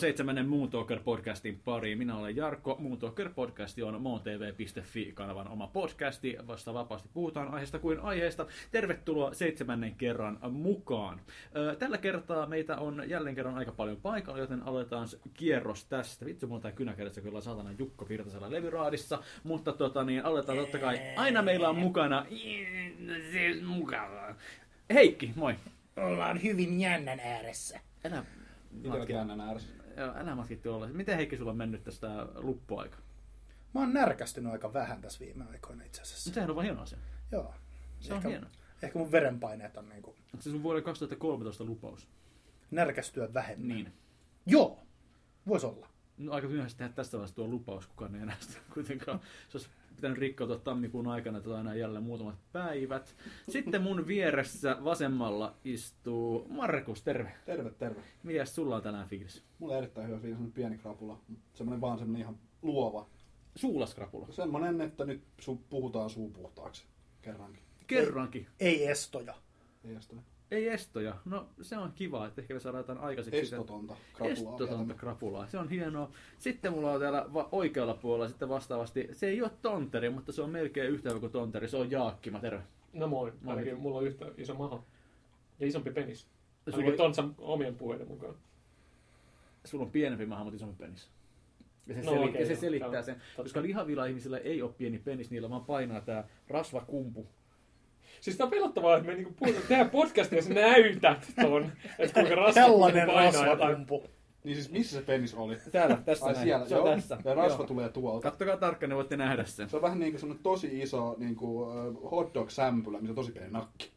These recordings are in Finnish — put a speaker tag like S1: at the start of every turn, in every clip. S1: seitsemännen Moon Talker podcastin pariin. Minä olen Jarkko. Moon Talker podcasti on moontv.fi-kanavan oma podcasti. Vasta vapaasti puhutaan aiheesta kuin aiheesta. Tervetuloa seitsemännen kerran mukaan. Ö, Tällä kertaa meitä on jälleen kerran aika paljon paikalla, joten aloitetaan s- kierros tästä. Vittu, mulla on tää kynäkädessä kyllä satana Jukko Virtasella levyraadissa. Mutta tota niin, aloitetaan totta kai. Aina meillä on mukana...
S2: Se mukavaa.
S1: Heikki, moi.
S2: Ollaan hyvin jännän ääressä.
S1: Älä matki,
S3: Videokäännän ääressä.
S1: joo, älä matki tuolla. Miten Heikki sulla on mennyt tästä luppuaika?
S4: Mä oon närkästynyt aika vähän tässä viime aikoina itse asiassa.
S1: Sehän on vaan hieno asia.
S4: Joo.
S1: Se on
S4: ehkä,
S1: hieno.
S4: Ehkä mun verenpaineet on niinku
S1: Onko se sun vuoden 2013 lupaus?
S4: närkästyä vähemmän.
S1: Niin.
S4: Joo. Voisi olla.
S1: No, aika myöhäistä tehdä tässä vaiheessa tuo lupaus, kukaan ei enää sitä kuitenkaan. Se olisi pitänyt rikkoutua tammikuun aikana, tätä aina jälleen muutamat päivät. Sitten mun vieressä vasemmalla istuu Markus, terve.
S3: Terve, terve.
S1: Mitäs sulla on tänään fiilis?
S3: Mulla on erittäin hyvä fiilis, semmonen pieni krapula. Semmonen vaan semmonen ihan luova.
S1: Suulaskrapula.
S3: Semmonen, että nyt sun puhutaan suu puhtaaksi. Kerrankin.
S1: Kerrankin.
S4: Ei estoja.
S3: Ei estoja.
S1: Ei estoja. No se on kiva, että ehkä me saadaan jotain aikaiseksi. sitä-
S3: Estotonta krapulaa.
S1: Estotonta
S3: vielä.
S1: krapulaa. Se on hienoa. Sitten mulla on täällä va- oikealla puolella sitten vastaavasti, se ei ole tonteri, mutta se on melkein yhtä hyvä kuin tonteri. Se on Jaakki, mä terve.
S5: No moi,
S1: Moi.
S5: ainakin mulla on yhtä iso maha. Ja isompi penis.
S1: Sulla
S5: Ainakin
S1: on,
S5: Tonsan omien puheiden mukaan.
S1: sulla on pienempi maha, mutta isompi penis. Ja se, no,
S5: No
S1: seli-
S5: okei,
S1: ja se
S5: joo,
S1: selittää
S5: joo,
S1: sen.
S5: totta.
S1: Koska lihavilla ihmisillä ei ole pieni penis, niillä vaan painaa tää rasvakumpu.
S5: Siis tää on pelottavaa, että me niinku puhutaan, tehdään podcastia ja sä näytät ton, että kuinka rasva
S4: Tällainen
S5: painaa jotain.
S4: rasvakumpu.
S3: Niin siis missä se penis oli?
S1: Täällä, tässä
S3: Ai
S1: näin.
S3: siellä,
S1: se on
S3: joo.
S1: tässä.
S3: Ja rasva
S1: Joo.
S3: tulee tuolta.
S1: Kattokaa tarkkaan, ne voitte nähdä sen.
S3: Se on vähän niinku semmonen tosi iso niinku äh, hot dog sämpylä, missä on tosi pieni
S1: Niin
S3: nakki.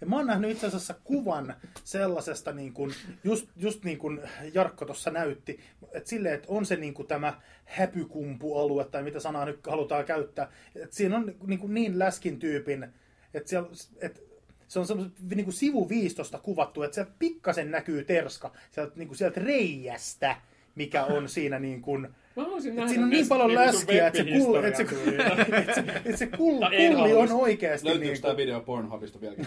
S4: Ja mä oon nähnyt itse asiassa kuvan sellaisesta, niin kuin, just, just niin kuin Jarkko tuossa näytti, että silleen, että on se niin kuin tämä häpykumpualue, tai mitä sanaa nyt halutaan käyttää, että siinä on niin, kuin niin läskin tyypin, että, siellä, että se on semmoiset niin kuin sivu 15 kuvattu, että sieltä pikkasen näkyy terska, sieltä, niin kuin sieltä reijästä, mikä on siinä niin kuin,
S5: Mä haluaisin
S4: että
S5: nähdä
S4: siinä on niin
S5: myös
S4: paljon
S5: niinku sun
S4: läskiä, että se, kuul,
S5: web-historia
S4: että se,
S5: siitä.
S4: että se, että se kull,
S5: Tai en
S4: kulli on
S5: haluaisi.
S4: oikeasti...
S3: Löytyykö
S4: niin
S3: niin,
S4: kuin,
S3: tää video Pornhubista vieläkin?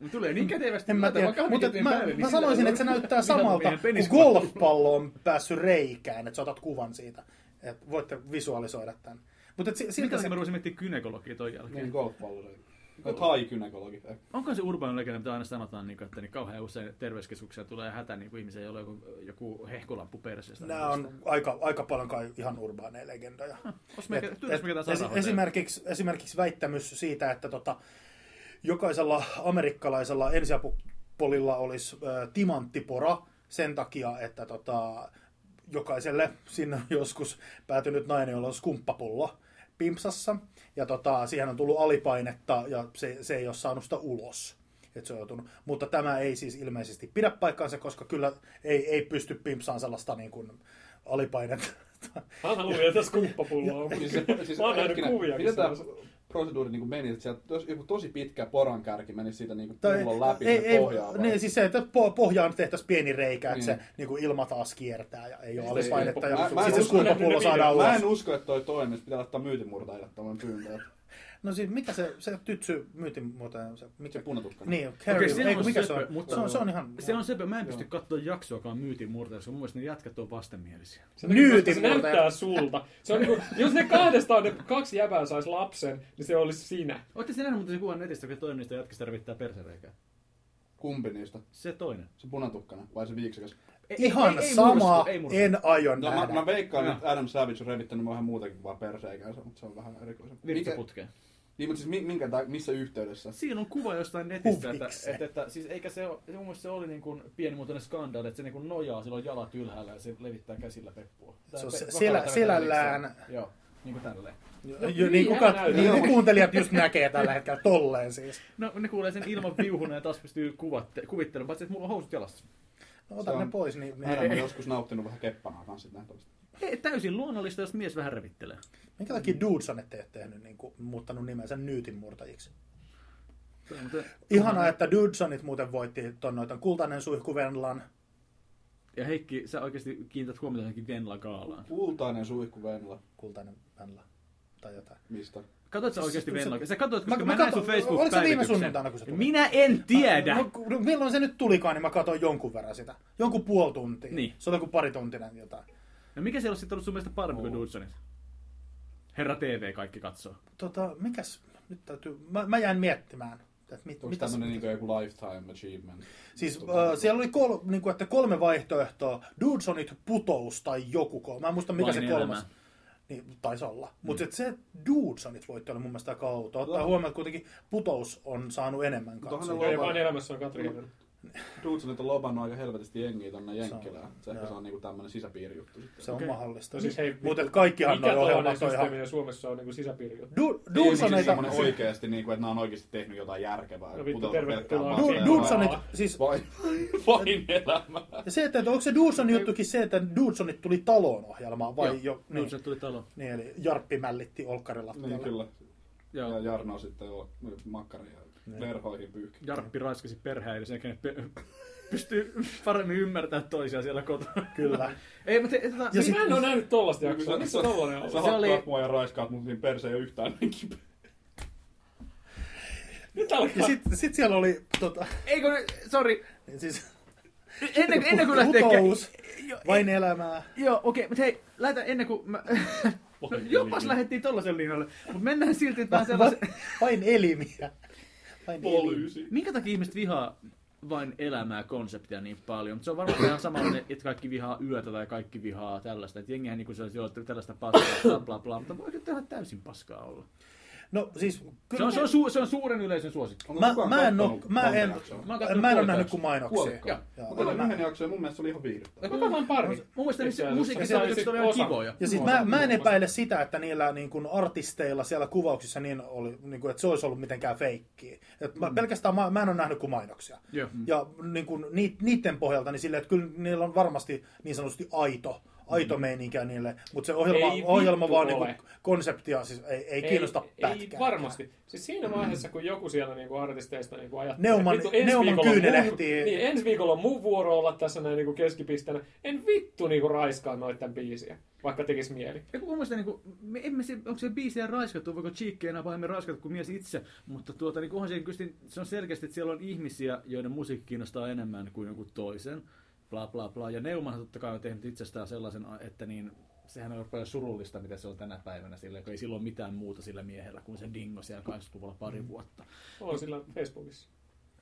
S1: Mut Tulee niin kätevästi.
S4: En mä tiedä,
S1: laitetaan
S4: mutta
S1: kahviketjujen
S4: mä,
S1: päälle, niin
S4: mä
S1: sillä
S4: sanoisin,
S1: ei
S4: että
S1: ole-
S4: se näyttää
S1: Mitä
S4: samalta,
S1: meidän penis-
S4: kun golfpallo on päässyt reikään, että sä otat kuvan siitä. Et voitte visualisoida tämän. Mutta siltä
S1: Mitä
S4: se...
S1: se... mä rupesin miettimään gynekologia ton jälkeen?
S3: niin golfpallo se. No, tai kynekologi.
S1: Onko se urbaani legenda, mitä aina sanotaan, niin kuin, että niin kauhean usein terveyskeskukseen tulee hätä niin kuin ihmisiä, joilla on joku, joku hehkulamppu perseestä.
S4: Nämä on aika, aika paljon kai ihan urbaaneja legendoja.
S1: Jos me,
S4: Et-
S1: et,
S4: et- esi- esimerkiksi, esimerkiksi väittämys siitä, että tota, jokaisella amerikkalaisella ensiapupolilla olisi ö, timanttipora sen takia, että tota, jokaiselle sinne on joskus päätynyt nainen, jolla on skumppapullo pimpsassa. Ja tota, siihen on tullut alipainetta ja se, se ei ole saanut sitä ulos. Et se on joutunut. Mutta tämä ei siis ilmeisesti pidä paikkaansa, koska kyllä ei, ei pysty pimpsaan sellaista niin kuin alipainetta.
S5: Mä haluan vielä tässä kumppapulloa.
S3: Siis se, siis
S5: Mä oon nähnyt
S3: hetkinen,
S5: kuvia.
S3: Miten
S5: missä
S3: tämä
S5: on se-
S3: proseduuri niin meni, että sieltä jos joku tosi pitkä poran kärki menisi siitä niin
S4: Tai,
S3: pullon läpi
S4: ei, ei,
S3: pohjaa? vai?
S4: niin, siis se, että po- pohjaan tehtäisiin pieni reikä, että se
S3: Niin.
S4: niin kuin ilma taas kiertää ja ei ole
S3: Siis
S4: alipainetta.
S3: ei-
S4: Ja
S3: mä- mä en
S4: sitten se
S3: usko Niin,
S4: skulmapullo
S5: nähnyt
S4: saadaan
S3: Mä en
S4: ulos.
S3: usko, että toi toimii, pitää laittaa myytimurtaille tämän pyyntö.
S4: No siis mikä se, se tytsy myytin muuten, se, mikä?
S3: Se punatukka.
S4: Niin, Carrie,
S1: se
S4: okay, ei,
S1: on
S4: kun mikä se on?
S1: söpö, mutta-
S4: se, on, se on ihan...
S1: Se on sepä, mä en pysty katsoa jaksoakaan myytin murta, koska mun mielestä ne jätkät on vastenmielisiä.
S5: Sen takia, koska
S4: Nyytin
S5: se
S4: muuten.
S5: näyttää sulta. Se on niinku, jos ne kahdestaan ne kaksi jäbää sais lapsen, niin se olisi sinä.
S1: Ootte sinä nähnyt muuten sen kuvan netistä, kun toinen niistä jätkistä revittää persereikää?
S3: Kumpi niistä?
S1: Se toinen.
S3: Se punatukkana vai se viiksikäs?
S4: Ihan sama, en aio
S3: No,
S4: nähdä.
S3: mä, mä veikkaan,
S1: Joo.
S3: että Adam Savage on revittänyt vähän muutakin kuin vaan perseikänsä, mutta se on vähän erikoisen. Mikä,
S1: Virtsaputkeen.
S3: niin, mutta siis mi- minkä, tai missä yhteydessä?
S1: Siinä on kuva jostain netistä, että,
S4: Huviksi.
S1: että, että, siis eikä se, ole- se mun mielestä se oli niin kuin pienimuotoinen skandaali, että se niin kuin nojaa, sillä on jalat ylhäällä ja se levittää käsillä peppua.
S4: Se on
S1: Tai
S4: se-
S1: pe-
S4: selä-
S1: vakavaa
S4: selällään.
S1: tällainen erikseen. Joo, niin kuin tälleen.
S3: no,
S4: Jo, niin kuin, kat,
S5: Niin,
S4: niin kuin
S3: joo.
S4: kuuntelijat just näkee tällä hetkellä tolleen siis.
S1: No ne kuulee sen ilman viuhuna ja taas pystyy kuvatte- kuvittelemaan, paitsi että mulla on housut jalassa.
S4: No, otan
S3: Se
S4: ne
S3: on-
S4: pois, niin... niin
S3: Adam on joskus nauttinut vähän keppanaa kanssa sit nähtävästi.
S1: Ei, täysin luonnollista, jos mies vähän revittelee.
S4: minkä takia Dudesonet ei ole tehnyt, niin kuin, muuttanut nimensä nyytin murtajiksi?
S1: Tuo on muuten-
S4: Ihanaa, että Dudesonit muuten voitti ton noitan kultainen suihku Venlan.
S1: Ja Heikki, sä oikeasti kiinnität huomiota johonkin Venla Gaalaan.
S3: Kultainen suihku Venla.
S4: Kultainen Venla. tai jotain.
S3: Mistä?
S1: Katsot sä oikeasti
S4: Siis-
S1: Venla? Sä katsoit,
S4: Mä-
S1: koska
S4: mä
S1: mä, näin
S4: katsoin-
S1: sun facebook
S4: oliko se viime sunnuntaina, kun se tuli?
S1: Minä en tiedä!
S4: No, ku- no, milloin se nyt tulikaan, niin mä katsoin jonkun verran sitä. Jonkun puoli tuntia.
S1: Niin.
S4: Se on joku pari tuntinen jotain.
S1: No mikä siellä on sitten ollut sun mielestä parempi kuin Dudsonis? Herra TV kaikki katsoo.
S4: Tota, mikäs, nyt täytyy, mä, mä jään miettimään. Että mit,
S3: Onko
S4: mitäs,
S3: tämmönen niinku joku lifetime achievement? Tota, niinku
S4: Siis äh, siellä oli kol, niin kuin, että kolme vaihtoehtoa. Dudesonit putous tai joku kolme. Mä en muista, No, mikä
S1: Vain
S4: se kolmas.
S1: elämä.
S4: Niin, taisi olla. Mutta mm. se Dudesonit voitti oli mun mielestä aika outoa. Ottaa huomioon, että kuitenkin putous on saanut enemmän
S3: Mutta onhan
S4: katsoja.
S5: Joo, ja vaan elämässä on Katriina.
S3: Dudesonit on lobannut aika helvetisti jengiä tonne Jenkkilään. Se ehkä
S4: joo.
S3: se on niinku tämmönen sisäpiirijuttu sitten.
S4: Se on
S1: Okei.
S4: mahdollista.
S5: No siis hei,
S4: Mutta Niin. kaikkihan
S5: Mikä siis
S4: noi
S5: tahansa
S4: ohjelmat on ihan...
S5: systeemi ja Suomessa on niinku sisäpiirijuttu.
S4: Du-
S3: Ei, mutta siis
S4: Dudesoneita...
S3: semmonen oikeesti, niinku, että nää on oikeesti tehnyt jotain järkevää.
S5: No vittu,
S3: Putoillut
S5: tervetuloa.
S3: pelkkään
S4: Du-
S3: vastaan.
S4: Dudesonit... Siis
S3: Vai?
S5: Vain elämä.
S4: Ja se, että että onko se Dudson juttukin se, että Dudsonit tuli taloon ohjelmaan vai
S1: Joo,
S4: jo, niin,
S1: Dudson tuli talo.
S4: niin, eli Jarppi mällitti olkkarilattialle.
S3: Niin kyllä. Ja
S1: Joo.
S3: Jarno sitten joo, makkaria
S4: Niin.
S3: verhoihin pyyhki.
S1: Jarppi raiskasi perheen eli sen, kenen pe- pystyy paremmin ymmärtämään toisia siellä kotona.
S4: Kyllä.
S1: Ei, mutta... Tota, ja
S4: Ja sit-
S1: sit...
S5: Siis Mä en oo nähnyt tollasta jaksoa. No, Missä tollanen
S3: Sä
S5: on?
S1: Se oli-
S3: hakkaat mua ja raiskaat mut, niin perse ei oo yhtään niin kipeä.
S5: Nyt alkaa.
S4: Ja sitten sit siellä oli, tota,
S1: Eikö nyt, sori,
S4: siis
S1: ennen, ennen kuin lähtee...
S4: putous,
S1: Joo,
S4: vain elämää.
S1: Joo, okei, mutta hei, lähdetään ennen kuin... Mä... No, jopas lähdettiin tollaselle linjalle, mutta mennään silti nyt vähän
S4: Va,
S1: sellaisen...
S4: vain elimiä. Vain elimiä.
S5: Polyysi.
S1: Minkä takia ihmiset vihaa vain elämää konseptia niin paljon? Mut se on varmaan ihan sama, että kaikki vihaa yötä tai kaikki vihaa tällaista. Että jengihän niinku se olisi, joo, että tällaista paskaa, bla bla bla, mutta voiko tehdä täysin paskaa olla?
S4: No siis,
S1: Se on, se on, su- se on suuren yleisön suosikki.
S3: Onko
S4: mä,
S3: kukaan
S4: mä en, oo,
S3: kattonut
S4: mä
S3: monta
S4: en,
S3: jaksoa?
S1: Mä oon kattonut
S4: mä en ole
S1: puolta
S4: nähnyt
S1: jaksoa.
S4: kuin mainoksia.
S3: Puolikkaan.
S4: Joo,
S3: Mä katsoin
S4: mä-
S3: yhden jakson ja mun mielestä se oli ihan viihdyttävä.
S5: Mä katson pari.
S1: Mun mielestä niissä
S5: Itse asiassa.
S1: musiikkisovellukset oli ihan
S5: Osa.
S1: kivoja.
S4: Ja sit
S5: Joo,
S4: mä,
S5: No, se-
S4: mä en epäile sitä, että niillä niin kun artisteilla siellä kuvauksissa niin oli, niin kun, että se olisi ollut mitenkään feikkiä. Et
S5: Mm.
S4: mä, pelkästään mä, mä en ole nähnyt kuin mainoksia.
S1: Joo.
S4: Ja niin kun, ni, niiden pohjalta niin silleen, että kyllä niillä on varmasti niin sanotusti aito, aito mm. meininkä niille, mutta se ohjelma,
S5: Ei vittu
S4: ohjelma vaan niin
S5: ole.
S4: kun, konseptia siis ei, ei kiinnosta
S5: ei
S4: pätkää.
S5: varmasti. Siis siinä vaiheessa, kun joku siellä niinku artisteista niinku ajattelee,
S4: Neuman-
S5: vittu, ensi
S4: Neuman
S5: viikolla on mun-
S4: kyynelehtii.
S5: Niin, ensi viikolla on mun vuoro olla tässä näin niinku keskipisteenä. En vittu niinku raiskaa noitten biisiä, vaikka tekis mieli.
S1: Ja kun mun mielestä, niin kuin, me emme se, onko se biisejä raiskattu, voiko chiikkejä enää pahemmin raiskattu kuin mies itse, mutta tuota, niin onhan se, kyllä, se on selkeästi, että siellä on ihmisiä, joiden musiikki kiinnostaa enemmän kuin jonkun toisen, bla bla bla, ja Neumanhan totta kai on tehnyt itsestään sellaisen, että niin, sehän on paljon surullista, mitä se on tänä päivänä sillä, kun ei silloin mitään muuta sillä miehellä kuin se dingo siellä 80-luvulla pari vuotta.
S5: Olen sillä Facebookissa.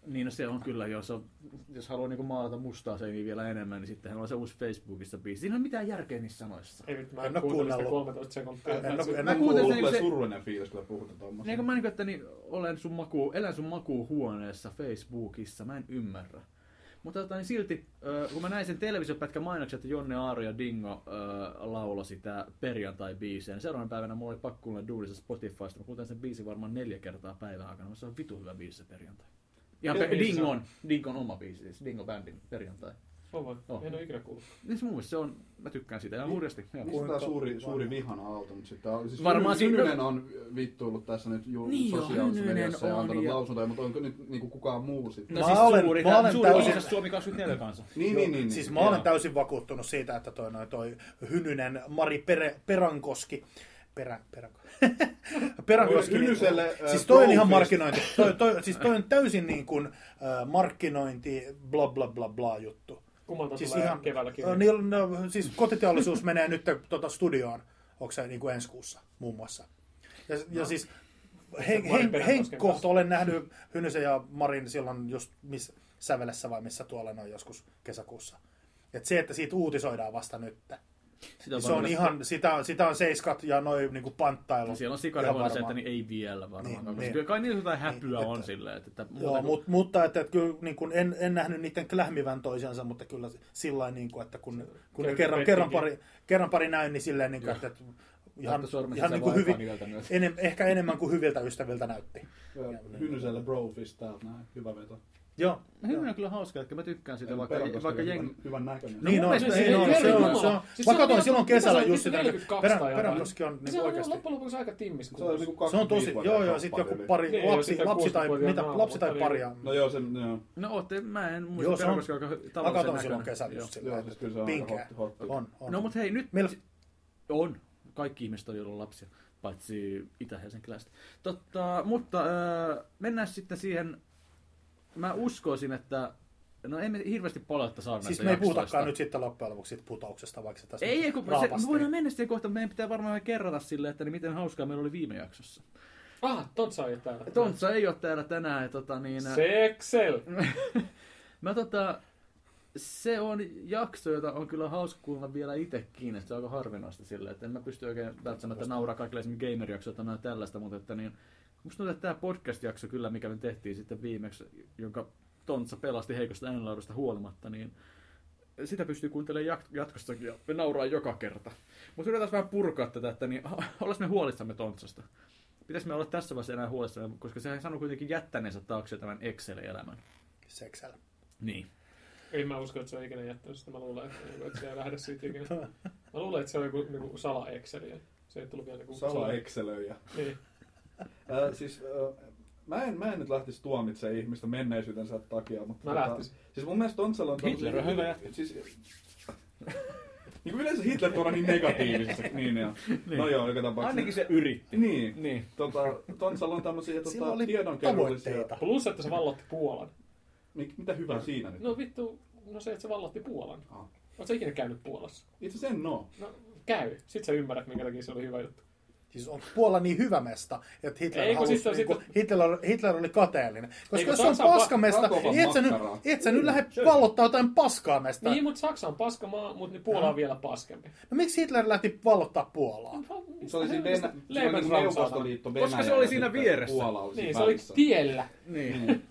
S1: Niin no se on kyllä, jos, on, jos haluaa niin maalata mustaa seiniä vielä enemmän, niin sittenhän on se uusi Facebookissa biisi. Siinä ei ole mitään järkeä nissä sanoissa.
S5: Ei vittu, mä
S4: En oo
S5: en kuuntele sitä
S4: kuunnellut.
S5: 13 sekuntia.
S4: En oo- en
S1: Mä kuuntelin
S4: oo
S3: Mulla
S1: sen,
S3: tulee
S1: se-
S3: surullinen fiilis, kun te puhutte tommosta.
S1: Niin kun mä niin, että niin, olen sun maku, elän sun makuuhuoneessa Facebookissa, mä en ymmärrä. Mutta tota, niin silti, ö, kun mä näin sen televisiopätkän mainoksen, että Jonne Aaro ja Dingo laulo sitä perjantai-biiseen, niin seuraavana päivänä mulla oli pakko kuunnella duunissa Spotifysta. Mä kuuntelen sen biisin varmaan neljä kertaa päivän aikana, mutta se on vitu hyvä biisi se perjantai. Ihan
S5: Mikä
S1: pe-
S5: biisi se on?
S1: Dingon, Dingon oma biisi, siis Dingo-bändin perjantai.
S5: On vai?
S1: On.
S5: En oo ikinä kuullut.
S1: Niin se mun mielestä se on, mä tykkään siitä ihan hurjasti. Joo.
S3: Mistä tää suuri, suuri vihan aalto, mutta sitten on, siis
S1: Varmaan
S3: Varmaan
S1: siinä-
S3: Hynynen on vittuillut tässä nyt ju-
S1: Niin
S3: niin
S1: joo,
S3: sosiaalisessa
S1: Hynynen
S3: mediassa ja
S1: on
S3: antanut
S1: ja-
S3: lausuntoja, mutta onko nyt niinku kukaan muu sitten?
S1: No
S4: Mä
S1: siis
S4: olen-
S1: suuri,
S4: mä olen
S1: suuri
S4: täysin-
S1: viisas Suomi 24 kanssa.
S3: niin,
S4: Joo,
S3: niin, niin,
S4: siis
S3: niin.
S4: mä olen
S1: joo.
S4: täysin vakuuttunut siitä, että toi, noin toi hynynen Mari Pere, Perankoski, Perä, Peranko. Perankoski.
S3: Hy- Hynyselle, äh,
S4: siis toi on ihan
S3: Blomqvist.
S4: markkinointi. Toi, toi, siis toi on täysin niin kuin, äh, markkinointi bla bla bla bla juttu.
S5: Kummalta
S4: Siis
S5: tulee
S4: ihan,
S5: keväällä kirja?
S4: äh, niillä, no, siis kotiteollisuus menee nyt tota, studioon, onko se niin kuin ensi kuussa muun muassa. Ja,
S5: No.
S4: ja siis Hen,
S5: Mari
S4: hen,
S5: Perhakosken
S4: hen
S5: kanssa.
S4: kohta olen nähnyt Hynysen ja Marin silloin just miss, Sävelessä vai missä tuolla ne on joskus kesäkuussa. Et se, että siitä uutisoidaan vasta nyt.
S1: Sitä
S4: Se on
S1: varmasti-
S4: ihan, sitä, sitä on seiskat ja noin niinku panttailu.
S1: No siellä on
S4: Ihan
S1: sikarihuoneessa, että
S4: varmaan.
S1: niin ei vielä varmaan.
S4: Niin,
S1: Niin, koska
S4: niin.
S1: kyllä kai niillä jotain häpyä
S4: että-
S1: on silleen, että, että muuta
S4: Joo,
S1: kuin-
S4: mut, mutta että, että kyllä, niin kuin, en, en nähnyt niiden klähmivän toisiansa, mutta kyllä sillä lailla, niin kuin, että kun, kun ne
S5: Käy
S4: kerran,
S5: pettikin.
S4: kerran, pari, kerran pari näin, niin silleen, niin kuin, että, että ihan,
S1: Laittoi sormen
S4: ihan
S1: sisään
S4: niin kuin
S1: vaipaan
S4: hyvin,
S1: niveltä myös.
S4: enem, ehkä enemmän kuin hyviltä ystäviltä näytti.
S3: Ö, Hynyselle brofis täältä näin, hyvä veto.
S4: Joo.
S1: No, Hyvin on kyllä hauska, että mä tykkään sitä, vaikka,
S3: Perankoski
S1: vaikka
S3: on
S1: jengi...
S3: hyvän- Hyvän näköinen.
S4: No, niin on,
S5: Siis
S4: niin
S5: ei
S4: on,
S5: kerran
S4: se on,
S5: jumala.
S4: se on.
S5: Siis
S4: Mä
S5: se on
S4: katsoin
S5: ihan-
S4: silloin
S5: mitä se
S4: kesällä
S5: on,
S4: just sitä,
S5: 42
S4: perän,
S5: tai jotain?
S4: peränkoski on niin
S5: Se on niinku
S4: oikeasti.
S5: loppujen lopuksi aika timmis.
S3: Se oli
S5: kuulosta.
S3: niinku 25
S4: Se on tosi, joo joo, sit joku pari,
S5: Niin, ja
S4: lapsi,
S5: sitten
S4: lapsi tai,
S5: 60-vuotiaan
S4: mitä,
S5: naama,
S4: lapsi tai
S5: mutta
S4: paria.
S5: niin-
S3: No joo, se, joo.
S1: No ootte, mä en muista
S4: Joo, se on.
S1: Perankoski aika
S4: Mä
S1: tavallisen
S4: katson silloin
S1: näköinen.
S4: kesällä
S1: Joo.
S4: just sillä,
S3: Joo, siis kyllä se on
S4: pinkeä.
S3: hot- hot-
S4: On, on.
S1: No mut hei, nyt...
S4: Meillä-
S1: On. Kaikki ihmiset on joilla on lapsia. paitsi Itä-Helsinkiläistä. Totta, mutta öö, mennään sitten siihen, mä uskoisin, että No ei me hirveästi palata saada
S4: Siis
S1: näistä
S4: me ei
S1: jaksoista.
S4: puhutakaan nyt sitten loppujen lopuksi siitä putouksesta, vaikka se tässä
S1: Ei, ei
S4: nyt
S1: kun se, me
S4: raapastiin.
S1: voidaan mennä siihen kohtaan, meidän pitää varmaan vähän kerrata sille, että niin miten hauskaa meillä oli viime jaksossa.
S5: Ah, Tontsa ei ole täällä.
S1: Tontsa ei ole täällä tänään. Ja tota, niin,
S5: Seksel.
S1: mä, tota, se on jakso, jota on kyllä hauska kuulla vielä itsekin. että Se on aika harvinaista sillä, että en mä pysty oikein välttämättä nauraa kaikille esimerkiksi gamer-jaksoja tai tällaista, mutta että niin, musta tuntuu, että tämä podcast-jakso kyllä, mikä me tehtiin sitten viimeksi, jonka Tontsa pelasti heikosta äänenlaadusta huolimatta, niin sitä pystyy kuuntelemaan jat- jatkossakin ja me nauraa joka kerta. Mutta yritetään vähän purkaa tätä, että niin, ollaan me huolissamme Tontsasta. Pitäis me olla tässä vaiheessa enää huolissamme, koska sehän sanoi kuitenkin jättäneensä taakse tämän Excel-elämän.
S4: Seksel.
S3: Tota,
S1: Niin.
S5: Ei mä usko, että se on ikinä jättänyt sitä. Mä luulen, että, niinku, että se ei lähde siitä ikinä. Mä luulen, että se on joku niinku sala Exceliä. Se ei tullut vielä niinku...
S3: Sala Excelöijä.
S5: Niin.
S3: Äh, siis, äh, mä, en, mä en nyt lähtisi tuomitsemaan ihmistä menneisyytensä takia, mutta...
S5: Mä lähtisin.
S3: siis mun mielestä Tontsalla on...
S1: Hitler on hyvä
S3: jätkä. Siis, niin kuin yleensä Hitler tuodaan niin negatiivisessa. niin, ja, No joo, joka tapauksessa.
S1: Ainakin se yritti.
S3: Niin.
S1: Niin.
S3: Tota, Tontsalla on tämmöisiä
S4: Sillä
S3: tota,
S4: oli
S3: tiedonkeruullisia...
S4: tavoitteita.
S5: Plus, että se vallotti Puolan.
S3: Mik, mitä hyvää siinä nyt?
S5: No vittu, no se, että se vallotti Puolan.
S3: Ah.
S5: Oletko sä ikinä käynyt Puolassa?
S3: Itse asiassa en oo.
S5: No käy. Sit sä ymmärrät, minkä takia se oli hyvä juttu.
S4: Siis onko Puola niin hyvä mesta, että Hitler,
S5: Ei, kun
S4: halusi,
S5: siis on-
S4: niin kuin, Hitler, Hitler oli kateellinen.
S5: Ei,
S4: Koska
S5: kun
S4: jos se on
S5: Saksa on pa-
S4: paskamesta,
S3: Krakowan
S4: niin et sä nyt,
S3: makkaraa.
S4: et sä nyt lähde
S3: se-
S4: vallottaa jotain paskaa mestaa.
S5: Niin, mutta Saksa on paska maa, mutta niin Puola on vielä paskempi.
S4: No miksi Hitler lähti vallottaa Puolaa?
S5: Niin,
S3: Se oli siinä
S5: Mistä
S3: Venä...
S5: helvetistä?
S3: se oli niin kuin
S5: Lebensraum saatana.
S3: Neuvostoliitto
S1: Koska
S3: Venäjä.
S1: se oli
S3: ja
S1: siinä
S3: sitten
S1: vieressä.
S3: Puola oli
S5: Niin,
S3: siinä
S5: se oli
S3: välissä.
S5: tiellä.
S1: Niin.
S3: Niin.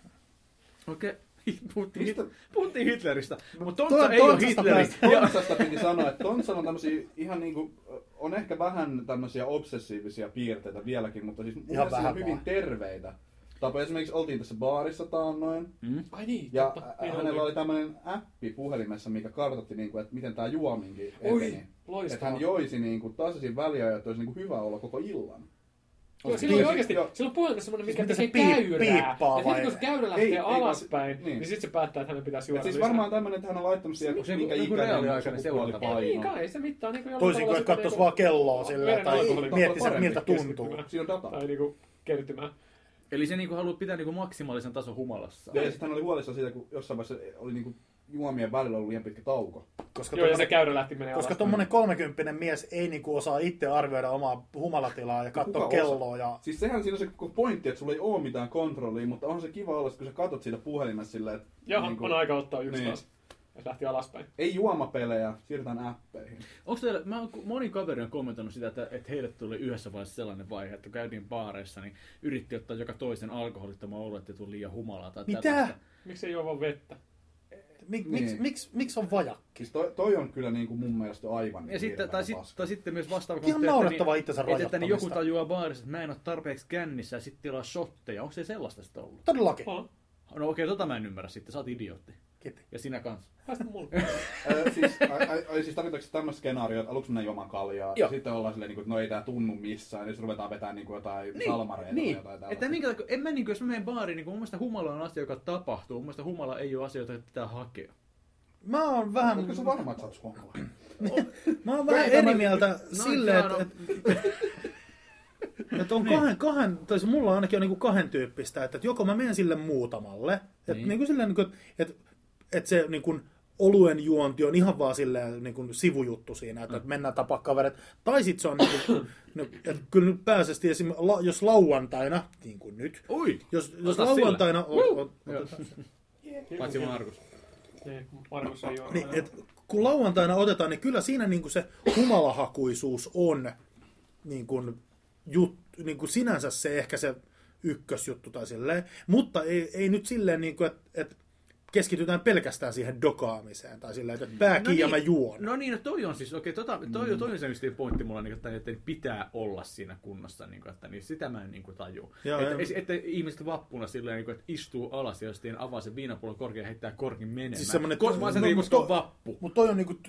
S1: Okei. Puhuttiin,
S3: Mistä-
S1: Hit- puhuttiin Hitleristä, mutta
S4: Tuo-
S1: Tontsa ei ole
S4: Tontsasta
S1: Hitleri.
S4: päästä.
S1: Ja,
S3: Tonsasta piti sanoa, että Tonsalla on tämmösiä ihan niinku, on ehkä vähän tämmösiä obsessiivisia piirteitä vieläkin, mutta siis mun mielestä
S4: vähän
S3: ihan hyvin
S4: vaan.
S3: terveitä. Tapa esimerkiksi oltiin tässä baarissa taannoin,
S5: Ai niin,
S3: ja
S5: totta.
S3: ä-
S5: Niin
S3: hänellä
S5: olikin.
S3: oli tämmönen appi puhelimessa, mikä kartoitti, niinku, että miten tämä juominkin
S5: Oi,
S3: eteni. Että
S5: loistavaa.
S3: hän joisi niinku, tasaisin väliä ja että olisi niinku hyvä olla koko illan.
S5: Joo, sillä oli
S3: Niin,
S5: oikeasti,
S3: joo. Siis
S5: sillä on puhelimessa semmoinen, mikä
S4: Mitä se
S5: tekee
S4: piip-
S5: käyrää.
S4: piippaa
S5: ja sitten
S4: vai-
S5: kun se käyrä
S3: Ei,
S5: lähtee
S3: ei, vaan se-
S5: alaspäin,
S3: niin.
S5: niin. sitten se päättää, että hänen pitäisi juoda
S3: Et siis
S5: lisää.
S3: varmaan tämmönen, että hän on laittanut siihen,
S1: Se on
S3: minkä
S1: joku- joku
S3: ikäinen
S1: reaaliaikainen
S5: Ei niin
S1: Painoa.
S5: kai, ei se mittaa niin kuin jollain
S4: Toisin kuin,
S5: tavalla
S4: että katsois
S5: sitä
S4: vaan kelloa
S5: niinku-
S4: silleen tai
S5: Veren alkoholin
S4: miettis, että
S3: parempi
S4: miltä tuntuu.
S5: keskittymää.
S3: Siinä on data.
S5: Tai niinku kertymää.
S1: eli se niinku haluaa pitää niinku maksimaalisen tason humalassa.
S3: Ja sitten hän oli huolissaan siitä, kun jossain vaiheessa oli niinku juomien välillä ollut liian pitkä tauko.
S4: Koska
S5: Joo, ja se
S4: tommonen-
S5: käyrä lähti menee
S4: koska
S5: alaspäin.
S4: tuommoinen kolmekymppinen mies ei niinku osaa itse arvioida omaa humalatilaa ja katsoa
S3: Kuka
S4: kelloa. Ja...
S3: Siis sehän siinä on se koko pointti, että sulla ei ole mitään kontrollia, mutta on se kiva olla, kun sä katot siitä puhelimessa silleen, että
S5: Jaha,
S3: niinku,
S5: on aika ottaa yksi
S3: Niin.
S5: taas. Ja se lähti alaspäin.
S3: ei juomapelejä, siirrytään appeihin.
S1: Onko teillä, mä oon, moni kaveri on kommentoinut sitä, että, että heille tuli yhdessä vaiheessa sellainen vaihe, että kun käytiin baareissa, niin yritti ottaa joka toisen alkoholittoman olo, että tuli liian humalaa tai
S4: Mitä?
S1: tällaista.
S5: Miksi ei juo vaan vettä?
S4: Mik,
S3: Niin.
S4: miksi, miksi, miksi on vaja?
S3: Siis toi, toi on kyllä niinku mun mielestä aivan
S1: Ja sitten, tai, sit, tai sitten myös vastaava
S4: Ihan
S1: kommentti, että niin-
S4: naurettavaa itsensä
S1: että, että niin joku
S4: rajoittamista.
S1: tajuaa baarissa, että mä en ole tarpeeksi kännissä ja sitten tilaa shotteja. Onko se sellaista sitten ollut?
S4: Todellakin.
S5: On.
S1: No okei, tota mä en ymmärrä sitten. Sä oot idiootti.
S4: Kiitti.
S1: Ja sinä kanssa.
S5: Päästä mulle.
S3: Ö, siis, ai, ai, ai, siis tarkoitatko tämmöistä skenaarioa, että aluksi mennään juomaan kaljaa, ja
S1: Joo.
S3: sitten ollaan silleen, niinku, että no ei tää tunnu missään, ja sitten ruvetaan vetämään niinku jotain salmareita tai
S1: niin.
S3: jotain
S1: Että
S3: tällaista.
S1: minkä, takia- en mä niin, jos mä menen baariin, niin kun mun mielestä humala on asia, joka tapahtuu. Mun mielestä humala ei ole asia, jota pitää hakea.
S4: Mä oon vähän,
S3: Oletko sä varma, että sä oot suomalainen?
S4: mä oon vähän
S1: Ei,
S4: eri
S1: tämä-
S4: mieltä
S1: No,
S4: silleen,
S1: joo,
S4: että
S1: no.
S4: et, Et on
S1: Niin.
S4: kahden, kahden, tai se mulla ainakin on niinku kahden tyyppistä, että et joko mä menen sille muutamalle, että
S1: Niin.
S4: niin. niinku silleen, niinku, että et se niinku oluen juonti on ihan vaan silleen niinku sivujuttu siinä, että mm. mennään tapaa kaverit. Tai sit se on niinku, että kyllä nyt pääsesti esim. La, jos lauantaina, niin kuin nyt,
S1: Ui!
S4: jos, jos
S1: Ota sillä.
S4: lauantaina on, on,
S1: Joo. Paitsi Markus.
S5: Niin, kun Markus ei juo.
S4: niin, et, kun lauantaina otetaan, niin kyllä siinä niin kuin se humalahakuisuus on niin kuin, jut, niin kuin sinänsä se ehkä se ykkösjuttu tai silleen, mutta ei, ei nyt silleen, niin kuin, että, että keskitytään pelkästään siihen dokaamiseen tai silleen, että pää kiinni ja mä juon.
S1: No niin, no toi on siis, okei, tota, toi,
S3: Mm.
S1: toi on se just pointti mulla, niin, että, että pitää olla siinä kunnossa, niin, kuin, että niin, sitä mä en niin, kuin, tajua.
S4: Joo,
S1: että,
S4: joo.
S1: es- että, ihmiset vappuna silleen, niin, kuin, että istuu alas ja sitten avaa sen viinapullon korkean ja heittää korkin menemään.
S4: Siis semmonen-
S1: koska, no,
S4: no,
S1: koska on
S4: mutta-
S1: vappu.
S4: Mutta toi on niin kuin,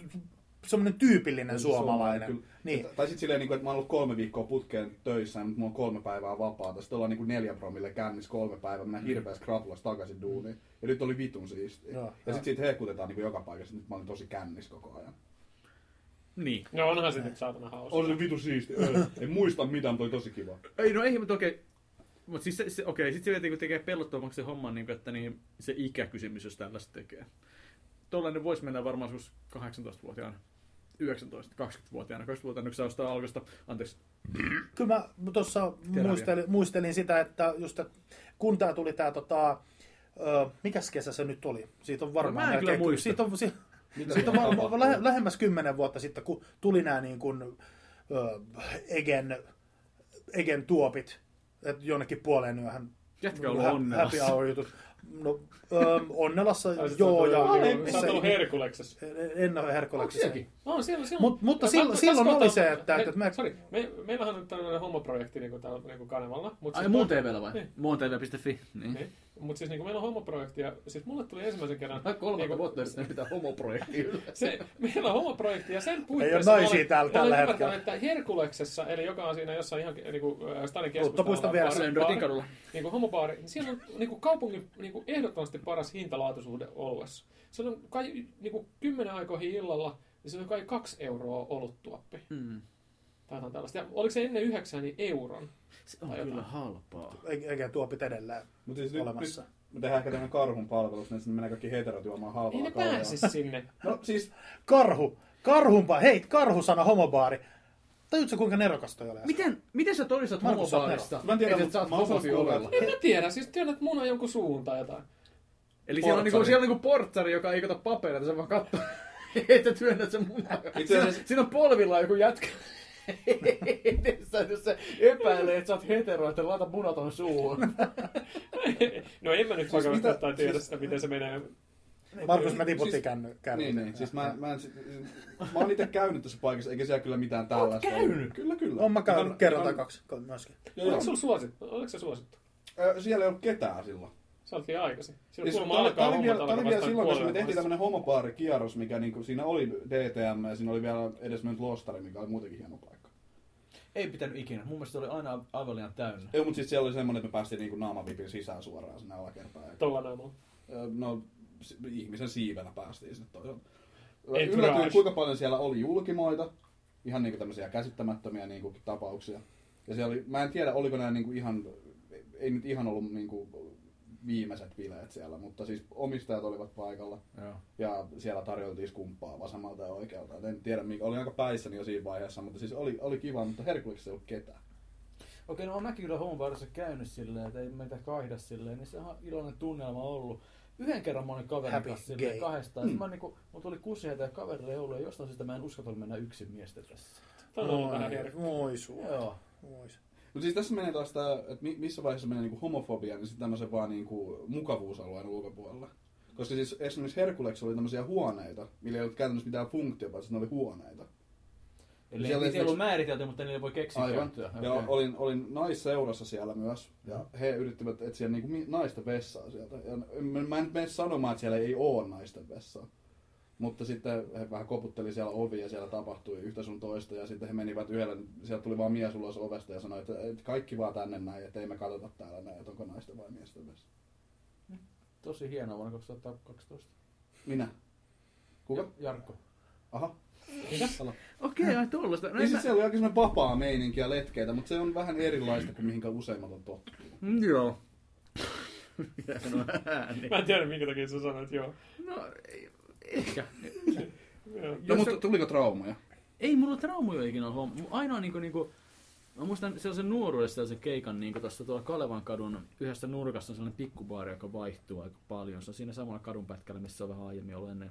S4: semmoinen tyypillinen suomalainen.
S3: Kyllä.
S4: Niin.
S3: Tai sitten silleen, niinku, että mä oon ollut kolme viikkoa putkeen töissä, mutta mulla on kolme päivää vapaata. Sitten ollaan niinku neljä promille kännissä kolme päivää, mennään hirveässä krapulassa takaisin duuniin. Ja nyt oli vitun siistiä.
S4: Joo,
S3: ja
S4: joo.
S3: sitten siitä hehkutetaan niinku joka paikassa, nyt mä olin tosi kännissä koko ajan.
S1: Niin.
S5: No onhan se nyt saatana hauska.
S3: On se vitu siisti. Ö, en muista mitään, mutta oli tosi kiva.
S1: Ei, no ei, mutta okei. Mutta siis se, se okei, sitten se vielä niinku tekee pelottavammaksi se homma, niinku, että niin, se ikäkysymys, jos tällaista tekee. Tuollainen voisi mennä varmaan joskus 18-vuotiaana. 19-20-vuotiaana, 20-vuotiaana, kun sä ostaa alkosta, anteeksi,
S4: Kyllä mä tuossa
S1: Teräviä.
S4: muistelin, muistelin sitä, että just että kun tää tuli tää tota, ö, mikäs kesä se nyt oli? Siitä on varmaan
S1: No mä en kyllä muista.
S4: Siitä on, si,
S5: No
S3: Mitä
S4: siitä on
S3: siinä
S4: varmaan
S3: tapahtui?
S4: lähe, lähemmäs kymmenen vuotta sitten, kun tuli nämä niin kuin, ö, Egen, Egen tuopit et jonnekin puoleen yöhön.
S1: Jätkä on ollut onnellassa.
S4: Happy hour jutut. No, ö, onnellassa,
S5: Tai sit
S4: joo.
S5: sä
S4: Ja,
S5: oot ollut-
S4: en-
S5: Sä oot ollut herkuleksessa.
S4: en ole herkoleksissa.
S5: On, No, siellä, siellä.
S4: Mut- mutta
S5: Ja
S4: silloin-
S5: tässä
S4: silloin
S5: kohtaa-
S4: oli se, että-
S5: Hei,
S4: että mä-
S5: Sori, me, meillähän on tällainen hommaprojekti niin kuin täällä niin kuin kanavalla. Mut
S1: Ai
S5: siis-
S1: muun TVllä vai?
S5: Niin.
S1: Muun TV.fi. Niin.
S5: Niin. Mutta siis niin kuin meillä on hommaprojekti ja siis mulle tuli ensimmäisen kerran...
S1: Ai kolme
S5: niinku-
S1: vuotta sitten pitää homoprojekti yllä.
S5: se, meillä on homoprojekti ja sen puitteissa...
S4: ole naisia täällä tällä
S5: olen
S4: hetkellä.
S5: ymmärtänyt, että Herkuleksessa, eli joka on siinä jossain ihan niin kuin, Stanin
S4: puiston vieressä.
S1: Lönnrötin kadulla.
S5: niin kuin homobaari, niin siellä on niin kuin kaupungin niin kuin ehdottomasti paras hintalaatuisuhde oluessa. Siellä on kai niin kuin kymmenen aikoihin illalla, niin siellä on kai kaksi euroa oluttuoppi.
S1: Mm.
S5: Tai jotain tällaista. Ja oliko se ennen yhdeksän, niin euron.
S1: Se on
S5: Tai
S1: kyllä
S5: jotain.
S1: halpaa.
S4: Egen tuopit edelleen.
S3: Mut siis nyt,
S4: Olemassa.
S3: nyt me tehdään ehkä tämmönen karhun palvelus, niin sinne menee kaikki heterot juomaan
S5: Ei
S3: halvalla
S5: Niin ne pääse sinne.
S3: No siis,
S4: Karhu. Karhumpa. Hei, karhusana homobaari. Tajuutko kuinka nerokas toi oli?
S1: Miten, miten sä todistat
S4: Markus,
S1: homobaarista?
S4: sä
S3: mä en tiedä,
S1: että
S3: mutta
S1: sä oot
S3: mä oon
S1: homofi
S3: kuullut,
S1: ovella.
S5: En mä tiedä, siis työnnät munan jonkun suun tai jotain.
S1: Eli siellä on, niinku,
S3: Portsari.
S1: siellä on niinku portsari, joka ei kata paperia, se vaan katsoo. että työnnät sen mun
S3: Itse asiassa-
S1: Siinä on polvilla joku jätkä. Edessä, jos se epäilee, että sä oot hetero, että laita munat on suuhun.
S5: No en mä nyt siis
S3: mitä-
S5: tai tiedä
S3: siis-
S5: sitä, miten se menee.
S4: Markus mä
S3: Siis-
S4: tiputti kännyn.
S3: Niin, niin. Siis mä, mä, en, mä oon itse käynyt tässä paikassa, eikä siellä kyllä mitään tällaista. ole.
S1: käynyt?
S3: Kyllä, kyllä.
S4: Oon mä
S3: Ihan-
S4: käynyt kerran
S3: ihan-
S4: tai kaksi ko- myöskin.
S3: Joo, joo.
S5: Oliko sulla suosittu? Oliko se suosittu?
S3: Ö, Siellä ei ollut ketään silloin.
S5: Sä olit liian aikaisin. Silloin
S3: Siis tää
S5: kuulemma
S3: oli, tää
S5: alkaa
S3: oli, vielä,
S5: hommat
S3: tää oli
S5: alkaa
S3: vielä
S5: vasta
S3: silloin, kun me
S5: puolella.
S3: tehtiin tämmönen homopaarikierros, mikä niinku, siinä oli DTM ja siinä oli vielä edes mennyt Lostari, mikä oli muutenkin hieno paikka.
S1: ei pitänyt ikinä. Mun mielestä se oli aina avelian täynnä.
S3: Ei, mutta siis siellä oli semmonen, että me päästiin niinku naamavipin sisään suoraan sinne alakertaan. Ja,
S5: Tolla naamalla.
S3: Ö, no, si- ihmisen siivellä päästiin sinne toisaalta.
S5: Entourage.
S3: Yllätyin, kuinka paljon siellä oli julkimoita, ihan niinku tämmöisiä käsittämättömiä niinku tapauksia. Ja siellä oli, mä en tiedä, oliko nämä niinku ihan, ei nyt ihan ollut niinku viimeiset bileet siellä, mutta siis omistajat olivat paikalla.
S1: Joo.
S3: ja siellä tarjoltiin skumppaa vasemmalta ja oikealta. Et en tiedä, mikä, oli aika päissäni jo siinä vaiheessa, mutta siis oli, oli kiva, mutta herkullisesti ei ollut ketään.
S1: Okei, no mäkin kyllä homobaarissa käynyt silleen, että ei meitä kaihda silleen, niin se on ihan iloinen tunnelma ollut. Yhden kerran mä olin kaverin
S4: Happy
S1: kanssa silleen
S4: gay.
S1: kahdestaan. Mm.
S3: Mm.
S1: Mä niinku, mulla tuli kuseita ja kavereita joulu ja jostain syystä mä en uskalla mennä yksin miesten tässä.
S5: Tää on ollut vähän herkku.
S4: Moi sua.
S1: Joo.
S4: Moi sua.
S3: Mutta siis tässä menee taas tää, että mi- missä vaiheessa menee niinku homofobia, niin sitten tämmöisen vaan niinku mukavuusalueen ulkopuolella. Koska siis esimerkiksi Herkuleksi oli tämmöisiä huoneita, millä ei ollut käytännössä mitään funktiota, vaan ne oli huoneita.
S1: Eli
S3: Siellä
S1: niitä ei
S3: esimerkiksi-
S1: ollut määritelty, mutta niille voi keksiä
S3: Aivan.
S1: käyttöä.
S3: Ja
S1: Okei.
S3: olin, olin naisseurassa siellä myös, ja he yrittivät etsiä niinku mi- naisten vessaa sieltä. Ja n- mä- mä en nyt mene sanomaan, että siellä ei ole naisten vessaa. Mutta sitten he vähän koputteli siellä ovi ja siellä tapahtui yhtä sun toista ja sitten he menivät yhdellä, sieltä tuli vaan mies ulos ovesta ja sanoi, että että kaikki vaan tänne näin, että ei me katsota täällä näin, että onko naisten vai miesten vessa.
S1: Tosi hienoa vuonna 2012.
S3: Minä. Kuka?
S1: Ja- Jarkko.
S3: Aha. Sano.
S1: Okei, ai tollasta.
S3: Niin siis siellä oli oikein semmoinen vapaa meininki ja letkeitä, mutta se on vähän erilaista kuin mihinkä useimmat on tottunut.
S1: Mm, Joo.
S5: Mä en tiedä, minkä takia sä sanoit joo.
S1: No, ei- ehkä.
S5: Joo.
S3: No,
S1: Jos
S3: mutta
S1: se-
S3: tuliko traumoja?
S1: Ei mulla traumoja ikinä ollut. homma. Mun Ainoa niinku, niinku, mä muistan sellaisen nuoruudessa sellaisen keikan niinku tuossa tuolla Kalevan kadun yhdessä nurkassa on sellainen pikkubaari, joka vaihtuu aika paljon. Se on siinä samalla kadun pätkällä, missä on vähän aiemmin ollut ennen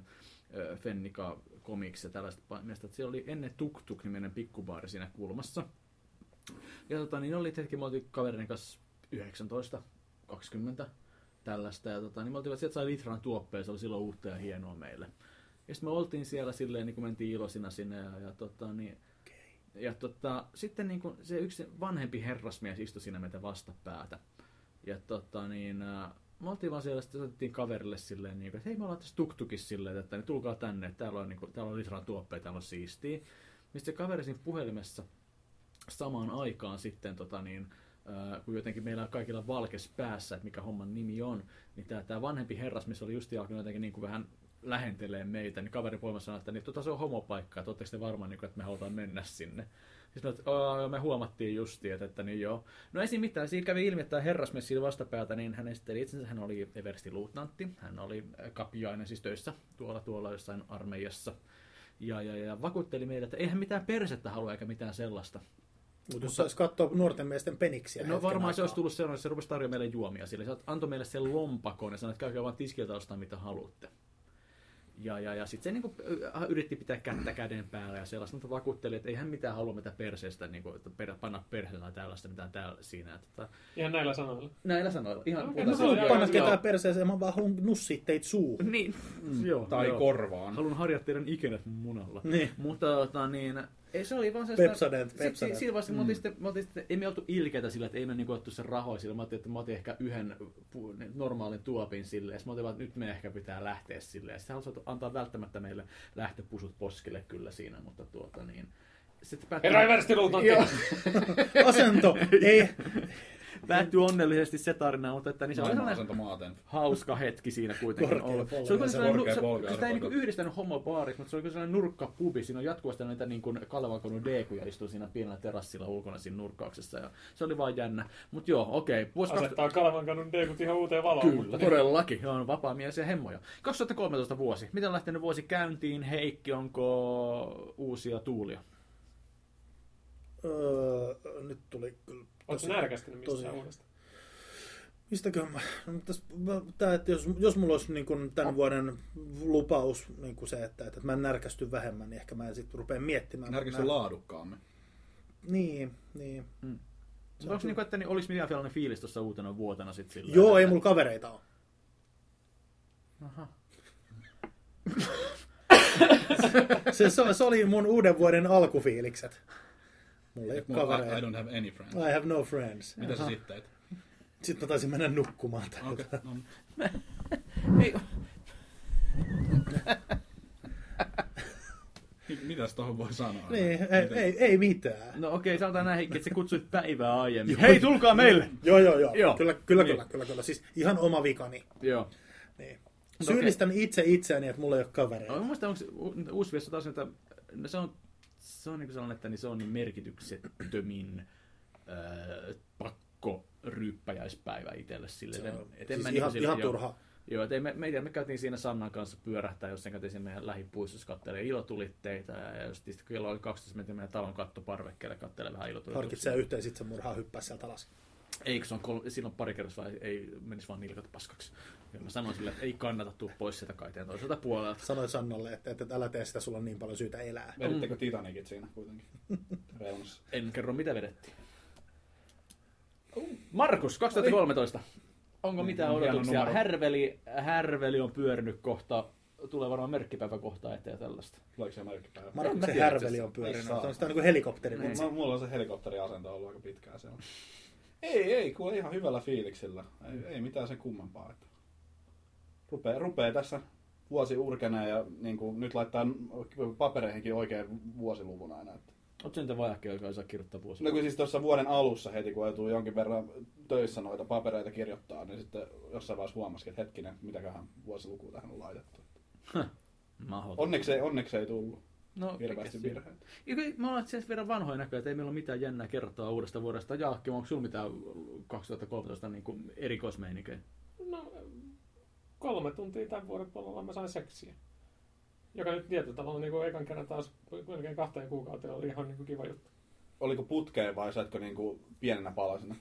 S1: ö, Fennika Comics ja tällaista miestä. Siellä oli ennen Tuk Tuk niminen pikkubaari siinä kulmassa. Ja tota, niin oli hetki, me oltiin kaverin kanssa 19, 20, tällaista. Ja tota, niin me oltiin, sieltä sai litran tuoppeja, se oli silloin uutta ja hienoa meille. Ja sitten me oltiin siellä silleen, niin kuin mentiin iloisina sinne ja, ja tota, niin, ja tota, sitten niin kuin se yksi vanhempi herrasmies istui siinä meitä vastapäätä. Ja tota, niin, ää, me oltiin vaan siellä, sitten otettiin kaverille silleen, niin kuin, että hei me ollaan tässä tuktukissa silleen, että niin tulkaa tänne, että täällä on, niin kuin, täällä on litran tuoppeja, täällä on siistiä. Ja sitten se kaveri siinä puhelimessa samaan aikaan sitten, tota, niin, ää, kun jotenkin meillä on kaikilla valkes päässä, että mikä homman nimi on, niin tämä, tämä vanhempi herras, missä oli just alkanut jotenkin niin kuin vähän lähentelee meitä, niin kaveri poima sanoi, että niin, tota, se on homopaikka, että ootteko te varmaan, niin, että me halutaan mennä sinne. Sitten me, joo, me huomattiin justiin, että, että niin joo. No ei siinä mitään, siinä kävi ilmi, että herrasmessillä vastapäätä, niin hän esitteli itsensä, hän oli Eversti luutnantti, hän oli äh, kapiainen siis töissä tuolla tuolla jossain armeijassa. Ja, ja, ja vakuutteli meille, että eihän mitään persettä halua eikä mitään sellaista.
S4: Mutta jos saisi katsoa nuorten miesten peniksiä
S1: No
S4: hetken
S1: varmaan
S4: aikaa.
S1: se olisi tullut sellainen, että se rupesi tarjoamaan meille juomia sille. Se antoi meille sen lompakon ja sanoi, että käykää vaan tiskiltä ostaa mitä haluatte. Ja, ja, ja sitten se niin yritti pitää kättä käden päällä ja sellaista, mutta vakuutteli, että eihän mitään halua mitä perseestä, niin kuin, että per, panna perseellä tai tällaista mitään täällä siinä. Että, tota,
S5: Ihan näillä sanoilla.
S1: näillä sanoilla. Ihan
S5: Okei,
S1: puhutaan
S4: Mä
S5: no se on
S1: siitä.
S4: en panna
S5: Joo.
S4: ketään perseeseen, mä vaan haluan nussia teitä suuhun.
S1: Niin. Mm, joo,
S3: Tai
S1: joo.
S3: korvaan.
S1: Haluan harjaa teidän ikenät mun munalla.
S4: Niin.
S1: Mutta tota, niin, ei se oli vaan se...
S4: Pepsodent,
S1: si-
S4: Pepsodent.
S1: si- Siinä vaiheessa me oltiin sitten, me oltiin sitten, ei me oltu ilkeitä sillä, että ei me niinku ottu sen rahoja sillä. Mä ajattelin, että mä otin ehkä yhden pu- normaalin tuopin sille. Ja sitten mä ajattelin, että nyt me ehkä pitää lähteä sille. Ja sitten halusivat antaa välttämättä meille lähtöpusut poskelle kyllä siinä, mutta tuota niin... Sitten päätti-
S5: Herra Eversti Luutantti!
S1: Joo.
S4: Asento, ei.
S1: Päättyi onnellisesti se tarina, mutta että niin se oli
S3: Maailman
S1: sellainen
S3: asento maaten.
S1: hauska hetki siinä kuitenkin
S4: Korkea
S1: ollut.
S4: polvi.
S1: Se oli kuin sellainen,
S3: Korkea
S1: se,
S3: polvi
S1: sitä ei
S3: arvotaan.
S1: niinku yhdistänyt homobaarit, mutta se oli kuin sellainen nurkkapubi. Siinä on jatkuvasti näitä niin kuin Kalevakonu D-kuja istui siinä pienellä terassilla ulkona siinä nurkkauksessa. Ja se oli vaan jännä. Mutta joo, okei. Okay. Vuosi kaksi-
S5: Asettaa Kalevan kadun deekut ihan uuteen valoon.
S1: Kyllä, todellakin. Joo, on vapaa mies ja hemmoja. 2013 vuosi. Miten on lähtenyt vuosi käyntiin? Heikki, onko uusia tuulia?
S4: Öö, nyt tuli kyllä
S5: Oletko närkästynyt missään
S4: tosi.
S5: uudestaan?
S4: Mistäköhän mä... No, mutta tässä- mä- tää, että jos, jos mulla olisi niin kun tämän vuoden lupaus niin kun se, että, että mä närkästyn vähemmän, niin ehkä mä en sitten rupea miettimään.
S3: Närkisty
S4: Mä-
S3: laadukkaammin.
S4: Niin, niin.
S1: Onko niin kuin, että niin, olisi mitään sellainen fiilis tuossa uutena vuotena sitten sillä?
S4: Joo,
S1: että-
S4: ei mulla kavereita ole. se, se, se, oli mun uuden vuoden alkufiilikset. Mulla ei
S3: Ei,
S4: ole
S3: mulla- I, I
S4: kavereita.
S3: don't have any friends.
S4: I have no friends.
S3: Mitä sä sitten teet?
S4: Sitten mä taisin mennä nukkumaan.
S3: Okei, no, niin.
S1: Ei,
S3: mi- mitäs tohon voi sanoa?
S4: Niin, ei, ei, ei mitään.
S1: No okei, sanotaan näin, Heikki, että sä kutsuit päivää aiemmin. Hei, tulkaa meille!
S4: Joo, joo, joo.
S1: Joo.
S4: Kyllä, kyllä,
S1: Niin.
S4: kyllä, kyllä, kyllä. Siis ihan oma vikani.
S1: Joo.
S4: Niin.
S1: Mutta
S4: Syyllistän itse itseäni, että mulla ei ole kavereita.
S1: Mä muistan, onko se u- uusi viesti taas, että no se on, se on niin sellainen, että niin se on niin merkityksettömin öö, pakko ryyppäjäispäivä itselle sille.
S4: Se on-
S1: et
S4: siis
S1: mä
S4: ihan-
S1: niinku sille-
S4: ihan
S1: joo.
S4: turha.
S1: Joo, et ei, me, me, me, käytiin siinä Sannan kanssa pyörähtää, jos sen käytiin siinä meidän lähipuistossa kattelee ilotulitteita. Ja, ja just sitten kello oli 12, mentiin meidän talon kattoparvekkeelle kattelee vähän ilotulitteita.
S4: Harkitsee yhteen sit sen murhaa hyppää sieltä alas.
S1: Eikö se on kolme, silloin pari kertaa, vai ei menisi vaan nilkat paskaksi. Ja mä sanoin sille, että ei kannata tuu pois sieltä kaiteen toiselta puolelta.
S4: Sanoit Sannalle, että, että älä tee sitä, sulla on niin paljon syytä elää.
S3: Vedittekö Titanicit siinä kuitenkin? Reunassa.
S1: En kerro, mitä vedettiin. Markus, 2013. Onko mitään
S3: hieno
S1: odotuksia?
S3: numero.
S1: Härveli, härveli on pyörinyt kohta, tulee varmaan merkkipäivä kohta eteen ja tällaista.
S3: Tuleeko se merkkipäivä?
S1: En mä
S4: Markuksen
S1: tiedä
S4: härveli
S1: itse
S4: on pyörinyt.
S3: Ei saa.
S4: Se on sitä niin kuin helikopteri.
S1: Niin.
S4: mutta-
S3: Mä, mulla on se helikopteriasento ollut aika pitkään siellä. Ei, ei, kuule ihan hyvällä fiiliksellä. Ei, ei mitään sen kummempaa. Että. Rupee, rupee tässä vuosi urkenee ja niin kuin, nyt laittaa papereihinkin oikein vuosiluvun aina. Että.
S1: Oletko se niitä vajakkeja, joka ei saa kirjoittaa vuosia?
S3: No kun siis tuossa vuoden alussa heti, kun joutuu jonkin verran töissä noita papereita kirjoittaa, niin sitten jossain vaiheessa huomasikin, että hetkinen, mitäköhän vuosiluku tähän on laitettu.
S1: Mahdoton.
S3: Onneksi ei, onneksi ei tullut
S1: No,
S3: hirveästi
S1: mikä se-
S3: virheitä.
S1: Ja kyllä Me ollaan sen verran vanhoja näköjään, että ei meillä ole mitään jännää kertoa uudesta vuodesta. Jaakki, onko sulla mitään 2013 niin kuin erikoismeiniköjä?
S5: No, kolme tuntia tämän vuoden puolella mä sain seksiä. Joka nyt tietyllä tavalla niin ekan kerran taas melkein kahteen kuukauteen oli ihan niin kuin kiva juttu.
S3: Oliko putkeen vai saitko niinku pienenä palasena?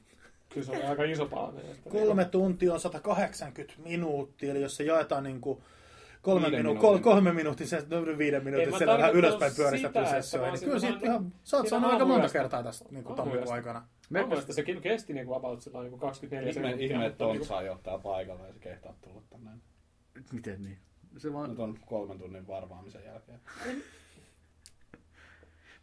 S5: Kyllä se oli aika iso palanen. että niinku-
S4: Kolme tuntia on 180 minuuttia, eli jos se jaetaan niin kuin kolme,
S3: Viiden
S4: minu- kol-
S3: minuutin.
S4: kolme minuutin, se no, viiden
S5: En
S4: minuutin,
S5: mä
S4: siellä on vähän
S5: tarkoittanut
S4: ylöspäin
S5: sitä,
S4: pyöristetty
S5: että
S4: sessio.
S5: vaan
S4: Eli
S1: niinku
S4: kyllä
S5: siinä
S4: siitä
S5: vaan-
S4: ihan, sä oot
S5: siinä
S4: saanut aika
S5: aamuyöstä.
S4: monta kertaa tästä niin kuin tammikuun
S5: Aamuyöstä.
S4: aikana.
S5: Mä mielestä se kyllä kesti niin kuin about sillä niin kuin 24
S3: Ihme,
S5: sekuntia.
S3: ihme että
S5: mutta niin
S3: ton
S5: kuin-
S3: saa johtaa paikalla ja se kehtaa tulla tänne.
S1: Miten niin? Se vaan...
S3: Nyt on kolmen tunnin varvaamisen jälkeen.
S1: Mut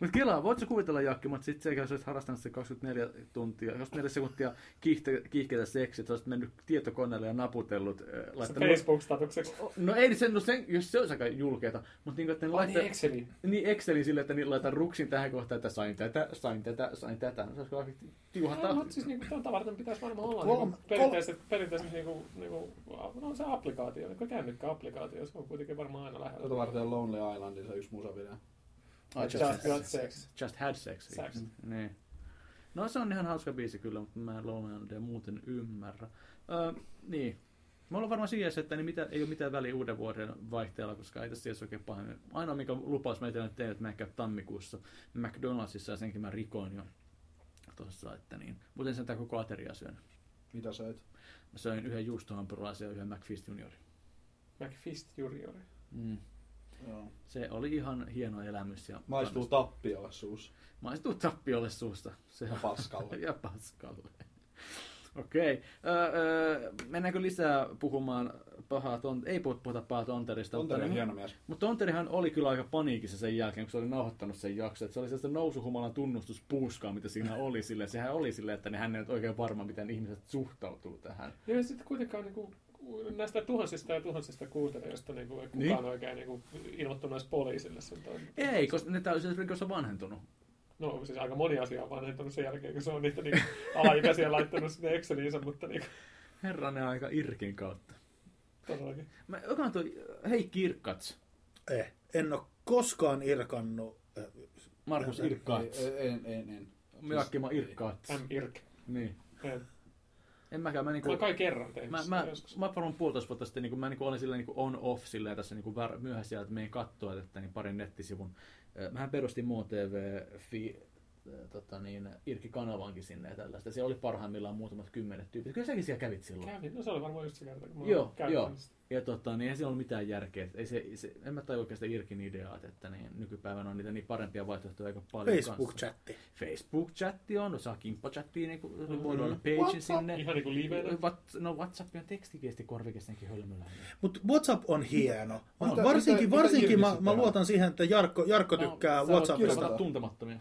S1: Mutta kelaa, voitko kuvitella Jakki, mutta sitten sekä jos olisit harrastanut se 24 tuntia, 24 sekuntia kiihte, kiihkeitä seksiä, että olisit mennyt tietokoneelle ja naputellut, äh, laittanut...
S5: Facebook-statukseksi.
S1: No ei sen, no sen, jos se olisi aika julkeeta, mutta niin, että ne
S5: Ai
S1: laittaa...
S5: niin, Exceliin.
S1: Niin Excelin sille, että niin laitan ruksin tähän kohtaan, että sain tätä, sain tätä, sain tätä. No, se olisi aika tiuhan
S5: No,
S1: tahti.
S5: mutta siis niinku, tätä varten pitäisi varmaan olla
S4: Kolme-
S5: niinku, perinteiset, perinteiset niinku, niinku, no, se applikaatio, niinku kännykkäapplikaatio, se on kuitenkin varmaan aina
S3: Tätä
S5: lähellä.
S3: varten Lonely Islandin se yksi musavideo.
S1: I just,
S5: Just
S1: had,
S5: got sex.
S1: just had sex.
S5: Sex.
S1: Niin. No se on ihan hauska biisi kyllä, mutta mä en Lowlandia muuten ymmärrä. Öö, niin. Mä ollaan varmaan siinä, että niin mitä, ei ole mitään väliä uuden vuoden vaihteella, koska ei tässä ole oikein pahemmin. Ainoa mikä lupaus mä teille tein, että mä en käy tammikuussa McDonaldsissa ja senkin mä rikoin jo tuossa, että niin. Muuten sen tää koko ateria syön.
S3: Mitä sä et?
S1: Mä söin yhden juustohampurilaisen ja yhden McFist juniorin.
S5: McFist juniori.
S1: Mm.
S3: Joo.
S1: Se oli ihan hieno elämys. Ja
S3: Maistuu tappioisuus
S1: Maistuu tappiolle suusta. Se on
S3: paskalle.
S1: ja paskalle. Okei. Öö, öö, mennäänkö lisää puhumaan pahaa ton... Ei puhuta, puhuta pahaa Tonterista.
S3: Tonteri on
S1: mutta, niin-
S3: hieno mies.
S1: mutta Tonterihan oli kyllä aika paniikissa sen jälkeen, kun se oli nauhoittanut sen jakson. että Se oli sellaista nousuhumalan tunnustuspuuskaa, mitä siinä oli sille. Sehän oli sille, että ne hän ei nyt oikein varma, miten ihmiset suhtautuu tähän.
S5: Ja sitten kuitenkaan niinku, näistä tuhansista ja tuhansista kuuntelijoista niinku, ei kukaan
S1: Niin.
S5: niin. oikein niinku, ilmoittanut edes poliisille sen toimintaa.
S1: Ei, koska ne täysin rikos on vanhentunut.
S5: No siis aika moni asia on vanhentunut sen jälkeen, kun se on niitä niinku, alaikäisiä laittanut sinne Exceliinsä, mutta niinku,
S1: Herranen aika Irkin kautta.
S5: todellakin.
S1: Mä, joka on toi, hei Kirkkats.
S4: Eh, en ole koskaan irkannut. eh,
S1: Markus Irkkats.
S3: Ei, En, en, en.
S1: Jakki, mä Irkkats.
S5: M. Irk.
S1: Niin.
S5: En.
S1: En mäkään, mä niinku...
S5: Mä kai kerran tein
S1: Mä,
S5: sitä
S1: mä,
S5: joskus.
S1: mä varmaan puolitoista vuotta sitten, niin mä niin olin sillä niin on-off sillä tässä niin väär, myöhässä, että meidän katsoa että niin parin nettisivun. Ö, Mähän perustin MoTV fi, ö, tota niin, Irki Kanavankin sinne ja tällaista. Siellä oli parhaimmillaan muutamat kymmenet tyypit. Kyllä säkin siellä kävit silloin.
S5: Kävin, no se oli varmaan just se kerta, kun mä
S1: Joo,
S5: kävin
S1: joo.
S5: tämmöistä.
S1: Ja tota, niin ei siellä ole mitään järkeä. Ei se, se, en mä tajua oikeastaan Irkin ideaat, että niin, nykypäivänä on niitä niin parempia vaihtoehtoja aika paljon kanssa.
S4: Facebook-chatti.
S1: Facebook-chatti on, no saa kimppachatti, niin kuin, voi olla page sinne.
S5: Mm-hmm. Ihan niinku
S4: Niin,
S5: livenä.
S1: What, no WhatsApp ja tekstiviesti korvikestenkin hölmöllä.
S4: Mutta WhatsApp on hieno. Mä,
S3: No, Mitä-
S4: varsinkin
S3: mitä- No,
S4: varsinkin
S3: mitä
S4: mä,
S3: Irvissä
S4: mä
S3: tehdään?
S4: luotan siihen, että Jarkko, Jarkko tykkää WhatsAppista.
S1: Kirjoittaa tuntemattomia.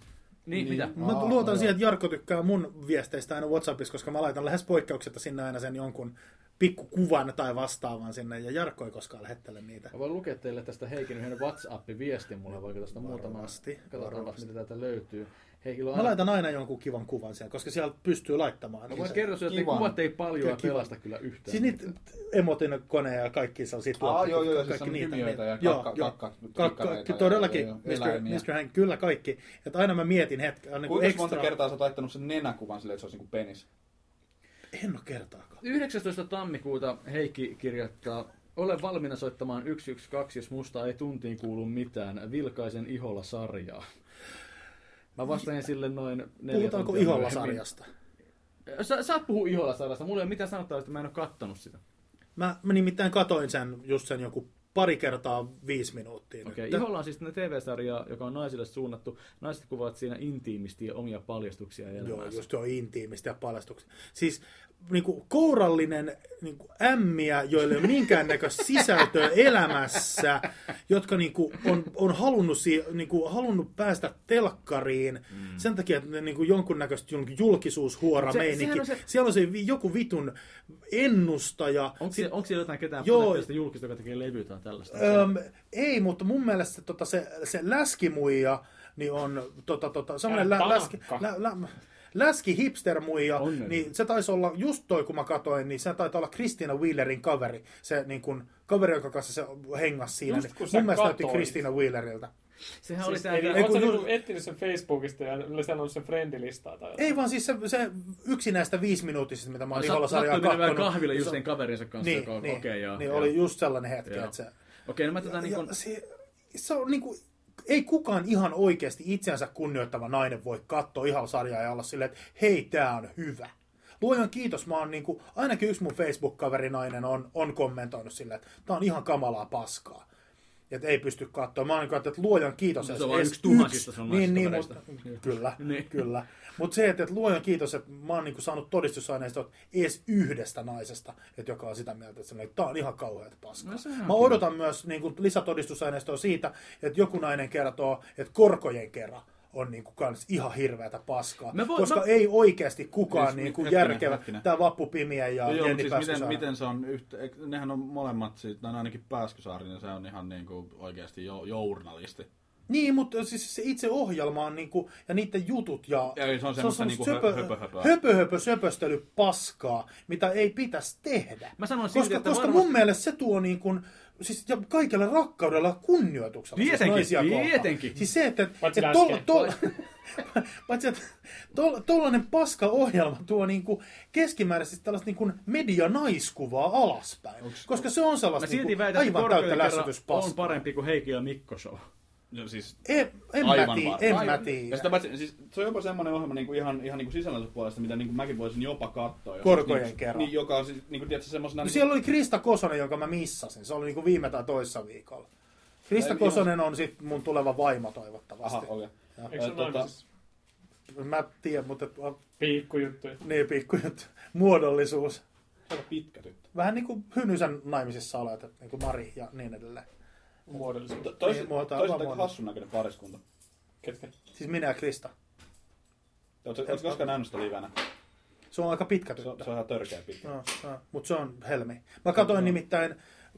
S1: Niin, mitä?
S4: Mä
S3: Aa,
S4: luotan
S3: joo.
S4: siihen, että Jarkko tykkää mun viesteistä aina Whatsappissa, koska mä laitan lähes poikkeuksetta sinne aina sen jonkun pikkukuvan tai vastaavan sinne, ja Jarkko ei koskaan lähettele niitä.
S1: Mä voin lukea teille tästä Heikin yhden WhatsApp-viestin mulle, vaikka tästä muutama.
S4: Varmasti,
S1: Katsotaan,
S4: varmasti.
S1: mitä täältä löytyy. Heikillä on
S4: Mä
S1: aina...
S4: laitan aina jonkun kivan kuvan siellä, koska siellä pystyy laittamaan.
S3: No,
S1: Mä voin kertoa, että ne
S3: Kivan.
S1: kuvat ei paljon
S4: Kyllä, kivan.
S1: pelasta kyllä yhtään.
S4: Siis niitä emotikoneja ja kaikki sellaisia
S3: Aa,
S4: tuotteita,
S3: joo, joo, ja siis
S4: kaikki
S3: on
S4: niitä.
S3: hymiöitä ja
S4: Joo,
S3: kakka,
S4: joo.
S3: kakka,
S4: Kakka,
S3: kakkareita ja-
S4: todellakin,
S3: ja-
S4: Mr.
S3: eläimiä.
S4: Mr. Hank, kyllä kaikki. Että aina mä mietin hetken, niin
S3: Kuinka
S4: ekstra.
S3: monta kertaa sä oot laittanut sen nenäkuvan silleen, että se olisi niinku penis?
S4: En ole kertaakaan.
S1: 19. tammikuuta Heikki kirjoittaa, ole valmiina soittamaan 112, jos musta ei tuntiin kuulu mitään. Vilkaisen iholla sarjaa. Mä vastaan sille noin neljä
S4: Puhutaanko
S1: tuntia
S4: iholla
S1: myöhemmin.
S4: sarjasta?
S1: Sä, sä oot puhu iholla sarjasta. Mulla ei ole mitään sanottavaa, että mä en ole kattonut sitä.
S4: Mä, mä nimittäin katoin sen just sen joku pari kertaa viisi minuuttia.
S1: Okei,
S4: nyt.
S1: okay. Iholla on siis TV-sarja, joka on naisille suunnattu. Naiset kuvat siinä intiimisti ja omia paljastuksia
S4: Joo,
S1: elämässä.
S4: just joo, intiimistä ja paljastuksia. Siis niin kuin, kourallinen niin kuin, ämmiä, joille ei ole minkäännäköistä sisältöä elämässä, jotka niin kuin, on, on halunnut, si- niin kuin, halunnut päästä telkkariin mm. sen takia, että ne, niin kuin, jonkunnäköistä jul- julkisuushuora
S1: Se-
S4: se,
S1: sehän
S4: meininki.
S1: on se-
S4: Se... Siellä on se vi- joku vitun ennustaja.
S1: Onko siellä, onko siellä jotain ketään
S4: Joo.
S1: Joo. julkista, joka tekee levyä tai tällaista?
S4: Öm, ei, mutta mun mielestä tota, se, se läskimuija niin on tota, tota, semmoinen lä,
S5: Tanakka.
S4: läski, lä, lä, läski hipstermuija,
S1: Onnellinen.
S4: niin se taisi olla, just toi kun mä katoin, niin se taitaa olla Kristiina Wheelerin kaveri, se niin kun, kaveri, jonka kanssa se hengas siinä.
S5: Just
S4: Niin
S5: kun sä
S4: mun mielestä näytti
S5: katoit.
S4: Kristiina Wheeleriltä.
S1: Sehän
S5: Siis,
S1: oli
S5: eli
S1: tämä...
S4: ei,
S5: ootko
S4: kun
S5: sä
S4: juuri-
S5: niinku etsinyt sen Facebookista ja selannut sen friendilistaa tai jotain?
S4: Ei vaan siis se, se yksi näistä viisi minuutisista, mitä mä oon iholla sarjaa
S1: Sattui mennä vähän
S4: kattonut.
S1: kahville just
S4: Se-
S1: sen kaverinsa kanssa,
S4: niin,
S1: joka on...
S4: niin,
S1: Okei, joo.
S4: niin
S1: joo.
S4: oli just sellainen hetki,
S1: Joo.
S4: että se
S1: Okei, no mä tätä niin
S4: ja
S1: kuin...
S4: se, se on niin kuin, ei kukaan ihan oikeasti itseänsä kunnioittava nainen voi katsoa ihan sarjaa ja olla silleen, että hei, tää on hyvä. Luojan kiitos, mä oon niin kuin, ainakin yksi mun Facebook-kaverinainen on, on kommentoinut silleen, että tää on ihan kamalaa paskaa. Että ei pysty katsoa. Mä oon niin että luojan kiitos.
S1: Se on
S4: että
S1: vain
S4: edes
S1: yksi tuhansista sun
S4: niin, niin,
S1: naiskavereista.
S4: mutta, kyllä,
S1: Niin.
S4: kyllä. Mutta se, että, että luojan kiitos, että mä oon niin kuin, saanut todistusaineistoa edes yhdestä naisesta, että joka on sitä mieltä, että, että tää on ihan kauheat paskaa.
S1: No sehän on
S4: mä
S1: kiva.
S4: odotan myös niin kuin lisätodistusaineistoa siitä, että joku nainen kertoo, että korkojen kerran on niin kuin kans ihan hirveätä paskaa.
S1: Mä voin-
S4: koska
S1: mä-
S4: ei oikeasti kukaan
S3: Siis mi-
S4: niin kuin
S3: hetkinen,
S4: järkevä.
S3: hetkinen.
S4: Tämä vappupimiä ja
S3: No joo,
S4: Jenni
S3: mutta siis
S4: Pääskysaari.
S3: miten, miten se on yhtä, eik- nehän on molemmat, siitä, no ainakin Pääskysaari, niin se on ihan niin kuin oikeasti jo, journalisti.
S4: Niin, mutta siis se itse ohjelma on niinku, ja niiden jutut ja...
S3: Ja ei, se on semmoista niinku hö- höpö- höpöä.
S4: höpö, höpö, söpöstely paskaa, mitä ei pitäisi tehdä.
S1: Mä sanoin
S4: koska,
S1: silti, siis että
S4: koska
S1: varmasti-
S4: mun mielestä se tuo niin kuin, siis ja kaikella rakkaudella ja kunnioituksella siis
S1: Tietenkin,
S4: naisia kohtaan.
S1: tietenkin.
S4: Siis se, että,
S5: Paitsi
S4: että tol,
S5: äsken.
S4: tol, paitsi että tol, tollanen paska ohjelma tuo niin kuin keskimääräisesti tällaista niin kuin medianaiskuvaa alaspäin. koska se on
S1: Mä
S4: sellaista niin
S1: silti
S4: kuin,
S1: väitän, että
S4: aivan
S1: Korkeuden
S4: täyttä
S1: kerran on
S4: lässytyspaskaa.
S1: parempi kuin Heikki ja Mikko show.
S3: No siis
S4: En, E- en mä
S3: aivan
S4: tiedä,
S3: varma.
S4: en mä
S3: Aivan.
S4: tiedä.
S3: Ja sitä paitsi, siis, se on jopa semmoinen ohjelma niin kuin ihan, ihan niin kuin sisällönsä puolesta, mitä niin kuin mäkin voisin jopa katsoa. jos-
S4: Korkojen
S3: niin,
S4: kerran.
S3: Niin, joka on siis, niin kuin, tiedätkö, semmoisena...
S4: No
S3: niin-
S4: siellä oli Krista Kosonen, jonka mä missasin. Se oli niinku viime tai toissa viikolla. Krista
S3: Ei,
S4: Kosonen on sit mun tuleva vaimo toivottavasti.
S3: Aha, okei.
S5: Eikö se
S3: Ö, tota,
S5: ole tota...
S4: Mä tiedän, mutta on
S5: piikkujuttuja?
S4: niin pikkujut muodollisuus.
S3: se on pitkä tyttö.
S4: Vähän niin kuin Hynysen naimisissa olet, niin kuin Mari ja niin edelleen.
S5: Muodollisuutta.
S3: To- Toiset,
S4: Niin, mua tää on
S3: toiset
S4: vaan
S3: aika
S4: mua.
S3: hassun näköinen pariskunta.
S5: Ketkä?
S4: Siis minä ja Krista.
S3: Oletko oletko koskaan nähnyt sitä livenä?
S4: Se on aika pitkä
S3: Se
S4: tyttö.
S3: on, se on ihan törkeä pitkä.
S4: No, no, mutta se on helmi. Mä katsoin nimittäin,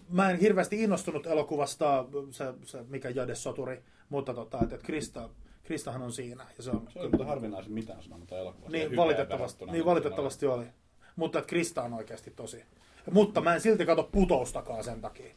S4: mä en hirveästi innostunut elokuvasta, se, se mikä Jade Soturi, mutta tota, että Krista, Kristahan on siinä. Ja se on
S3: Se on muuten harvinaisen mitään sanomatta tuota elokuvasta.
S4: Niin, valitettavasti, niin valitettavasti oli. Mutta että Krista on oikeasti tosi. Mutta mä en silti kato putoustakaan sen takia.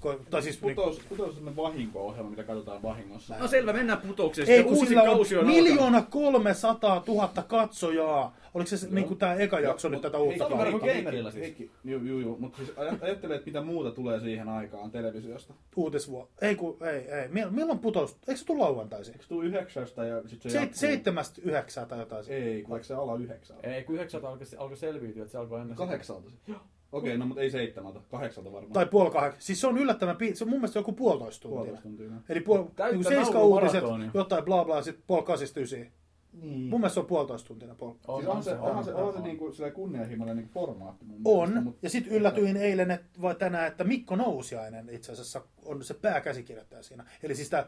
S4: Ko, tai siis,
S3: Putous, putous on sellainen vahinko-ohjelma, mitä katsotaan vahingossa.
S1: No selvä, mennään putoukseen.
S4: niin, ei,
S1: Sitten
S4: kun
S1: uusi
S4: sillä on
S1: kausi on alkanut.
S4: miljoona kolmesataa tuhatta katsojaa. Oliko se niin kuin tämä eka jakso nyt tätä uutta
S1: Heikki-
S4: kautta?
S1: Heikki- Gamerilla siis.
S3: Heikki, juu, juu, juu. Mutta siis aj- ajattele, että mitä muuta tulee siihen aikaan televisiosta.
S4: Uutisvuo. Ei kun, ei, ei. Mil- Milloin putous? Eikö se tule lauantaisin?
S3: Eikö tuu yhdeksästä ja sit se
S4: Seit, seitsemästä yhdeksää tai jotain.
S3: Ei, kun eikö se ala yhdeksältä?
S1: Ei, kun yhdeksältä alkoi alko selviytyä, että se alkoi ennen. sitä.
S3: Kahdeksalta se. Okei, no mutta ei seitsemältä. Kahdeksalta varmaan.
S4: Tai puoli kahdeksan. Siis se on yllättävän pi- Se on mun mielestä joku puolitoista tuntia.
S3: puolitoista tuntia.
S4: Eli puol,
S1: Täyttä
S4: niin seiska uutiset,
S1: naurumaratonia.
S4: jotain bla bla, ja sitten puoli kasista ysiin.
S3: Niin.
S4: no. Mun mielestä se on puolitoista tuntia puoli.
S3: Siis on se, onhan se, onhan se niinku sillä kunnianhimoinen niinku formaatti mun mielestä,
S4: On,
S3: mut-
S4: ja sitten yllätyin eilen et, vai tänään, että Mikko Nousiainen itse asiassa on se pääkäsikirjoittaja siinä. Eli siis tämä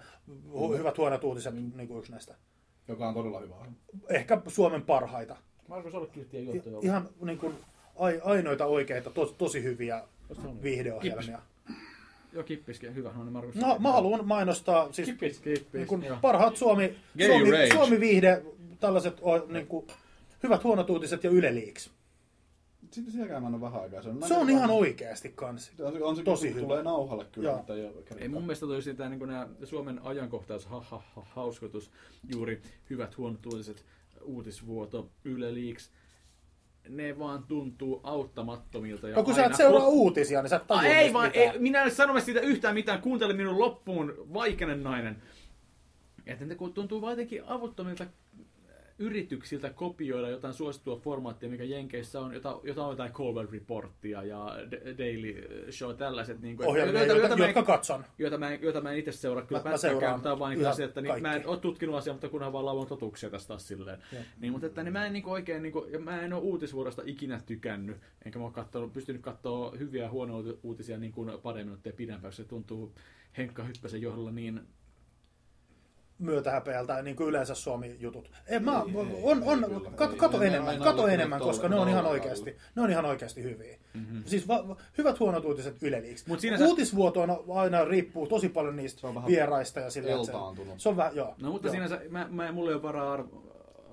S4: hu- hyvät huonot uutiset, mm. niin kuin yksi näistä.
S3: Joka on todella hyvä ohjelma.
S4: Ehkä Suomen parhaita.
S1: Markus Olkkiltti ei
S4: I-
S1: juottu joku.
S4: ihan niin kuin ai, ainoita oikeita, to, tosi hyviä
S1: Mm.
S4: viihdeohjelmia.
S1: Joo, kippiskin. Hyvä, no niin Markus.
S4: No, mä haluan mainostaa siis
S5: Kipit.
S1: Kippis.
S4: niin kuin
S1: joo.
S4: parhaat Suomi,
S3: Gay
S4: Suomi,
S3: Rage.
S4: Suomi viihde, tällaiset o- niin kuin, hyvät huonot uutiset ja Yle Leaks.
S3: Sitten sielläkään mä en ole vähän aikaa. syönyt. Mä
S4: Se
S3: en
S4: on
S3: ole
S4: ihan
S3: varma.
S4: oikeasti kanssa.
S3: On se, on se
S4: Tosi
S3: Tosi
S4: hyvä.
S3: tulee nauhalle kyllä,
S4: Joo.
S3: mutta ei ole kertaa.
S1: Ei mun mielestä toi sitä niin nämä Suomen ajankohtais ha, ha, ha, hauskotus, juuri hyvät huonot uutiset, uutisvuoto, Yle Leaks, ne vaan tuntuu auttamattomilta. Ja
S4: No kun sä et
S1: aina
S4: seuraa
S1: ko-
S4: uutisia, niin sä et tajua
S1: Ai, ei
S4: niistä
S1: vaan,
S4: mitään.
S1: ei, minä en sano siitä yhtään mitään, kuuntele minun loppuun, vaikeinen nainen. Että ne kun tuntuu vaan jotenkin avuttomilta äh, yrityksiltä kopioida jotain suosittua formaattia, mikä Jenkeissä on, jota, jota on jotain Colbert Reportia ja D- Daily Show, tällaiset. Niin kuin,
S4: ohjelmia, joita, joita,
S1: mä en-
S4: jotka katson.
S1: joita mä en, joita mä en itse seuraa kyllä
S4: Mä- mä
S1: pätkääkään,
S4: seuraan
S1: mutta tää on vaan niin
S4: yhä
S1: asia, että niin, mä en
S4: kaikkea.
S1: ole tutkinut asiaa, mutta kunhan vaan lauan totuuksia tästä taas silleen. Niin, mutta että niin mä en niin oikein, niin kuin, ja mä en ole uutisvuorosta ikinä tykännyt, enkä mä ole kattonut, pystynyt katsoa hyviä ja huonoja uutisia niin kuin pari minuuttia pidempään, se tuntuu Henkka Hyppäsen johdolla niin
S4: myötähäpeältä, niin kuin yleensä Suomi-jutut. Ei, mä,
S3: Ei, ei,
S4: on,
S3: ei,
S4: on,
S3: kyllä,
S4: kato,
S3: ei.
S4: kato
S3: Ne
S4: enemmän,
S3: aina
S4: kato
S3: alkaa
S4: enemmän,
S3: tuolla-
S4: koska ne on ihan
S3: tuolla-
S4: oikeasti, ne on ihan oikeasti hyviä. Siis va, va- hyvät huonot uutiset yleliiksi.
S1: Mut siinä sä-
S4: Uutisvuoto on aina riippuu tosi paljon niistä
S3: Se on vähän
S4: vieraista ja sillä, että se,
S3: eltaantunut.
S4: se on vähän, joo.
S1: No mutta
S4: joo.
S1: sinänsä, mä, mä, mulla ei ole varaa ar-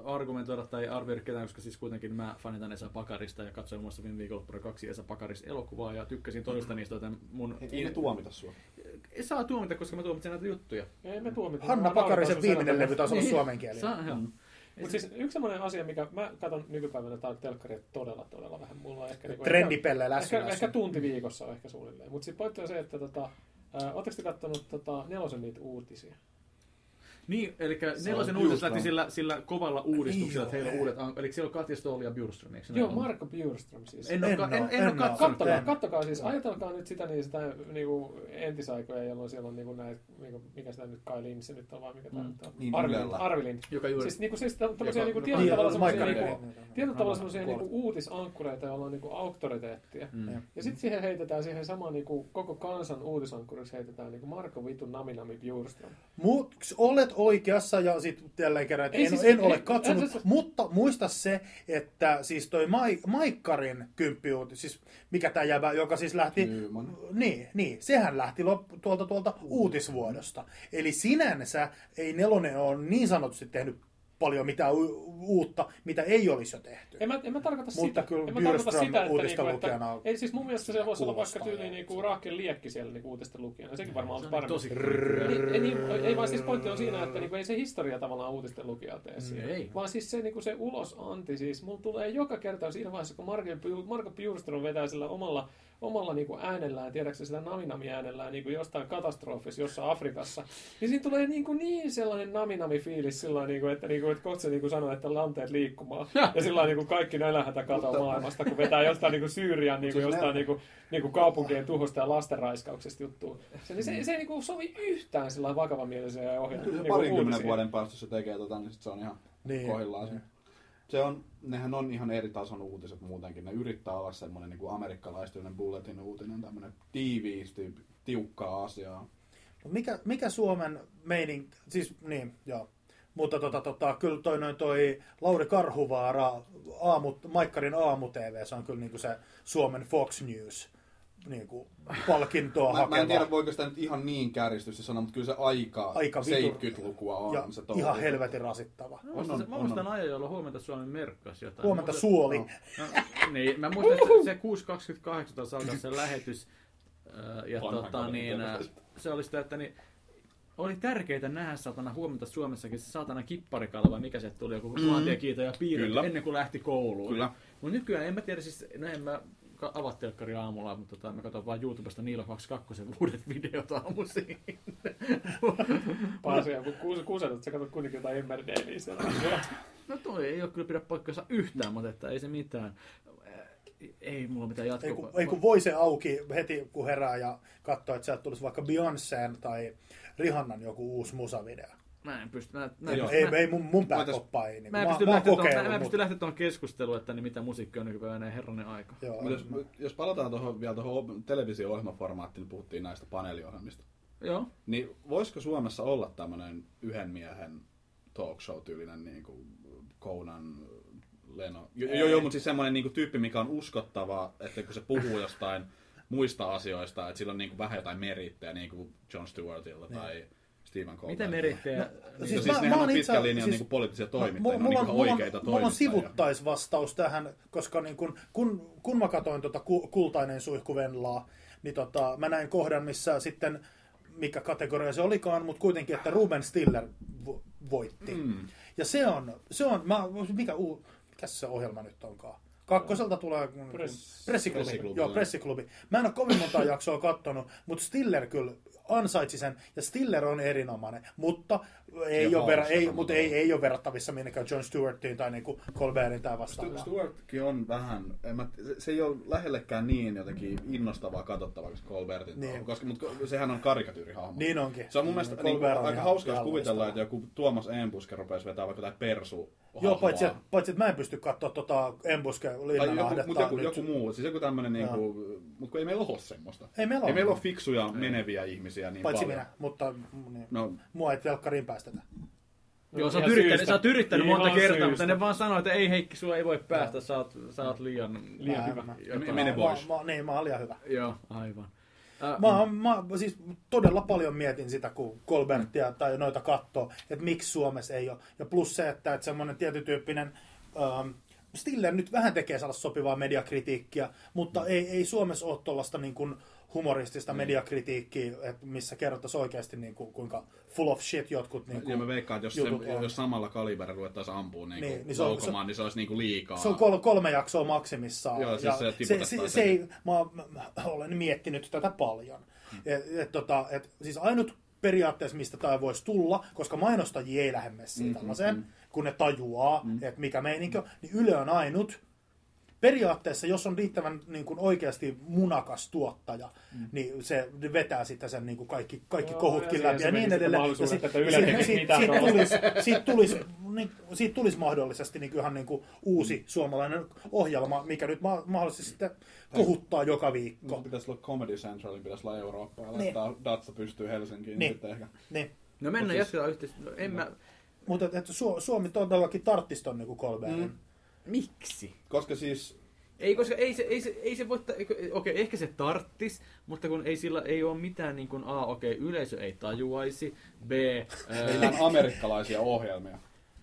S1: argumentoida tai arvioida ketään, koska siis kuitenkin mä fanitan Esa Pakarista ja katsoin muun muassa viime viikonloppuna kaksi Esa Pakaris elokuvaa ja tykkäsin
S4: Mm.
S1: todesta niistä, joten mun...
S3: Ei, ei ne tuomita sua.
S1: Ei saa tuomita, koska mä tuomitsen näitä juttuja.
S5: Ei me tuomita.
S4: Hanna
S5: Mä
S4: Pakarisen
S5: valkoisen
S4: viimeinen
S5: selän
S4: levy taisi olla
S1: Niin.
S4: suomen kieli.
S1: Saa, joo.
S5: Mutta siis yksi semmoinen asia, mikä mä katson nykypäivänä tää telkkaria todella, todella vähän. Mulla on ehkä... niinku-
S4: Trendipelle läsnä.
S5: ehkä, ehkä tunti viikossa on ehkä suunnilleen. Mutta sitten pointti on se, että tota, ää, Oletteko te kattonut tota, nelosen niitä uutisia?
S1: Niin, eli nelosen
S3: Se on
S1: uutiset
S3: Bjurström.
S1: lähti sillä, sillä kovalla uudistuksella, että
S4: Joo.
S1: heillä on uudet... an- Eli siellä on Katja Stolli ja Bjurström, eikö
S5: Joo,
S1: näin ollut?
S5: Marko Bjurström siis.
S1: En, en,
S4: En
S1: en, en,
S4: oo,
S1: en,
S4: en
S1: ole
S4: oo.
S1: katsonut.
S5: Kattokaa,
S4: en.
S5: kattokaa siis, ajatelkaa nyt sitä, niin sitä niinku entisaikoja, jolloin siellä on niinku näitä, niinku, mikä sitä nyt Kai Lindsä nyt on, vai mikä tämä
S1: Mm.
S5: nyt on?
S3: Niin,
S5: Arvi
S3: Ylellä.
S5: Lind- Arvi Lind.
S1: Joka juuri...
S5: Siis, niinku, siis tä- tämmöisiä
S1: Joka-
S5: niinku,
S1: no,
S4: Niin,
S5: tietyllä tavalla semmoisia
S1: Maikkarinen.
S5: niinku, tietyllä tavalla semmoisia
S4: Kuolet.
S5: niinku uutisankkureita, joilla on niinku auktoriteettia.
S1: Mm.
S5: Ja sitten siihen heitetään siihen samaan niinku, koko kansan uutisankkuriksi heitetään niinku Marko Vitun Naminami Bjurström.
S4: Mut olet oikeassa ja sitten jälleen kerran, että
S5: Ei
S4: en,
S5: siis-
S4: siis, en
S5: ei-
S4: ole
S5: älä
S4: katsonut,
S5: sä-
S4: mutta muista se, että siis toi Mai, Maikkarin kymppiuuti, siis mikä tämä jävä, joka siis lähti,
S3: Nyyman.
S4: niin, niin, sehän lähti loppu, tuolta tuolta uutisvuodosta. Eli sinänsä ei nelonen ole niin sanotusti tehnyt paljon mitään u- uutta, mitä ei olisi jo tehty.
S5: En mä, en mä tarkoita
S4: Mutta
S5: sitä.
S4: kyllä
S5: en mä tarkoita
S4: Bjurström
S5: sitä, että,
S4: uutista
S5: niinku, että
S4: lukijana
S5: ei siis mun mielestä se voisi olla vaikka
S4: kuulostaa
S5: tyyli
S4: ja-
S5: niinku Raakel Liekki siellä niinku uutisten lukijana. Sekin varmaan olisi
S1: Niin, on
S5: parempi.
S1: tosi creepy.
S5: Ei, ei, niin, ei vaan siis pointti on siinä, että niinku, ei se historia tavallaan uutisten lukijaa tee siinä.
S1: Ei.
S5: Vaan siis se, niinku, se ulosanti, siis mulla tulee joka kerta siinä vaiheessa, kun Marko, Bjur- Marko Bjurström vetää sillä omalla omalla niinku äänellään, tiedätkö sillä naminami äänellään niinku jostain katastrofissa jossain Afrikassa, niin siinä tulee niinku niin sellainen naminami fiilis sillä niinku, että, niinku, että kohta se niinku sanoo, että lanteet liikkumaan. Ja sillä niinku kaikki nälähätä katoaa
S3: Mutta-
S5: maailmasta, kun vetää jostain niinku Syyrian niinku,
S3: Siis
S5: jostain
S3: ne-
S5: niinku, niinku kaupunkien tuhosta ja lastenraiskauksesta juttuun. Se, niin se, se ei niinku sovi yhtään sillä vakavamieliseen ohjelmaan.
S3: Kyllä
S1: Niinku
S3: se parinkymmenen vuoden päästä se tekee tota, niin sit se on ihan
S4: Niin.
S3: kohdillaan. Se. se on, nehän on ihan eri tason uutiset muutenkin. Ne yrittää olla semmoinen niin amerikkalaistyinen bulletin uutinen, tämmöinen tiiviisti, tiukkaa asiaa.
S4: Mikä, mikä Suomen meinin, siis niin, joo. Mutta tota, tota, kyllä toi, noin toi Lauri Karhuvaara, aamut, Maikkarin aamu TV, se on kyllä niinku se Suomen Fox News niinku, palkintoa
S3: Mä,
S4: hakeva.
S3: mä en tiedä, voiko sitä nyt ihan niin kärjistystä sanoa, mutta kyllä se aika,
S4: Aika vitu-
S3: 70-lukua on.
S4: ja
S3: se
S4: ihan
S3: touhu.
S4: helvetin rasittava.
S1: Mä muistan,
S3: On,
S1: se-
S3: on,
S1: mä
S3: on,
S1: muistan
S3: on.
S1: ajan, jolloin huomenta Suomi merkkasi jotain.
S4: Huomenta
S1: Mä muistan-
S4: suoli.
S3: no.
S1: No, niin, mä muistan, että se 6.28 taisi alkaa se lähetys. Ö, Ja
S6: Vanha
S1: tota,
S6: kaveri
S1: niin,
S6: tietää
S1: ö, se oli sitä, että niin, oli tärkeää nähdä saatana huomenta Suomessakin se saatana kipparikala, mikä se tuli, joku maantiekiito ja
S6: Kyllä.
S1: piirretty ennen kuin lähti kouluun.
S3: Kyllä.
S1: Mutta nykyään en mä tiedä, siis näin mä ka- avaa telkkari aamulla, mutta tota, mä katson vaan YouTubesta Niilo 22 uudet videot aamuisin.
S5: Paasi, kun kuus- kusetat, sä katsot kuitenkin jotain Ember Davies. siellä.
S1: No toi ei ole kyllä pidä paikkansa yhtään, mutta että ei se mitään. Äh, Ei mulla mitään
S4: Ei
S1: jatkoa.
S4: kun, ei kun voi se auki heti, kun herää ja katsoo, että sieltä tulisi vaikka Beyoncéen tai Rihannan joku uusi musavideo.
S1: Mä en pysty, mä, mä,
S4: Ei,
S1: mä,
S4: ei, ei mun, mun pääkoppaa ei. Niinku.
S1: mä, en pysty
S4: oon
S1: lähteä tuohon- mä,
S4: kokeillut,
S1: mä en
S4: mutta-
S1: pysty lähteä tuohon keskusteluun, että niin mitä musiikki on nykypäivänä ja herranen aika.
S4: Joo,
S3: Mut Jos, jos palataan tuohon, vielä tuohon televisio-ohjelmaformaattiin, niin puhuttiin näistä paneeliohjelmista.
S1: Joo.
S3: Niin voisiko Suomessa olla tämmöinen yhden miehen talk show tyylinen niin kuin Conan Leno? Jo- Joo, joo, mutta siis semmoinen niin kuin tyyppi, mikä on uskottava, että kun se puhuu jostain muista asioista, että sillä on niin kuin vähän jotain merittejä, niin kuin John Stewartilla tai Stephen Colbertilla.
S1: Mitä merittejä? Niin
S4: No,
S3: Siis,
S4: Niin. Siis
S3: siis
S4: mä-
S3: nehän
S4: mä
S3: on
S4: oon itse-
S3: pitkän linjan
S4: siis-
S3: siis, niin poliittisia
S4: Mulla-
S3: toimittajia, ne on
S4: mulla
S3: niin
S4: on-
S3: kuin
S4: mulla on-
S3: oikeita
S4: Mulla on
S3: toimittajia.
S4: sivuttaisvastaus tähän, koska niin kun, kun, kun mä katsoin tota ku- Kultainen suihku Venlaa, niin tota, mä näin kohdan, missä sitten, mikä kategoria se olikaan, mutta kuitenkin, että Ruben Stiller vo- voitti. Mm. Ja se on, se on mä, mikä, uu, mikä se ohjelma nyt onkaan? Kakkoselta tulee kun,
S5: Press-
S4: pressiklubi.
S3: Pressiklubi,
S4: Joo,
S3: joo.
S4: pressiklubi. Mä en ole kovin monta jaksoa kattonut, mutta Stiller kyllä ansaitsi sen, ja Stiller on erinomainen, mutta ei,
S3: Ja
S4: ole, verra,
S3: hauska
S4: ei,
S3: samalla
S4: mutta
S3: tavalla.
S4: ei, ei ole verrattavissa minnekään John Stewartiin tai niinku Colbertin tai vastaavaa.
S3: Stuartkin on vähän, en mä, se, se ei ole lähellekään niin jotenkin innostavaa katsottavaa kuin Colbertin.
S4: Niin.
S3: Niin. Koska, mutta sehän on karikatyyrihahmo.
S4: Niin onkin.
S3: Se on mun mielestä
S4: Niin,
S3: niin,
S4: Colbert on
S3: aika
S4: ihan
S3: hauska, jos
S4: jaloista.
S3: kuvitella, että joku Tuomas Embuske rupesi vetää vaikka jotain persu
S4: Joo, paitsi, et- paitsi että mä en pysty katsoa tota Embuske
S3: tai joku, mutta
S4: Linnanahdetta
S3: joku,
S4: nyt.
S3: joku muu, siis joku tämmönen niinku, mutta kun ei meillä ole semmoista.
S4: Ei meillä
S3: ei
S4: ole.
S3: meillä ole fiksuja meneviä ihmisiä niin
S4: paitsi
S3: paljon.
S4: minä, mutta mm, niin.
S3: No,
S4: mua ei telkkariin päästetä.
S5: No,
S1: Joo, sä oot
S5: ihan
S1: yrittänyt,
S5: syystä.
S1: sä oot yrittänyt
S5: Ihan
S1: monta kertaa,
S5: syystä.
S1: mutta ne vaan sanoo, että ei Heikki, sua ei voi päästä, sä oot, sä oot liian...
S5: Liian
S4: Mä-
S5: hyvä.
S4: mä-
S1: jotain.
S3: Mene
S4: mä-
S3: pois.
S4: Mä, niin, mä olen liian hyvä.
S1: Joo, aivan. Äh,
S4: Mä,
S3: mm.
S4: mä siis todella paljon mietin sitä, kun Colbertia tai noita katsoo, että miksi Suomessa ei ole. Ja plus se, että, että semmoinen tietytyyppinen... Ähm, Stiller nyt vähän tekee sellaista sopivaa mediakritiikkiä,
S3: Mm.
S4: mutta ei, ei Suomessa ole tuollaista niin kuin humoristista mediakritiikkiä, että missä kerrottaisiin oikeasti niin kuin, kuinka full of shit jotkut... Niin
S3: ja
S4: kuin,
S3: mä veikkaan, että jos,
S4: jutut
S3: se,
S4: on.
S3: jos samalla kaliberilla ruvettaisiin ampua niinku
S4: Niin,
S3: niin,
S4: niin
S3: niin
S4: se on-
S3: laukomaan, niin se olisi niinku liikaa.
S4: Se on kol- kolme jaksoa maksimissaan.
S3: Joo, siis se
S4: se,
S3: tiputetaan
S4: se, se
S3: sen. niin.
S4: ei, mä, mä, mä olen miettinyt tätä paljon.
S3: Hmm.
S4: Et, et, tota, et, siis ainut periaatteessa, mistä tämä voisi tulla, koska mainostajia ei lähde
S3: Hmm,
S4: messiin mm-hmm. tällaiseen, kun ne tajuaa, mm-hmm. että mikä meininki on, niin Yle on ainut. Periaatteessa, jos on riittävän niin kuin oikeasti munakas tuottaja,
S3: Hmm.
S4: mm. niin se vetää sitten sen niin kuin kaikki, kaikki
S5: Joo, ja
S4: kohutkin
S5: siihen
S4: läpi
S5: se
S4: ja
S5: meni
S4: niin
S5: sitten
S4: edelleen. Ja
S5: mahdollisuudet,
S4: sit-
S5: että Yle
S4: sit-
S5: tekisi
S4: sit-
S5: mitään
S4: sit
S5: tuollaista.
S4: tulisi, siitä tulisi, niin, siitä tulisi mahdollisesti niin ihan niin kuin
S3: Mm.
S4: uusi suomalainen ohjelma, mikä nyt ma- mahdollisesti sitten kohuttaa joka viikko.
S3: Mm. Pitäisi olla Comedy Centralin, pitäisi olla Eurooppaa ja
S4: Niin.
S3: laittaa Datsa pystyy Helsinkiin
S4: Niin.
S3: niin. sitten ehkä.
S4: Niin.
S1: No mennään,
S3: Mut siis-
S1: jatketaan yhteistyötä. No, en mä...
S4: Mutta et, et Su- Suomi todellakin tarttis ton niinku Colbertin.
S3: Mm.
S4: Mm.
S1: Miksi?
S3: Koska siis,
S1: Ei, koska ei se, ei se, ei se voi... ta- eikö- Okei, ehkä se tarttis, mutta kun ei sillä ei ole mitään niin kuin A, okei, yleisö ei tajuaisi, B...
S3: eli
S1: Ää,
S3: nämä on amerikkalaisia ohjelmia.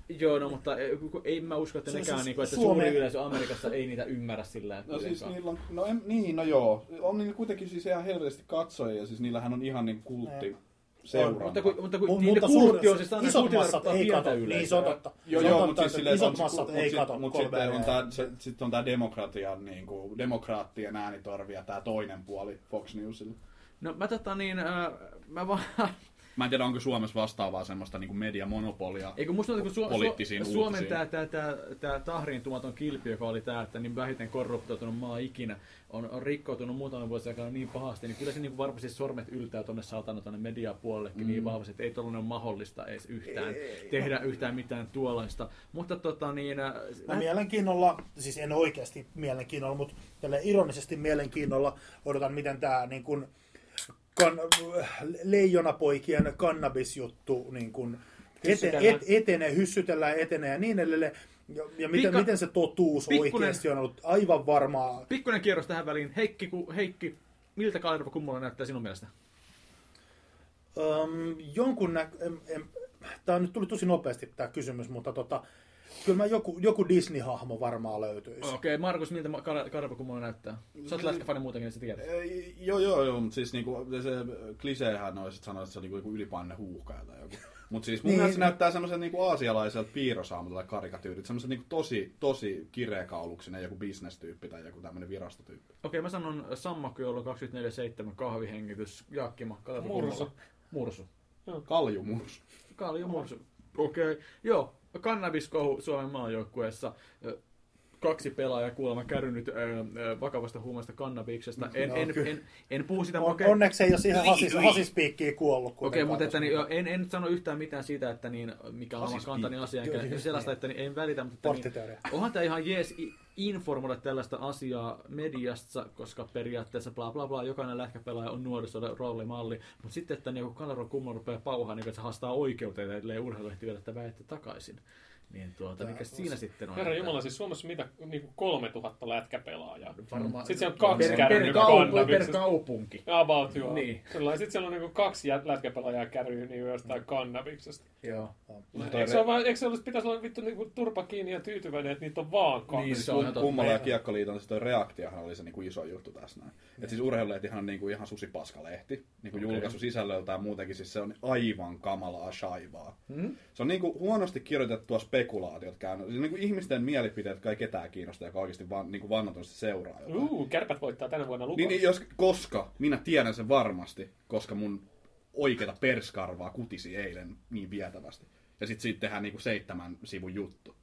S1: joo, no mutta ei- kun- ei mä usko, että
S4: Se-
S1: nekään,
S4: se-
S1: niin kuin, että
S4: Suome-
S1: suuri yleisö Amerikassa ei niitä ymmärrä sillä
S3: No siis
S1: kuitenkaan.
S3: niillä on, no en, niin, no joo. On niillä kuitenkin siis ihan helvetisti katsojia, siis niillähän on ihan niin kultti seuranta.
S1: Mutta kun, mutta kun
S4: Mut-
S1: niille
S4: mutta
S1: kultti
S4: suur-
S1: on se standard,
S4: isot
S1: kultti
S4: massat
S1: tarkoittaa
S4: ei
S1: pientä
S4: kato.
S1: yleisöä.
S4: Niin, se on totta.
S3: Joo,
S4: se on
S3: joo,
S4: totta,
S3: mutta siis
S4: että
S3: silleen,
S4: isot
S3: että on-
S4: massat
S3: mut
S4: ei
S3: sit-
S4: kato
S3: mut sitten on
S4: Colbertia.
S3: tää, se, sit on tää demokratian, niin kuin, demokraattien äänitorvi ja tää toinen puoli Fox Newsille.
S1: No mä tota niin, äh, mä vaan
S3: Mä en tiedä, onko Suomessa vastaavaa semmoista niin mediamonopolia.
S1: Eikö musta tuntuu, kun Su-
S3: Poliittisiin
S1: Su- Suomen
S3: uutisiin.
S1: tämä tää, tää, tää tahriin tumaton kilpi, joka oli tämä, että niin vähiten korruptoitunut maa ikinä, on, on rikkoutunut muutaman vuosi aikana niin pahasti, niin kyllä se niin varmasti sormet yltää tuonne saatana tuonne mediapuolellekin mm. niin vahvasti, että ei tuollainen ole mahdollista edes yhtään tehdä yhtään mitään tuollaista. Mutta tota niin, äh,
S4: Mä mielenkiinnolla, siis en oikeasti mielenkiinnolla, mutta tälle ironisesti mielenkiinnolla odotan, miten tämä niin kun, kan, leijonapoikien kannabisjuttu niin kun, eten,
S5: Hyssytellään.
S4: et, etenee, hyssytellään, etenee ja niin edelleen. Ja, ja miten,
S1: Pikka-
S4: miten se totuus
S1: pikkunen-
S4: oikeasti on ollut aivan varmaa.
S1: pikkuinen kierros tähän väliin. Heikki, ku, Heikki miltä Kalervo Kummola näyttää sinun mielestä?
S4: Öm, jonkun nä... em, em, Tämä nyt tuli tosi nopeasti tämä kysymys, mutta tota, kyllä mä joku, joku Disney-hahmo varmaan löytyisi.
S1: Okei, okay, Markus, miltä Ma- Kale- Kalervo Kummola näyttää? Sä oot lätkäfani muutenkin, niin sä tiedät.
S3: Ei, Joo, joo, joo, mutta siis niinku, se kliseehän olisi, että sanoit, että se on niinku joku ylipainne huuhkaja tai joku. Mutta siis mun
S4: Niin.
S3: mielestä se näyttää semmoisen niinku aasialaiselta piirrosaamalta tai karikatyyrit, semmoisen niinku tosi, tosi kireäkauluksinen joku bisnestyyppi tai joku tämmöinen virastotyyppi.
S1: Okei, mä sanon Sammakko, jolla on 24-7 kahvihengitys, Jaakki Makkala.
S5: Mursu.
S1: Mursu.
S3: Kaljumurs.
S1: Kalju Mursu. Okei, joo. Kannabiskohu Suomen maajoukkueessa. Ö, Kaksi pelaajaa kuulemma kärrynyt ö, ö, vakavasta huumeesta kannabiksesta. En,
S4: Joo,
S1: en,
S4: kyllä.
S1: en, en puhu sitä.
S4: On,
S1: Oh, okei. Niin,
S4: Onneksi ei ole siihen
S3: Ui,
S4: hasis,
S3: ui.
S4: hasispiikkiin kuollut.
S1: Okei,
S4: kuitenkaan
S1: mutta että,
S4: tässä. Ah, siis
S1: niin, ö, en, en nyt sano yhtään mitään siitä, että niin, mikä on oma
S3: Hasispiikki.
S1: kantani asia,
S4: Joo,
S1: enkä
S4: just
S1: sellaista,
S4: niin.
S1: että niin, en välitä, mutta että niin,
S4: Porttiteoria.
S1: onhan tämä ihan jees i- informoida tällaista asiaa mediassa, koska periaatteessa bla bla bla, jokainen lätkäpelaaja on nuorisoiden roolimalli, mutta sitten, että niin, kun Kalero Kummo rupeaa pauhaa, niin että se haastaa oikeuteen, ellei urheilulehti vielä tätä väitettä takaisin. Niin tuota, mikä siinä sitten on?
S5: Herra
S1: että-
S5: Jumala, siis Suomessa mitä niinku 3000 lätkäpelaajaa.
S1: Varmaan,
S5: Sitten siellä on kaksi
S1: Mm. per, per,
S5: kärrynyt
S1: kaupunki, per
S5: kannabiksesta.
S1: kaupunki.
S5: About joo.
S1: Niin.
S5: Niin. Sitten siellä on niinku kaksi jät- lätkäpelaajaa kärryy niin jostain kannabiksesta.
S1: Joo.
S5: Eikö se, ole, vaan- eikö se olisi, pitäisi olla vittu niinku turpa kiinni ja tyytyväinen, että niitä on vaan kaksi?
S1: Niin, se on ihan totta.
S3: Siis Kummalla ja kiekkoliiton niin se toi reaktiohan oli se niinku iso juttu tässä näin. Et siis urheilulehtihan on niinku ihan susipaskalehti, niinku
S1: Okei.
S3: okay. julkaisu sisällöltään muutenkin, siis se on aivan kamalaa shaivaa.
S1: Hmm?
S3: Se on niinku huonosti kirjoitettua spekulaatiot käynyt. Siis niinku ihmisten mielipiteet, jotka ei ketään kiinnosta, joka oikeasti van, niinku vannotuisesti seuraa jotain.
S5: Uu, kärpät voittaa tänä vuonna lupaus.
S3: Niin, niin, jos, koska, minä tiedän sen varmasti, koska mun oikeita perskarvaa kutisi eilen niin vietävästi. Ja sitten siitä tehdään niinku seitsemän sivun juttu.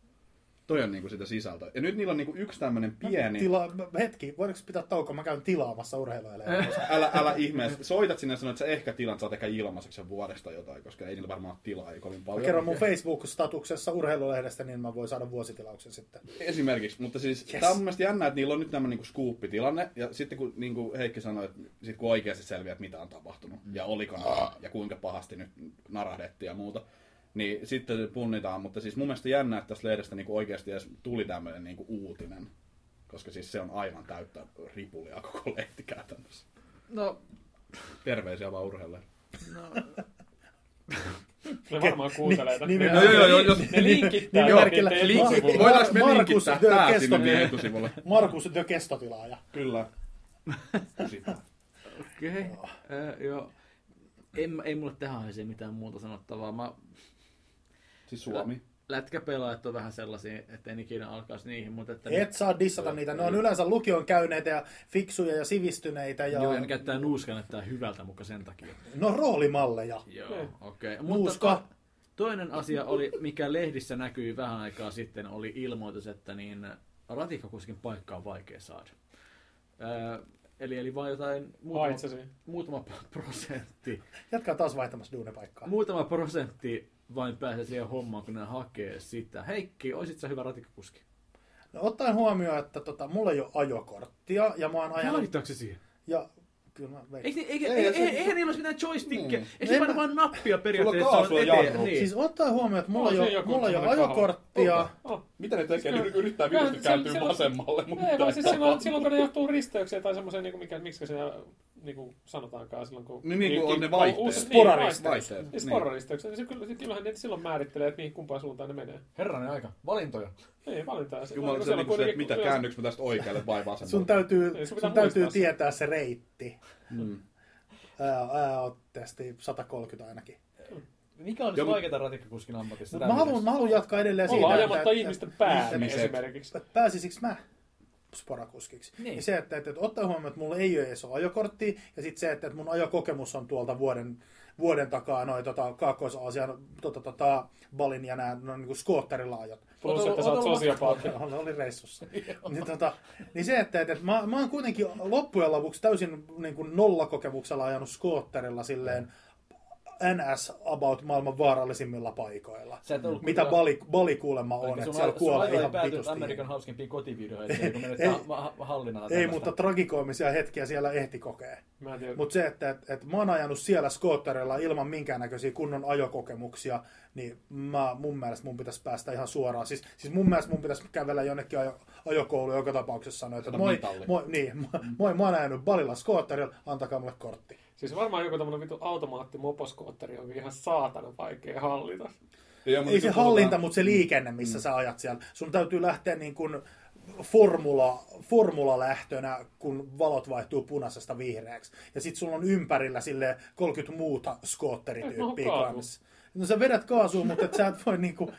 S3: Toi on niinku sitä sisältöä. Ja nyt niillä on niinku yksi tämmönen pieni...
S4: Tila, hetki, voidaanko pitää taukoa? Mä käyn tilaamassa urheilueläjää.
S3: Älä, älä ihmeessä. Soitat sinne ja sanot, että sä ehkä tilan, saat ehkä ilmaiseksi sen vuodesta jotain, koska ei niillä varmaan ole tilaa ei kovin paljon.
S4: Kerron mun Facebook-statuksessa urheilulehdestä, niin mä voin saada vuositilauksen sitten.
S3: Esimerkiksi, mutta siis yes.
S4: Yes.
S3: tämä on mun mielestä jännä, että niillä on nyt tämä niinku skuuppitilanne, ja sitten kun niinku Heikki sanoi, että sit kun oikeasti selviää, että mitä on tapahtunut, mm. ja oliko nara, ja kuinka pahasti nyt narahdettiin ja muuta, niin sitten se punnitaan, mutta siis mun mielestä jännä, että tässä lehdestä niinku oikeasti edes tuli tämmöinen niinku uutinen, koska siis se on aivan täyttä ripulia koko lehti käytännössä.
S1: No,
S3: Terveisiä vaan urheille.
S5: Ne varmaan kuuntelee tätä.
S4: Niin, niin,
S5: Ne-
S4: joo,
S5: ne-
S3: joo, joo, jos-
S5: Ne linkittää.
S4: Joo,
S5: niiden
S4: merkillä-
S5: etusivuille.
S4: linkki-
S3: Voidaanko me
S4: Markus
S3: linkittää
S4: The
S3: tää sinne
S4: Kestonen.
S3: meidän etusivulle?
S4: Markus The Kestotilaaja.
S3: Kyllä. Kusipää.
S1: Okei, okay. joo. En, ei mulle tähän aiheeseen mitään muuta sanottavaa. Mä,
S3: Siis Suomi.
S1: lätkäpelaajat on vähän sellaisia, että en ikinä alkaisi niihin, mutta että...
S4: Et saa dissata niitä. Ne on yleensä lukion käyneitä ja fiksuja ja sivistyneitä. Ja...
S1: Joo, ja ne käyttää nuuskaa näyttää hyvältä muka sen takia.
S4: No roolimalleja.
S1: Joo, okei. Okay.
S4: Nuuska.
S1: toinen asia oli, mikä lehdissä näkyi vähän aikaa sitten, oli ilmoitus, että niin ratikkakuskin paikka on vaikea saada. Öö, eli, eli vain jotain muutama,
S5: Vaitsasi.
S1: muutama prosentti
S4: Jatkaa taas vaihtamassa duunipaikkaa.
S1: muutama prosentti vain pääsee siihen hommaan, kun ne hakee sitä. Heikki, oisit sä hyvä ratikkakuski?
S4: No, ottaen huomioon, että tota, mulla ei ole ajokorttia ja mä oon ajanut...
S1: Vaaditaanko se siihen?
S4: Ja Kyllä mä veikkaan.
S1: Eikä, eikä,
S3: Ei,
S1: ei,
S3: se-
S1: eihän, eihän niillä ole mitään joystickia.
S3: Niin.
S1: Ei se
S4: En
S1: vaan,
S4: mä-
S1: vaan nappia periaatteessa.
S3: kaasua
S1: on eteen.
S3: jarru.
S1: Niin.
S4: Siis ottaa huomioon, että mulla,
S5: On siinä
S4: jo,
S5: joku
S4: mulla ei ole
S5: semmoinen
S4: ajokorttia.
S3: paha.
S5: Oh.
S3: Mitä ne tekee? Ne
S5: Kyllä.
S3: yrittää
S5: Kyllä,
S3: vitusti
S5: se-
S3: kääntyä
S5: se-
S3: vasemmalle, mutta
S5: Ei, vaan siis
S3: ei
S5: silloin, silloin kun ne johtuu risteyksiä tai semmoiseen, niin mikä, miksi se niin kuin sanotaankaan silloin, kun...
S3: Niin, niin kuin on ne vaihteet.
S5: Sporaristeys.
S3: Vaihteet,
S5: Niin,
S3: niin.
S5: sporaristeyksiä, niin se kyllä, se kyllähän ne silloin määrittelee, että mihin kumpaan suuntaan ne menee.
S1: Herranen aika. Valintoja.
S5: Ei valintaa. Se,
S3: Jumala,
S5: kun
S3: se on
S5: siellä
S3: niinku se, että
S5: kuitenkin-
S3: mitä käännyks mä tästä oikealle vai vasemmalle.
S4: Sun täytyy,
S5: Ei, sun
S4: sun
S5: pitää
S4: täytyy
S5: muistaa se.
S4: tietää se reitti.
S3: Mm.
S4: Ää, ää, oot testi 130 ainakin.
S1: Mikä olisi
S3: Joo, mut-
S1: vaikeaa ratikkakuskin ammatissa?
S4: Mutta mä haluan, mä haluan jatkaa edelleen
S5: Ollaan
S4: siitä,
S5: ajamatta ihmisten päälle
S4: miten-
S3: Ihmiset.
S5: esimerkiksi.
S4: että pääsisikö mä sporakuskiksi.
S1: Niin.
S4: Niin. Ja se, että, että, että ottaa huomioon, että mulla ei ole edes ole ajokorttia, ja sitten se, että, että mun ajokokemus on tuolta vuoden, vuoden takaa noin tota, Kaakkois-Aasian tota, tota, Balin ja nämä no, niin skootterilaajot.
S5: Plus, että sä oot sosiopaatti.
S4: Oli, oli reissussa. niin, tota, niin se, että, että, että mä, mä oon kuitenkin loppujen lopuksi täysin niin kuin nollakokemuksella ajanut skootterilla silleen NS about maailman vaarallisimmilla paikoilla.
S1: Sä et ollut
S4: Mitä
S1: kuitenkaan-
S4: bali, bali kuulemma on, että siellä kuolee ihan
S1: päätynyt
S4: vitusti.
S1: Amerikan hauskimpiin kotivideoihin, kun menet
S4: Ei.
S1: ha- ha- hallinaan.
S4: Ei,
S1: tällaista.
S4: mutta tragikoomisia hetkiä siellä ehti kokea.
S5: Mä en tiedä.
S4: Mutta se, että et, et mä oon ajanut siellä skootterilla ilman minkäännäköisiä kunnon ajokokemuksia, niin mä, mun mielestä mun pitäisi päästä ihan suoraan. Siis, siis mun mielestä mun pitäisi kävellä jonnekin ajo, ajokouluun joka tapauksessa sanoa, että
S3: Saada
S4: moi,
S3: mitalli.
S4: moi, niin, moi, moi, mä oon ajanut balilla skootterilla, antakaa mulle kortti.
S5: Siis varmaan joku tämmönen vitu automaattimoposkootteri onkin ihan saatana vaikea hallita.
S3: Ja mut
S4: Ei
S3: nyt
S4: se
S3: kun
S4: hallinta,
S3: puhutaan-
S4: mutta se liikenne, missä mm. sä ajat siellä. Sun täytyy lähteä niin kuin formula, formulalähtönä, kun valot vaihtuu punaisesta vihreäksi. Ja sit sulla on ympärillä sille 30 muuta skootterityyppiä
S5: Ei, no, kaasu.
S4: kaamissa. No sä vedät kaasua, mutta et sä et voi niinku...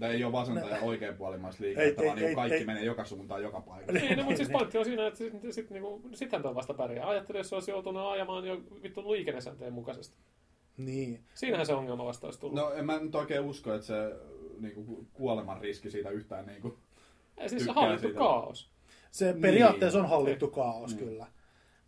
S3: Tää ei ole vasenta ja oikeanpuolimmaista liikettä,
S4: Ei,
S3: vaan
S4: ei,
S3: niinku
S4: ei,
S3: kaikki
S4: ei.
S3: menee joka suuntaan joka paikassa.
S5: Ei, no,
S4: Niin,
S5: mutta siis pointti on siinä, että sit, sit, niinku, sittenhän toi vasta pärjää. Ajattelin, jos se olisi joutunut ajamaan jo vittu liikennesääntöjen mukaisesti.
S4: Niin.
S5: Siinähän se ongelma vasta olisi tullut.
S3: No en mä nyt oikein usko, että se niinku, kuoleman riski siitä yhtään niinku...
S5: Ei, siis
S3: tykkään
S5: hallittu
S3: siitä.
S5: kaos.
S4: Se
S3: Niin.
S4: periaatteessa on hallittu kaos kyllä.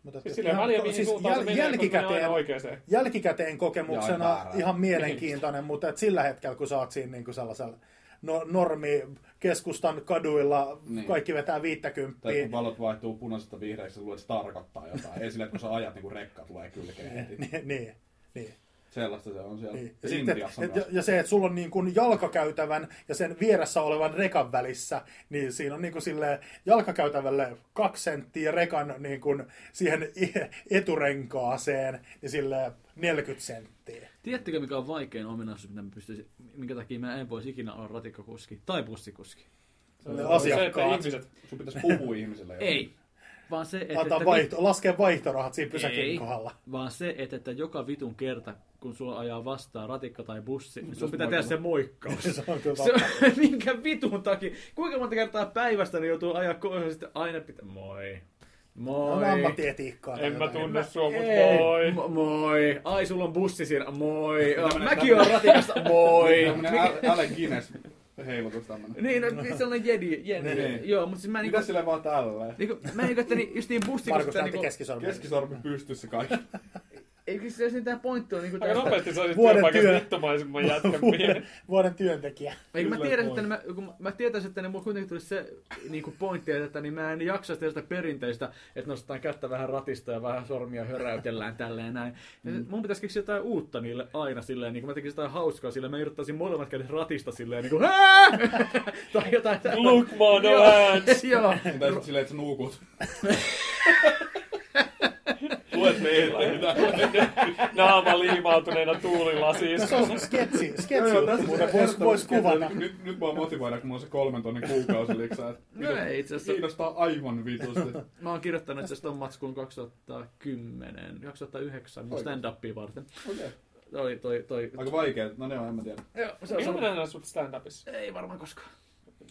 S4: Mutta
S5: Siis sillä ei ole väliä, mihin suuntaan se menee, kun se menee aina oikeeseen.
S4: jälkikäteen
S3: Ja
S4: kokemuksena
S3: väärää.
S4: ihan mielenkiintoinen, mutta et sillä hetkellä, kun sä oot siinä niin sellaisella no, normi keskustan kaduilla,
S3: Niin.
S4: niin. kaikki vetää
S3: Tai
S4: viittäkymppiä, niin-
S3: kun valot vaihtuu punaisesta vihreäksi, sä luulet, että se tarkoittaa jotain. Ei sillä, että kun sä ajat, niinku rekka tulee kylkeen heti.
S4: niin, niin, niin,
S3: Sellaista se on siellä.
S4: niin.
S3: Ja
S4: Ja, sitten,
S3: Intiassa
S4: et,
S3: myös.
S4: ja, ja se, että sulla on niin kuin jalkakäytävän ja sen vieressä olevan rekan välissä, niin siinä on niin kuin silleen jalkakäytävälle kaksi senttiä rekan niin kuin siihen e- eturenkaaseen, niin silleen 40 senttiä.
S1: Tiedättekö, mikä on vaikein ominaisuus, mitä mä pystyisin, minkä takia mä en voisi ikinä olla ratikkakuski tai bussikuski?
S5: Se on
S4: Ne
S5: Se, että
S4: asiakkaat.
S5: ihmiset,
S3: Sun pitäisi puhua ihmisille. jotain.
S1: Ei. Vaan se, että,
S4: Antaa vaihto, laskee vaihtorahat siinä pysäkin
S1: Ei.
S4: kohdalla.
S1: vaan se, että, että joka vitun kerta, kun sulla ajaa vastaan ratikka tai bussi, niin sun
S3: Jos
S1: pitää tehdä se moikkaus.
S4: Se on kyllä
S1: Se, minkä vitun takia? Kuinka monta kertaa päivästä ne joutuu ajaa kohdassa, sitten aina pitää... Moi.
S4: On
S1: Moi.
S4: ammattietiikkaa. tai
S5: en mä
S4: jotain.
S5: tunne sua, mut
S1: Ei. Mo-
S5: moi.
S1: Moi. Ai, sulla on bussi siinä. Moi.
S3: Tämmönen- Niin,
S1: Mäkin on ratikasta. Moi.
S3: Tämmönen Al- Alec Guinness heilutus tämmönen.
S1: Niin, no, sellainen jedi. jedi.
S3: Niin.
S1: Joo, mutta siis mä niinku...
S3: Mitä sille vaan tälleen?
S1: Niinku, mä niinku, että niin, just niin
S4: Markus
S1: bussikusta...
S4: näytti
S1: Niinku,
S4: keskisormen.
S3: Keskisormi pystyssä kaikki.
S1: ei, siis se, se tää pointti on niinku...
S5: Aika
S1: tästä-
S5: nopeasti saisit
S4: Vuoden
S5: työpaikasta
S4: työ.
S5: vittumaisemman jätkän
S4: vuoden,
S5: miehen.
S4: vuoden työntekijä.
S1: Eikö mä
S3: Kyllä
S1: tiedä,
S3: voi.
S1: että ne, mä, kun mä- mä tietäisin, että ne mulla kuitenkin tulisi se niinku pointti, että niin mä en jaksa tehdä sitä perinteistä, että nostetaan kättä vähän ratista ja vähän sormia höräytellään tälleen näin. Ja mm. Mun pitäisi keksiä jotain uutta niille aina silleen, niin kuin mä tekisin jotain hauskaa silleen, mä irrottaisin molemmat kädet ratista silleen, niin kuin "Hää!" tai jotain tällaista.
S5: Look, man, no
S1: Joo.
S5: hands.
S1: Joo. No,
S3: Tai sit silleen, että sä nuukut. Luet ne
S5: Naama liimautuneena tuulilasiin.
S4: No se on sketsi, sketsi
S3: Joo, joo,
S4: juttu,
S3: tässä
S4: muuten
S3: se
S4: vois,
S3: ehdottomasti
S4: vois
S3: kertoo,
S4: kuvata.
S3: että Nyt, nyt mua motivoida, kun mulla on se kolmen tonnin kuukausi liksää.
S1: No ei itse asiassa.
S3: Kiinnostaa aivan vitusti.
S1: Mä oon kirjoittanut itse asiassa ton matskuun 2010, 2009 mun
S3: Oikeesti?
S1: stand-upia varten.
S3: Okei.
S1: Toi, toi, toi.
S3: Aika vaikea. No ne on, en mä tiedä.
S1: Joo, se on
S5: Milloin me
S1: sellainen-
S5: nähdään sut stand-upissa?
S1: Ei varmaan koskaan.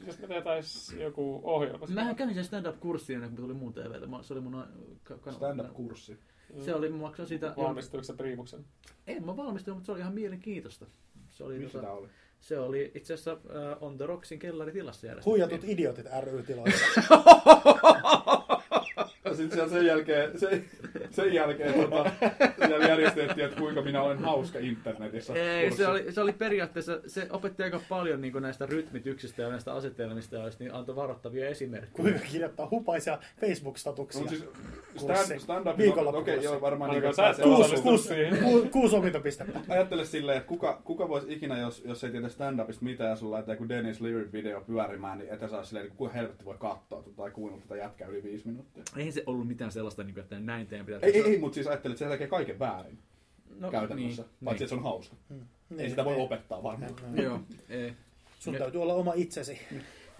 S5: Jos me tehtäis joku ohjelma.
S1: Mä kävin sen stand-up-kurssin ennen kuin tuli muun TVtä. Mä- Se oli mun ä, ka- kanava.
S3: Stand-up-kurssi.
S1: Se oli, mä maksoin sitä.
S5: Valmistuiko sä priimuksen?
S1: En mä valmistunut, mutta se oli ihan mielenkiintoista. Se oli,
S3: Missä tää
S1: tota,
S3: oli?
S1: se oli itse asiassa uh, On The Rocksin kellaritilassa järjestetty.
S4: Huijatut idiotit ry tiloissa.
S3: sitten siellä sen jälkeen, sen, sen jälkeen tota, siellä järjestettiin, että kuinka minä olen hauska internetissä.
S1: Ei, se
S3: Kurssi.
S1: oli, se oli periaatteessa, se opetti aika paljon niin näistä rytmityksistä ja näistä asetelmista, ja olisi, niin antoi varoittavia esimerkkejä.
S4: Kuinka kirjoittaa hupaisia Facebook-statuksia.
S3: Mut siis
S4: Kurssi.
S3: stand, stand-up,
S4: Viikonloppukurssi.
S3: okei, joo, varmaan niin,
S5: Aika
S3: että
S5: sä et
S3: pääsee
S5: ole
S4: Kuusi,
S5: osallistunut
S3: osallistumaan.
S4: kuusi,
S5: siihen.
S4: ku- kuusi opintopistettä.
S3: Ajattele silleen, että kuka, kuka voisi ikinä, jos, jos ei tiedä stand-upista mitään ja sulla laittaa joku Dennis Leary video pyörimään, niin etä saa silleen, että kuinka helvetti voi katsoa tota tai kuunnella tätä jätkää yli viisi minuuttia.
S1: Eihän se ollut mitään sellaista, niin kuin, että näin teidän pitää
S3: Ei, ei, ei mutta siis ajattelin, että se tekee kaiken väärin no, käytännössä, niin,
S1: Niin,
S3: paitsi
S1: niin.
S3: että se on hauska.
S4: Niin,
S3: ei sitä voi
S4: niin.
S3: opettaa varmaan.
S1: Joo, ei.
S4: Sun täytyy olla oma itsesi.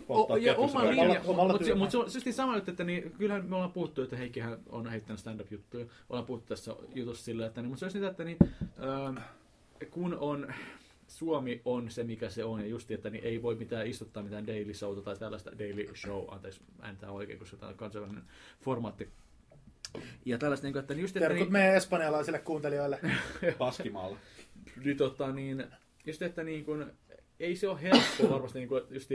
S1: O, ja
S3: kettusen
S1: oma
S3: verran.
S1: linja,
S4: Omalla- omalla
S1: mutta
S4: työllä.
S1: mut se on siis sama juttu, että niin, kyllähän me ollaan puhuttu, että Heikkihän on heittänyt stand-up-juttuja, ollaan puhuttu tässä jutussa sillä, että niin, mutta se olisi niitä, että niin, ö, kun on, Suomi on se, mikä se on, ja just, että niin ei voi mitään istuttaa mitään daily showta tai tällaista daily show, anteeksi, ääntää oikein, koska tämä on kansainvälinen formaatti. Ja tällaista, niin kuin, että niin just, että
S4: Terkut
S1: niin,
S4: meidän espanjalaisille kuuntelijoille.
S3: Paskimaalla.
S1: niin, tota, niin, just, että niin kuin, ei se ole helppoa varmasti niin kuin, just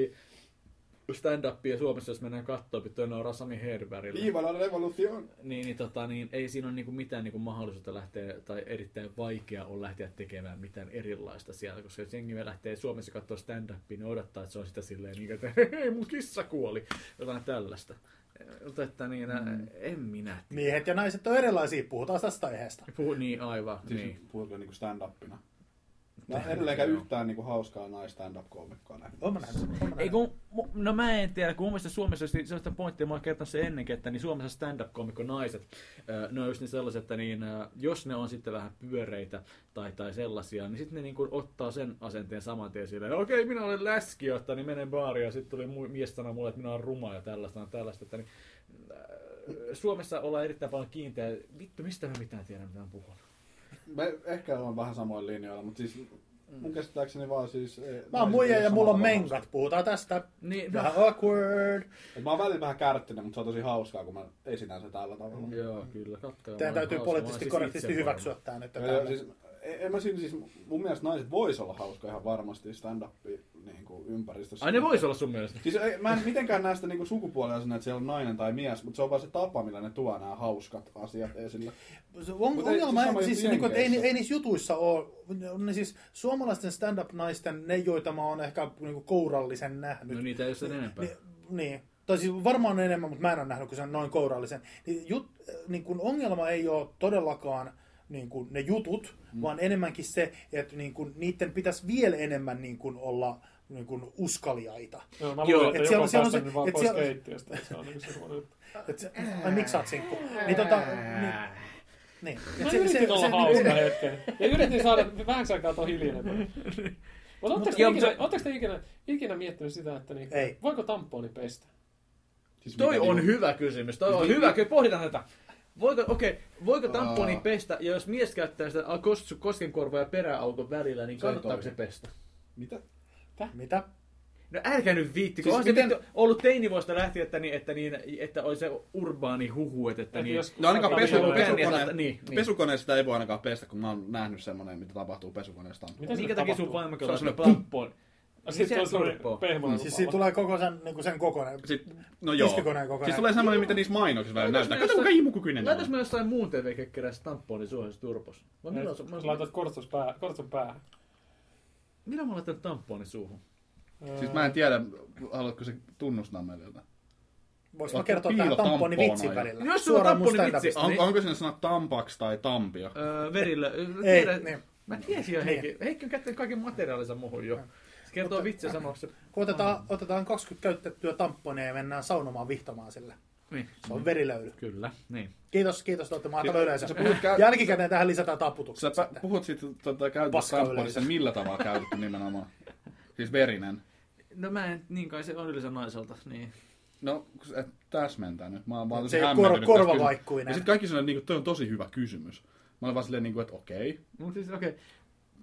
S1: stand-upia Suomessa, jos mennään katsoa, pitää on Rasami Herberillä.
S3: Viiva la revolution!
S1: Niin, niin, tota, niin ei siinä ole niinku mitään niinku mahdollisuutta lähteä, tai erittäin vaikea on lähteä tekemään mitään erilaista siellä, koska jos jengi lähtee Suomessa katsoa stand-upia, niin odottaa, että se on sitä silleen, niin, että hei, mun kissa kuoli, jotain tällaista. Mutta että niin, mm. en minä tiedä.
S4: Miehet ja naiset on erilaisia, puhutaan tästä aiheesta.
S1: Puhu niin aivan,
S3: Siis
S1: niin.
S3: puhutko niinku stand-upina? Mä en edelleenkään yhtään niinku hauskaa nais-stand-up-koomikkoa nähnyt.
S4: Oon mä nähnyt. oon mä nähnyt.
S1: Ei kun, mu- no mä en tiedä, kun mun mielestä Suomessa just sellaista pointtia, mä oon kertonut sen ennenkin, että niin Suomessa stand-up-komikko naiset, ö, ne on just niin sellaiset, että niin, ö, jos ne on sitten vähän pyöreitä tai, tai sellaisia, niin sitten ne niin kuin ottaa sen asenteen saman tien silleen, okei minä olen läskiötta, niin menen baariin ja sitten tuli mu- mies sanoa mulle, että minä olen ruma ja tällaista ja tällaista, että niin, ö, Suomessa ollaan erittäin paljon kiinteä, vittu mistä mä mitään tiedän, mitä mä puhun.
S3: Me ehkä ollaan vähän samoilla linjoilla, mutta siis mun käsittääkseni vaan siis... ei- naiset
S4: Mä oon
S3: ei
S4: muija
S3: ole
S4: ja mulla on
S3: samalla
S4: menkat, puhutaan tästä.
S1: Niin, no,
S4: Vähän awkward.
S3: tavalla. Et Mä oon välillä vähän kärttinen, mutta se on tosi hauskaa, kun mä esitän se tällä tavalla.
S1: joo, kyllä, katsokaa.
S4: Tämä
S1: mä oon
S4: täytyy
S1: hauska,
S4: poliittisesti
S1: mä oon siis
S4: korrektisti
S1: itse
S4: hyväksyä
S1: varma.
S4: tämä nyt.
S3: Ja,
S4: täällä.
S3: ja siis, en en mä siinä, siis, mun mielestä naiset vois olla hauskoja ihan varmasti stand-up niin kuin ympäristössä.
S1: Ai ne vois olla sun mielestä.
S3: Siis ei, mä en mitenkään näistä niinku sukupuolella sinne, että siellä on nainen tai mies, mutta se on vaan se tapa, millä ne tuo nämä hauskat asiat esille.
S4: Se on,
S3: Mut ei-
S4: ongelma,
S3: siis sama
S4: ei,
S3: juttu
S4: siis, niin kuin, ei, ni-
S3: Jenkeissä.
S4: ei niissä jutuissa ole, ne siis suomalaisten stand-up-naisten, ne joita mä oon ehkä niin kuin kourallisen nähnyt.
S1: No niitä ei ole sen enempää.
S4: Ni- niin. Tai siis varmaan on enemmän, mutta mä en ole nähnyt, kun se on noin kourallisen. Niin, jut, niin kun ongelma ei ole todellakaan niin kun ne jutut, mm. vaan enemmänkin se, että niin kun, niiden pitäisi vielä enemmän niin kun olla niin kun uskaliaita.
S5: Joo, mä
S1: Joo,
S4: et
S5: luulen, että
S4: siellä-
S5: joku on
S4: siellä on se-
S5: päästänyt vaan
S4: et
S5: pois
S4: siellä-
S5: keittiöstä. että Se on niinku semmoinen.
S4: Et se, ai miksi sä oot sinkku? Niin, tota, niin, niin. Et se-
S5: Mä
S4: se-
S5: yritin
S4: se-
S5: olla
S4: niin-
S5: hauska hetken. Ja yritin saada vähän aikaa tuon hiljenemään. Mutta ootteko te,
S1: joo,
S5: ikinä,
S1: mutta-
S5: ootteko te ikinä, ikinä miettinyt sitä, että niinku,
S4: Ei.
S5: voiko tamponi pestä?
S3: Siis
S1: Toi
S3: mitä
S1: on
S3: niinku-
S1: hyvä kysymys. Toi on hyvä kysymys. Pohditaan tätä. Voiko, okei, voiko tamponi pestä, ja jos mies käyttää sitä kos- koskenkorvaa ja peräaukon välillä, niin
S3: Se ei
S1: kannattaako se
S3: toimi.
S1: pestä?
S3: Mitä?
S4: Mitä?
S1: No älkää nyt viitti, kun
S3: Siis
S1: on se
S3: miten-
S1: vittu ollut teinivuosta lähtien, että, niin, että, niin, että on se urbaani huhu, että, että
S5: Että
S1: niin,
S5: jos-
S3: No ainakaan
S5: Saattaa
S3: pesu,
S5: vielä-
S3: pesukone,
S1: Niin, niin.
S3: pesukone sitä ei voi ainakaan pestä, kun mä oon nähnyt semmonen, mitä tapahtuu pesukoneesta.
S5: Mitä
S1: minkä
S5: sinne
S1: takia sun
S5: tapahtuu?
S1: vaimokella
S3: Se on
S1: on
S3: semmoinen
S1: plampon?
S5: Ja sit
S1: se
S5: se on
S1: turppoo.
S5: semmoinen pehmoinen
S4: Niin Siis siitä tulee koko sen, niin kuin sen kokoinen.
S3: Sitten, no joo.
S4: Tiskikoneen kokonaan.
S3: Siis tulee semmoinen, mitä niissä mainoksissa välillä
S1: Laitas
S3: näyttää.
S1: me
S3: Kato, kuinka
S1: jossain-
S3: imukukyinen
S1: Laitas mä jossain muun TV-kekkerässä tampponi suohon turpos. Vai
S3: No
S1: milloin,
S3: niin,
S1: se-
S5: Jos laitat kortsun pää- kortsun päähän.
S1: milloin mä laitan tampponi suuhun?
S3: Siis mä en tiedä, haluatko se tunnustaa meiltä.
S4: Voinko mä
S3: Vaikka
S4: kertoa tähän
S3: piilotampona
S4: tamponi
S3: jo.
S4: vitsin
S1: Jos
S4: välillä?
S1: sulla on
S4: Suoraan mun
S1: tamponi vitsi,
S4: stand-upista.
S3: On,
S1: Niin.
S3: onko siinä sana tampaks tai tampio?
S1: Öö, verillä. Öö,
S4: Ei,
S1: tiedän-
S4: niin.
S1: Mä tiesin jo
S4: Niin.
S1: Heikki. Heikki on käyttänyt kaiken materiaalinsa muuhun jo. Se kertoo vitsiä sanoksi.
S4: Kun otetaan, otetaan 20 käytettyä tamponeja ja mennään saunomaan vihtomaan sillä.
S1: Niin.
S4: Se on verilöyly.
S1: Kyllä, niin.
S4: Kiitos, kiitos, että olette maata löydänsä.
S3: Mm. Siis Sä puhut kä-
S4: Jälkikäteen tähän lisätään taputukset.
S3: Sä pä-
S4: sitten.
S3: puhut siitä tota, käytetystä
S4: Paska yleisö.
S3: tamponista, millä tavalla käytetty nimenomaan? Siis verinen.
S1: No mä en, niin kai se on yleensä naiselta, niin.
S3: No, kun- et täsmentänyt. Mä oon vaan
S4: Se ei
S3: tosi
S4: ole
S3: hämmentynyt
S4: kor-
S3: tästä
S4: korvavaikkuinen.
S3: kysymyksestä. Ja sit kaikki sanoo, niinku, toi on tosi hyvä kysymys. Mä olin vaan silleen, niinku, että okei,
S1: Mut siis okei. Okay.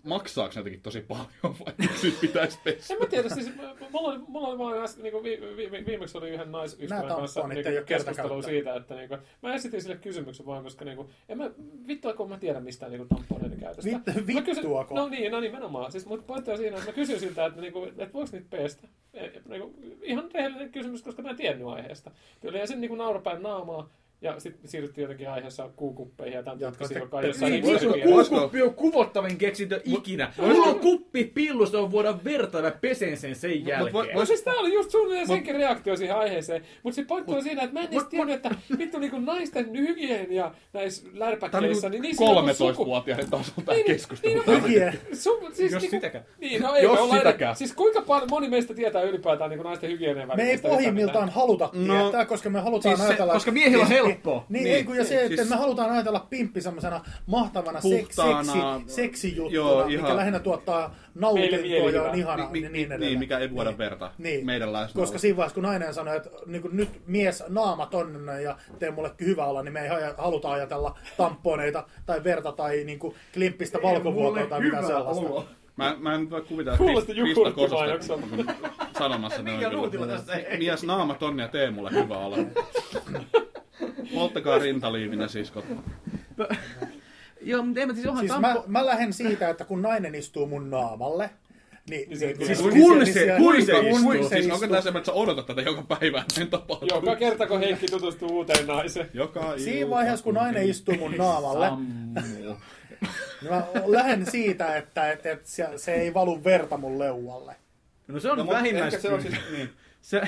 S3: maksaako ne jotenkin tosi paljon vai miksi nyt pitäisi pestä?
S5: En mä tiedä, siis mä- mulla oli, mulla oli vaan äsken, niin vi, vi, vi, viimeksi oli yhden naisystävän
S4: Nää
S5: kanssa
S4: tamponit
S5: niin
S4: ei oo
S5: keskustelua
S4: kertakäyttöä.
S5: siitä, että niin kuin, mä esitin sille kysymyksen vaan, koska niin kuin, en mä, vittua kun mä tiedän mistään niin tamponeiden käytöstä.
S4: Vittu-
S5: Mä kysyn-
S4: vittuako?
S5: No niin, no nimenomaan. Siis mun pointti on siinä, että mä kysyn siltä, että, niin kuin, että voiko niitä peestä. niinku, Niin kuin, ihan rehellinen kysymys, koska mä en tiennyt aiheesta. Kyllä ja sen niin kuin niinku naurapäin naamaa. Ja sitten siirryttiin jotenkin aiheessa kuukuppeihin ja tämän
S4: Ja
S5: tyyppisiin,
S4: te-
S5: joka on
S4: te-
S5: jossain
S4: niin,
S5: niin,
S1: Vittu,
S5: niin,
S3: voisiko-
S1: kuukuppi on kuvottavin keksintö ikinä. Mulla on kuppi pillusta, on vuoda verta ja mä pesen sen sen
S3: Mut voi-
S1: jälkeen.
S5: No
S3: vois-
S5: siis tää oli just suunnilleen senkin reaktio siihen aiheeseen, mutta se pointti on siinä, että mä en edes
S1: mut-
S5: tiennyt, että vittu niinku naisten hygienia näissä
S3: niinku
S5: lärpäkkeissä, niin niissä on joku suku-
S6: 13-vuotiaiden tasolla tämä
S5: Niin,
S6: keskustelu.
S5: niin, no,
S4: Hygie.
S5: Sun, siis
S1: Jos
S5: niinku,
S1: sitäkään.
S5: Niin, no ei
S6: Jos
S5: me olla edes-
S6: sitäkään.
S5: Siis kuinka paljon moni meistä tietää ylipäätään niinku naisten hygienian
S4: Me ei
S5: välineistä yhtään
S4: pohjimmiltaan
S5: mitään?
S4: haluta
S6: No,
S4: tietää, koska me halutaan
S1: siis se-
S4: ajatella...
S1: koska miehillä on helppoa.
S4: Niin,
S6: Niin.
S4: niin, ei kun ja se, että
S6: Siis-
S4: me halutaan ajatella pimppi semmoisena mahtavana
S6: Puhtaana,
S4: Puhtaana, seksi, seksijuttuna,
S6: joo,
S4: mikä
S6: ihan-
S4: lähinnä tuottaa
S5: Meille
S4: nautintoa
S5: mielihyvää.
S4: ja on ihana
S6: Ni-
S4: niin,
S6: ni-
S4: niin, niin, edelleen.
S6: niin, mikä ei vuoda verta meidän läsnä
S4: Koska
S6: ollessa.
S4: siinä vaiheessa, kun nainen sanoo, että niin kuin nyt mies naama tonne ja tee mulle hyvä olla, niin me ei haja- haluta ajatella tamponeita tai verta tai niin kuin klimppistä valkovuotoa tai mitään sellaista.
S6: Mä, mä en nyt voi kuvitella, että
S5: Kuulosti
S6: Kris- Krista Kososta
S5: jukurttimainokselta.
S6: sanomassa noin
S1: Mikä
S6: kyllä.
S1: luutila tässä ei?
S6: Mies naama tonne ja tee mulle hyvä olla. Polttakaa rintaliivinä, siskot.
S1: Joo, mutta en mä siis onhan
S4: Siis mä, mä lähden siitä, että kun nainen istuu mun naamalle, niin,
S5: Niin se-
S4: niin-
S5: siis
S4: niin-
S1: kun
S4: niin
S1: se- kun se istuu.
S4: kun se
S6: Siis onko
S4: istuu.
S6: tässä, että sä odotat tätä joka päivä, että näin tapahtuu?
S5: Joka kerta, kun Heikki tutustuu uuteen naiseen.
S6: Joka
S4: Siinä
S6: ilta,
S4: vaiheessa, kun nainen istuu mun naamalle, niin mä lähden siitä, että, että, että se- se ei valu verta mun leualle.
S1: No se on
S3: No,
S1: no,
S3: mut ehkä
S1: vähimmäis...
S3: se on siis, niin.
S1: Se,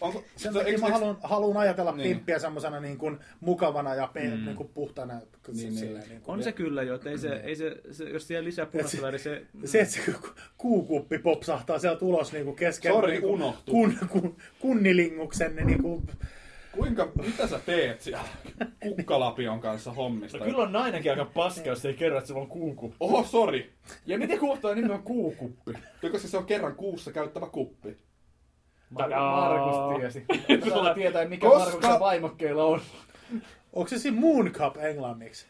S3: Onko,
S4: Sen
S3: se-
S4: takia
S3: eikö-
S4: mä haluan, haluan ajatella
S3: Niin.
S4: niin. pimppiä semmoisena niin kuin mukavana ja pe- mm. niin kuin puhtana. Niin,
S3: niin.
S4: silleen, niin kuin,
S1: on se kyllä jo, että ei se, ei se, se jos siellä lisää punaista väriä, se...
S4: Se, että se ku- kuukuppi popsahtaa sieltä ulos niin kuin kesken
S3: Sori,
S4: niin kuin
S3: unohtui.
S4: kun, kun, kunnilinguksen, niin, niin kuin,
S3: Kuinka, mitä sä teet siellä kukkalapion kanssa hommista?
S1: No on nainenkin aika paska, jos ei kerro, että se on kuuku.
S3: Oho, sori.
S1: Ja miten kohtaa nimi on kuukuppi?
S3: Joko siis se on kerran kuussa käyttävä kuppi?
S1: Markus tiesi. Sulla tietää, mikä
S3: Koska-
S1: Markuksen vaimokkeilla on.
S4: onko se siinä Moon Cup englanniksi?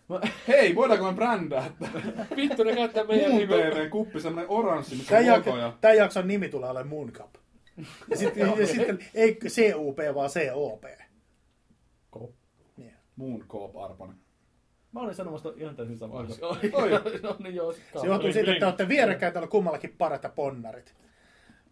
S3: Hei, voidaanko me brändää tämä?
S5: Vittu, ne käyttää meidän
S3: Muun
S5: niinku...
S3: TVn kuppi, semmonen oranssi, missä
S4: Tämän,
S3: on
S4: jak-
S3: logo ja...
S4: tämän jakson nimi tulee olemaan Moon Cup. Ja sitten, ja sitten ei CUP, vaan COP. Niin.
S3: Muun Coop Arpanen.
S1: Mä olin sanomassa ihan täysin samaa.
S3: Oi,
S1: No joo,
S4: Se johtuu siitä, että te olette vierekkäin, teillä on kummallakin parat ja ponnarit.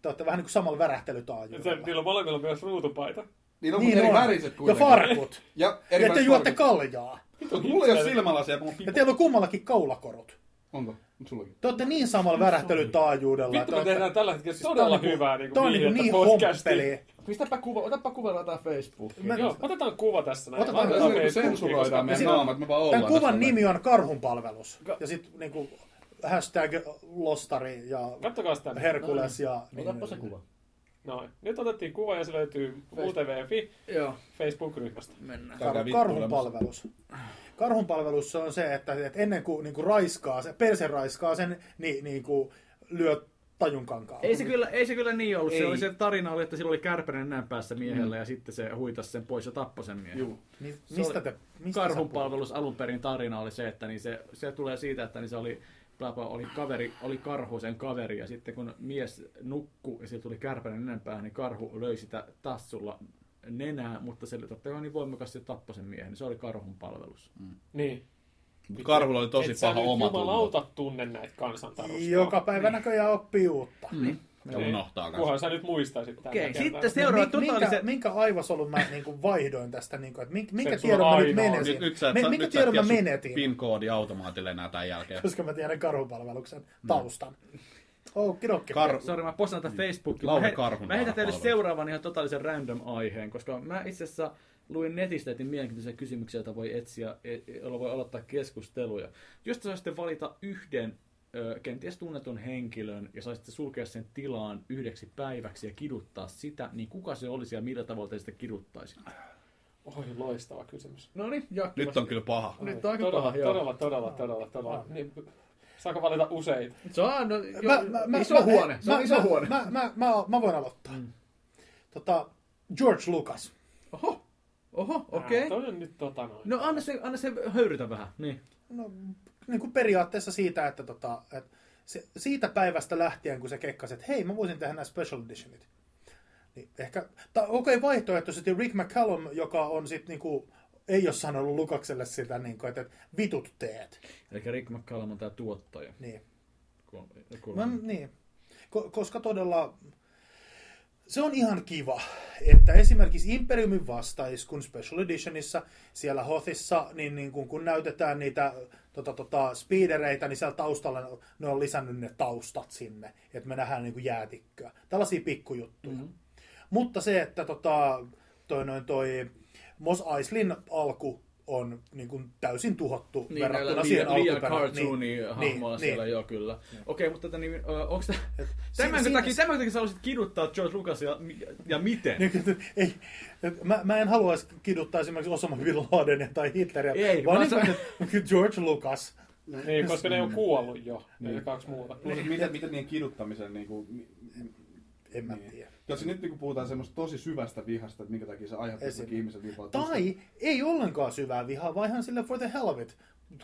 S4: Te olette vähän niin kuin samalla
S5: Se,
S4: värähtelytaajuudella.
S5: niillä on molemmilla myös ruutupaita.
S3: niillä on niin eri väriset
S4: ja
S3: kuitenkin.
S4: farkut.
S3: Ja eri
S4: ja te
S3: väriset
S4: juotte
S3: farkut.
S4: kaljaa.
S3: Mut Mulla ei oo silmälasia, mulla on
S4: Ja
S3: pipo.
S4: teillä on kummallakin kaulakorut.
S3: Onko? Nyt sullakin.
S4: Te olette niin samalla värähtelytaajuudella.
S5: Vittu, me
S4: että
S5: tehdään
S4: olette-
S5: tällä hetkellä
S4: tää on
S5: todella
S4: niinku-
S5: hyvää niinku
S4: tää on niinku
S5: viihdettä
S4: niin
S5: podcastiin.
S4: homppeliä.
S1: Pistäpä kuva, otapa kuva lataa Facebookiin.
S4: Mä-
S5: Joo, otetaan kuva tässä näin.
S4: Otetaan
S5: Laitetaan
S4: kuva.
S3: Tässä
S5: Facebookiin,
S3: niinku sensuroidaan meidän
S4: Siinä-
S3: naamat, me vaan ollaan.
S4: Tämän kuvan
S3: tässä.
S4: nimi on Karhunpalvelus. Ja sitten niinku hashtag Lostari ja
S5: Kattokaa sitä.
S4: Herkules ja... niin
S1: Otapa No se
S4: edelleen.
S1: kuva.
S5: Noin. Nyt otettiin kuva ja se löytyy UTV.fi
S1: Joo,
S5: Facebook-ryhmästä.
S1: mennään.
S3: Käykää
S4: Kar-
S3: vittuilemassa.
S4: karhun palvelus. Karhun palvelus se on se, että, että ennen kuin, niin kuin raiskaa, se, perse raiskaa sen, niin, niin kuin lyö tajun kankaan.
S1: Ei se, kyllä, ei Mm. se kyllä niin ollut. Se,
S3: Ei.
S1: oli, se tarina oli, että sillä oli kärpänen nenän päässä miehellä ja sitten se huitasi sen pois ja tappoi sen miehen.
S3: Juu.
S4: Mi-
S1: Se
S4: mistä
S1: oli-
S4: te, mistä sä
S1: Karhun
S4: puhut?
S1: palvelus alun perin tarina oli se, että niin se, se tulee siitä, että niin se oli, Plapa oli, kaveri, oli karhu sen kaveri ja sitten kun mies nukkui ja sillä tuli kärpänen nenänpäähän, niin karhu löi sitä tassulla nenää, mutta se oli totta kai niin voimakas ja tappoi sen miehen. niin Se oli karhun palvelus.
S5: Niin.
S6: Karhulla oli tosi
S5: Et sä
S6: paha
S5: nyt
S6: oma tunto.
S5: Jumalauta tunne näitä kansantarustoja.
S4: Joka
S1: Niin.
S4: päivä näköjään oppii uutta.
S1: Mm.
S6: Ja
S3: Niin.
S6: unohtaa kanssa.
S5: Niin. Kunhan sä nyt muistaisit tämän.
S1: Okei,
S5: näkemään.
S1: sitten seuraava
S4: Mik- No, minkä,
S1: totaalisen...
S4: minkä aivosolun mä niin kuin vaihdoin tästä, niin kuin, että minkä, minkä
S5: Se sulla
S4: tiedon mä nyt
S5: ainoa on.
S4: menetin?
S6: Nyt, nyt sä et,
S4: Me-
S6: saa-
S4: minkä
S6: nyt sä et
S4: tiedon mä
S6: tiedä sun
S4: menetin?
S6: PIN-koodi automaatille enää tämän jälkeen.
S4: Koska mä tiedän karhunpalveluksen taustan.
S6: Mm.
S4: Oh, kidokki.
S6: Kar-
S1: Sori, mä postaan tätä Facebookiin.
S6: Lauri
S1: Mä he-
S6: Karhun
S1: Mä heitän teille
S6: palvelu.
S1: seuraavan ihan totaalisen random aiheen, koska mä itse asiassa luin netistä etin mielenkiintoisia kysymyksiä, joita voi etsiä, e- e- joilla voi aloittaa keskusteluja. Jos te saisitte valita yhden ö, kenties tunnetun henkilön ja saisitte sulkea sen tilaan yhdeksi päiväksi ja kiduttaa sitä, niin kuka se olisi ja millä tavalla te sitä kiduttaisitte?
S5: Oi, loistava kysymys.
S1: No niin, Jakki.
S6: Nyt on kyllä paha.
S1: Nyt on aika
S5: todella,
S1: paha, joo.
S5: todella, todella, todella, todella. Niin, saako valita useita?
S1: Saa, no, jo,
S4: Mä- mä- mä-
S1: iso
S4: mä-
S1: huone. Se
S4: mä-
S1: on iso
S4: mä-
S1: huone. Mm.
S4: Mä, mä, mä, mä voin aloittaa. Tota, George Lucas.
S1: Oho, oho, okei.
S5: Ää, Toi on nyt tota noin.
S1: No anna se, anna se höyrytä vähän, niin.
S4: No, niin kuin periaatteessa siitä, että tota, et se, siitä päivästä lähtien, kun sä kekkasit, että hei, mä voisin tehdä nämä special editionit. Niin ehkä, tai okei, vaihtoehtoisesti Rick McCallum, joka on sit niinku, ei ole sanonut Lukakselle sitä, niinku, että että vitut teet.
S1: Eli Rick McCallum on tämä tuottaja.
S4: Niin.
S1: Kun, kun...
S4: Mä, niin. Ko- koska todella se on ihan kiva, että esimerkiksi Imperiumin vastaiskun Special Editionissa siellä Hothissa, niin, niin kun, kun näytetään niitä tota, tota, speedereitä, niin siellä taustalla ne on lisännyt ne taustat sinne, että me nähdään niin kuin jäätikköä. Tällaisia pikkujuttuja. Mm-hmm. Mutta se, että tota, toi, noin, toi Mos Eislin alku on niin kuin täysin tuhottu
S1: Niin,
S4: verrattuna
S1: näillä
S4: siihen
S1: liian, liian
S4: alkuperään.
S1: cartooni niin, hahmoa niin, siellä niin. jo kyllä. Okei, mutta tätä, niin, ö, onks tä... tämän,
S4: si-
S1: takia,
S4: siinä-
S1: tämän takia sä haluaisit kiduttaa George Lucasia mi- ja miten?
S4: Niin, että ei, mä, mä en haluaisi kiduttaa esimerkiksi Osama Bin Ladenia tai Hitleriä,
S1: Ei,
S4: vaan
S1: vaan
S4: niin kuin George Lucas.
S5: Niin, koska ne on kuollut jo, ne
S6: Niin.
S5: kaksi muuta.
S3: Plus, että miten, miten niiden kiduttamisen, niin kuin,
S4: En mä
S3: Niin.
S4: tiedä.
S3: jos nyt niin puhutaan semmoista tosi syvästä vihasta, että minkä takia se aiheuttaa
S4: Esim.
S3: jotenkin ihmisen vihaa.
S4: Tai ei ollenkaan syvää vihaa, vaan ihan sille for the hell of it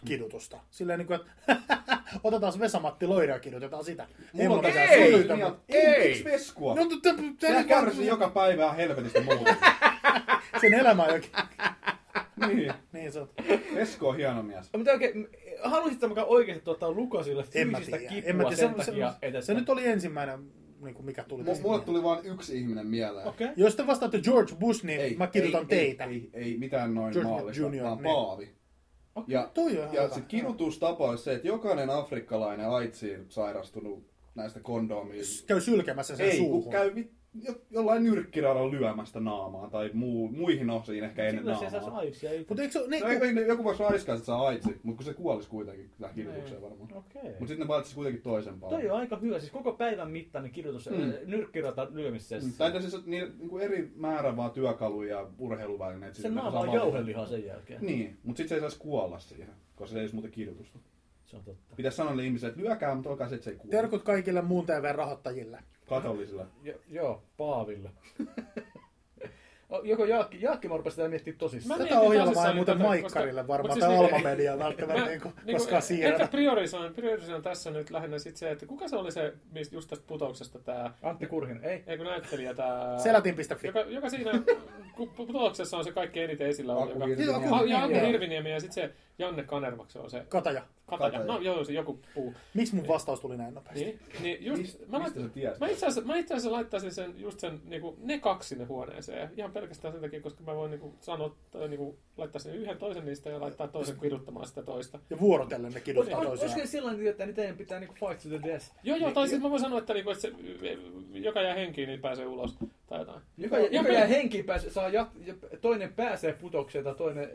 S4: kidutusta. Silleen niin kuin, että otetaan Vesamatti Loira ja kidutetaan sitä.
S3: Mulla on
S4: mulla
S3: tätä
S4: mitään
S1: ei,
S4: syytä,
S3: ei,
S4: mutta-
S3: ei, ei, veskua?
S4: No, mutta tämä-
S3: Sehän
S4: tämä-
S3: kärsii joka päivä helvetistä muuta.
S4: Sen elämä on jokin.
S3: niin.
S4: Niin se on.
S3: Vesku on hieno mies.
S1: Mutta oikein, haluaisitko mukaan oikeasti tuottaa Lukasille
S4: En mä
S1: fyysistä
S4: tiedä.
S1: kipua
S4: En mä tiedä.
S1: sen
S4: Se, se,
S1: takia, että...
S4: se, se nyt oli ensimmäinen, niin kuin mikä tuli.
S3: M-
S4: tässä
S3: mulle
S4: mieleen.
S3: tuli vain yksi ihminen mieleen.
S1: Okei. Okay.
S4: Jos te vastaatte George Bush, niin mä kidutan
S3: ei,
S4: teitä.
S3: Ei, ei, ei mitään noin
S4: George
S3: maallista,
S4: Junior,
S3: vaan
S4: niin.
S3: paavi. Ja,
S4: Toi on ihan
S3: ja
S4: hyvä.
S3: se kidutustapa on se, että jokainen afrikkalainen aitsiin sairastunut näistä kondomiin.
S4: käy sylkemässä sen
S3: Ei,
S4: suuhun.
S3: kun käy vit- jo, jollain nyrkkiradan lyömästä naamaa tai muu, muihin osiin ehkä ennen
S1: Silloin se ei saisi
S3: naamaa.
S1: aisia itse.
S4: Mutta eikö se ole, niin,
S3: No, ei, ei, joku voisi raiskaa, että saa aitsi, mutta kun se kuolisi kuitenkin tähän kidutukseen varmaan.
S1: Okei.
S3: Mutta sitten ne valitsisi kuitenkin toisen paavi.
S1: Toi on aika hyvä, siis koko päivän mittainen kirjoitus mm. nyrkkirata
S3: Mm,
S1: lyömisessä.
S3: Tai no siis on niin, niin kuin eri määrä vaan työkaluja ja urheiluvälineet.
S1: Sen naama on jauhelihaa sen
S4: Mm.
S1: jälkeen.
S3: Niin, mutta sitten se ei saisi kuolla siihen, koska se ei olisi muuten kidutusta.
S1: Se on totta.
S3: Pitäisi sanoa niille ihmisille, että lyökää, mutta olkaa se, että se ei kuole.
S4: terkut kaikille muun
S5: No
S4: TV-rahoittajille.
S3: Katollisilla.
S1: Jo, joo, Paaville. O, Joko Jaakki, Jaakki mä rupesin tätä miettiä tosissaan.
S5: Mä
S4: Tätä
S5: mietin
S4: ohjelmaa ei
S5: tosissani
S4: muuten
S5: tätä,
S4: Maikkarille
S5: niin koska-
S4: varmaan,
S5: mut
S4: tai
S5: siis
S4: Alma
S5: niinku-
S4: Mediaan välttämättä
S1: niinku,
S4: niin kuin, koskaan
S5: Ehkä
S4: siirretä.
S5: priorisoin, priorisoin tässä nyt lähinnä sit se, että kuka se oli se, mistä just tästä putouksesta tämä,
S1: Antti Kurhin, ei.
S5: eikö näyttelijä tämä...
S4: Selatin.fi.
S5: Joka, joka siinä ku- putouksessa on se kaikki eniten esillä ollut.
S3: Aku
S5: Joka,
S3: Virtanen.
S4: Joo, Aku
S5: Ah, ja Aku
S4: Joo.
S5: Hirviniemi ja sitten se Janne Kanervak, se on se
S4: Kataja.
S5: kataja.
S3: Kataja.
S5: No joo, se joku puu.
S4: Miksi mun vastaus tuli näin nopeasti?
S5: Niin, niin just,
S3: Mist-
S5: mä,
S3: mistä sä tiedät?
S5: mä, itse asiassa, mä itse asiassa laittaisin sen, just sen, niinku, ne kaksi sinne huoneeseen. Ihan pelkästään sen takia, koska mä voin niinku, sanoa, tai niinku, laittaa sen yhden toisen niistä ja laittaa toisen kiduttamaan sitä toista.
S4: Ja vuorotellen ne kiduttaa
S1: Olisiko
S4: toisiaan.
S1: se silloin, että niitä teidän pitää niinku fight to the death?
S5: Joo, joo, tai siis mä voin sanoa, että, niinku, että se, joka jää henkiin, niin pääsee ulos. Tai jotain.
S1: Joka,
S5: Joo,
S1: joka
S5: joo.
S1: jää henkiin pääsee, saa jat, ja- toinen pääsee putokseen tai toinen...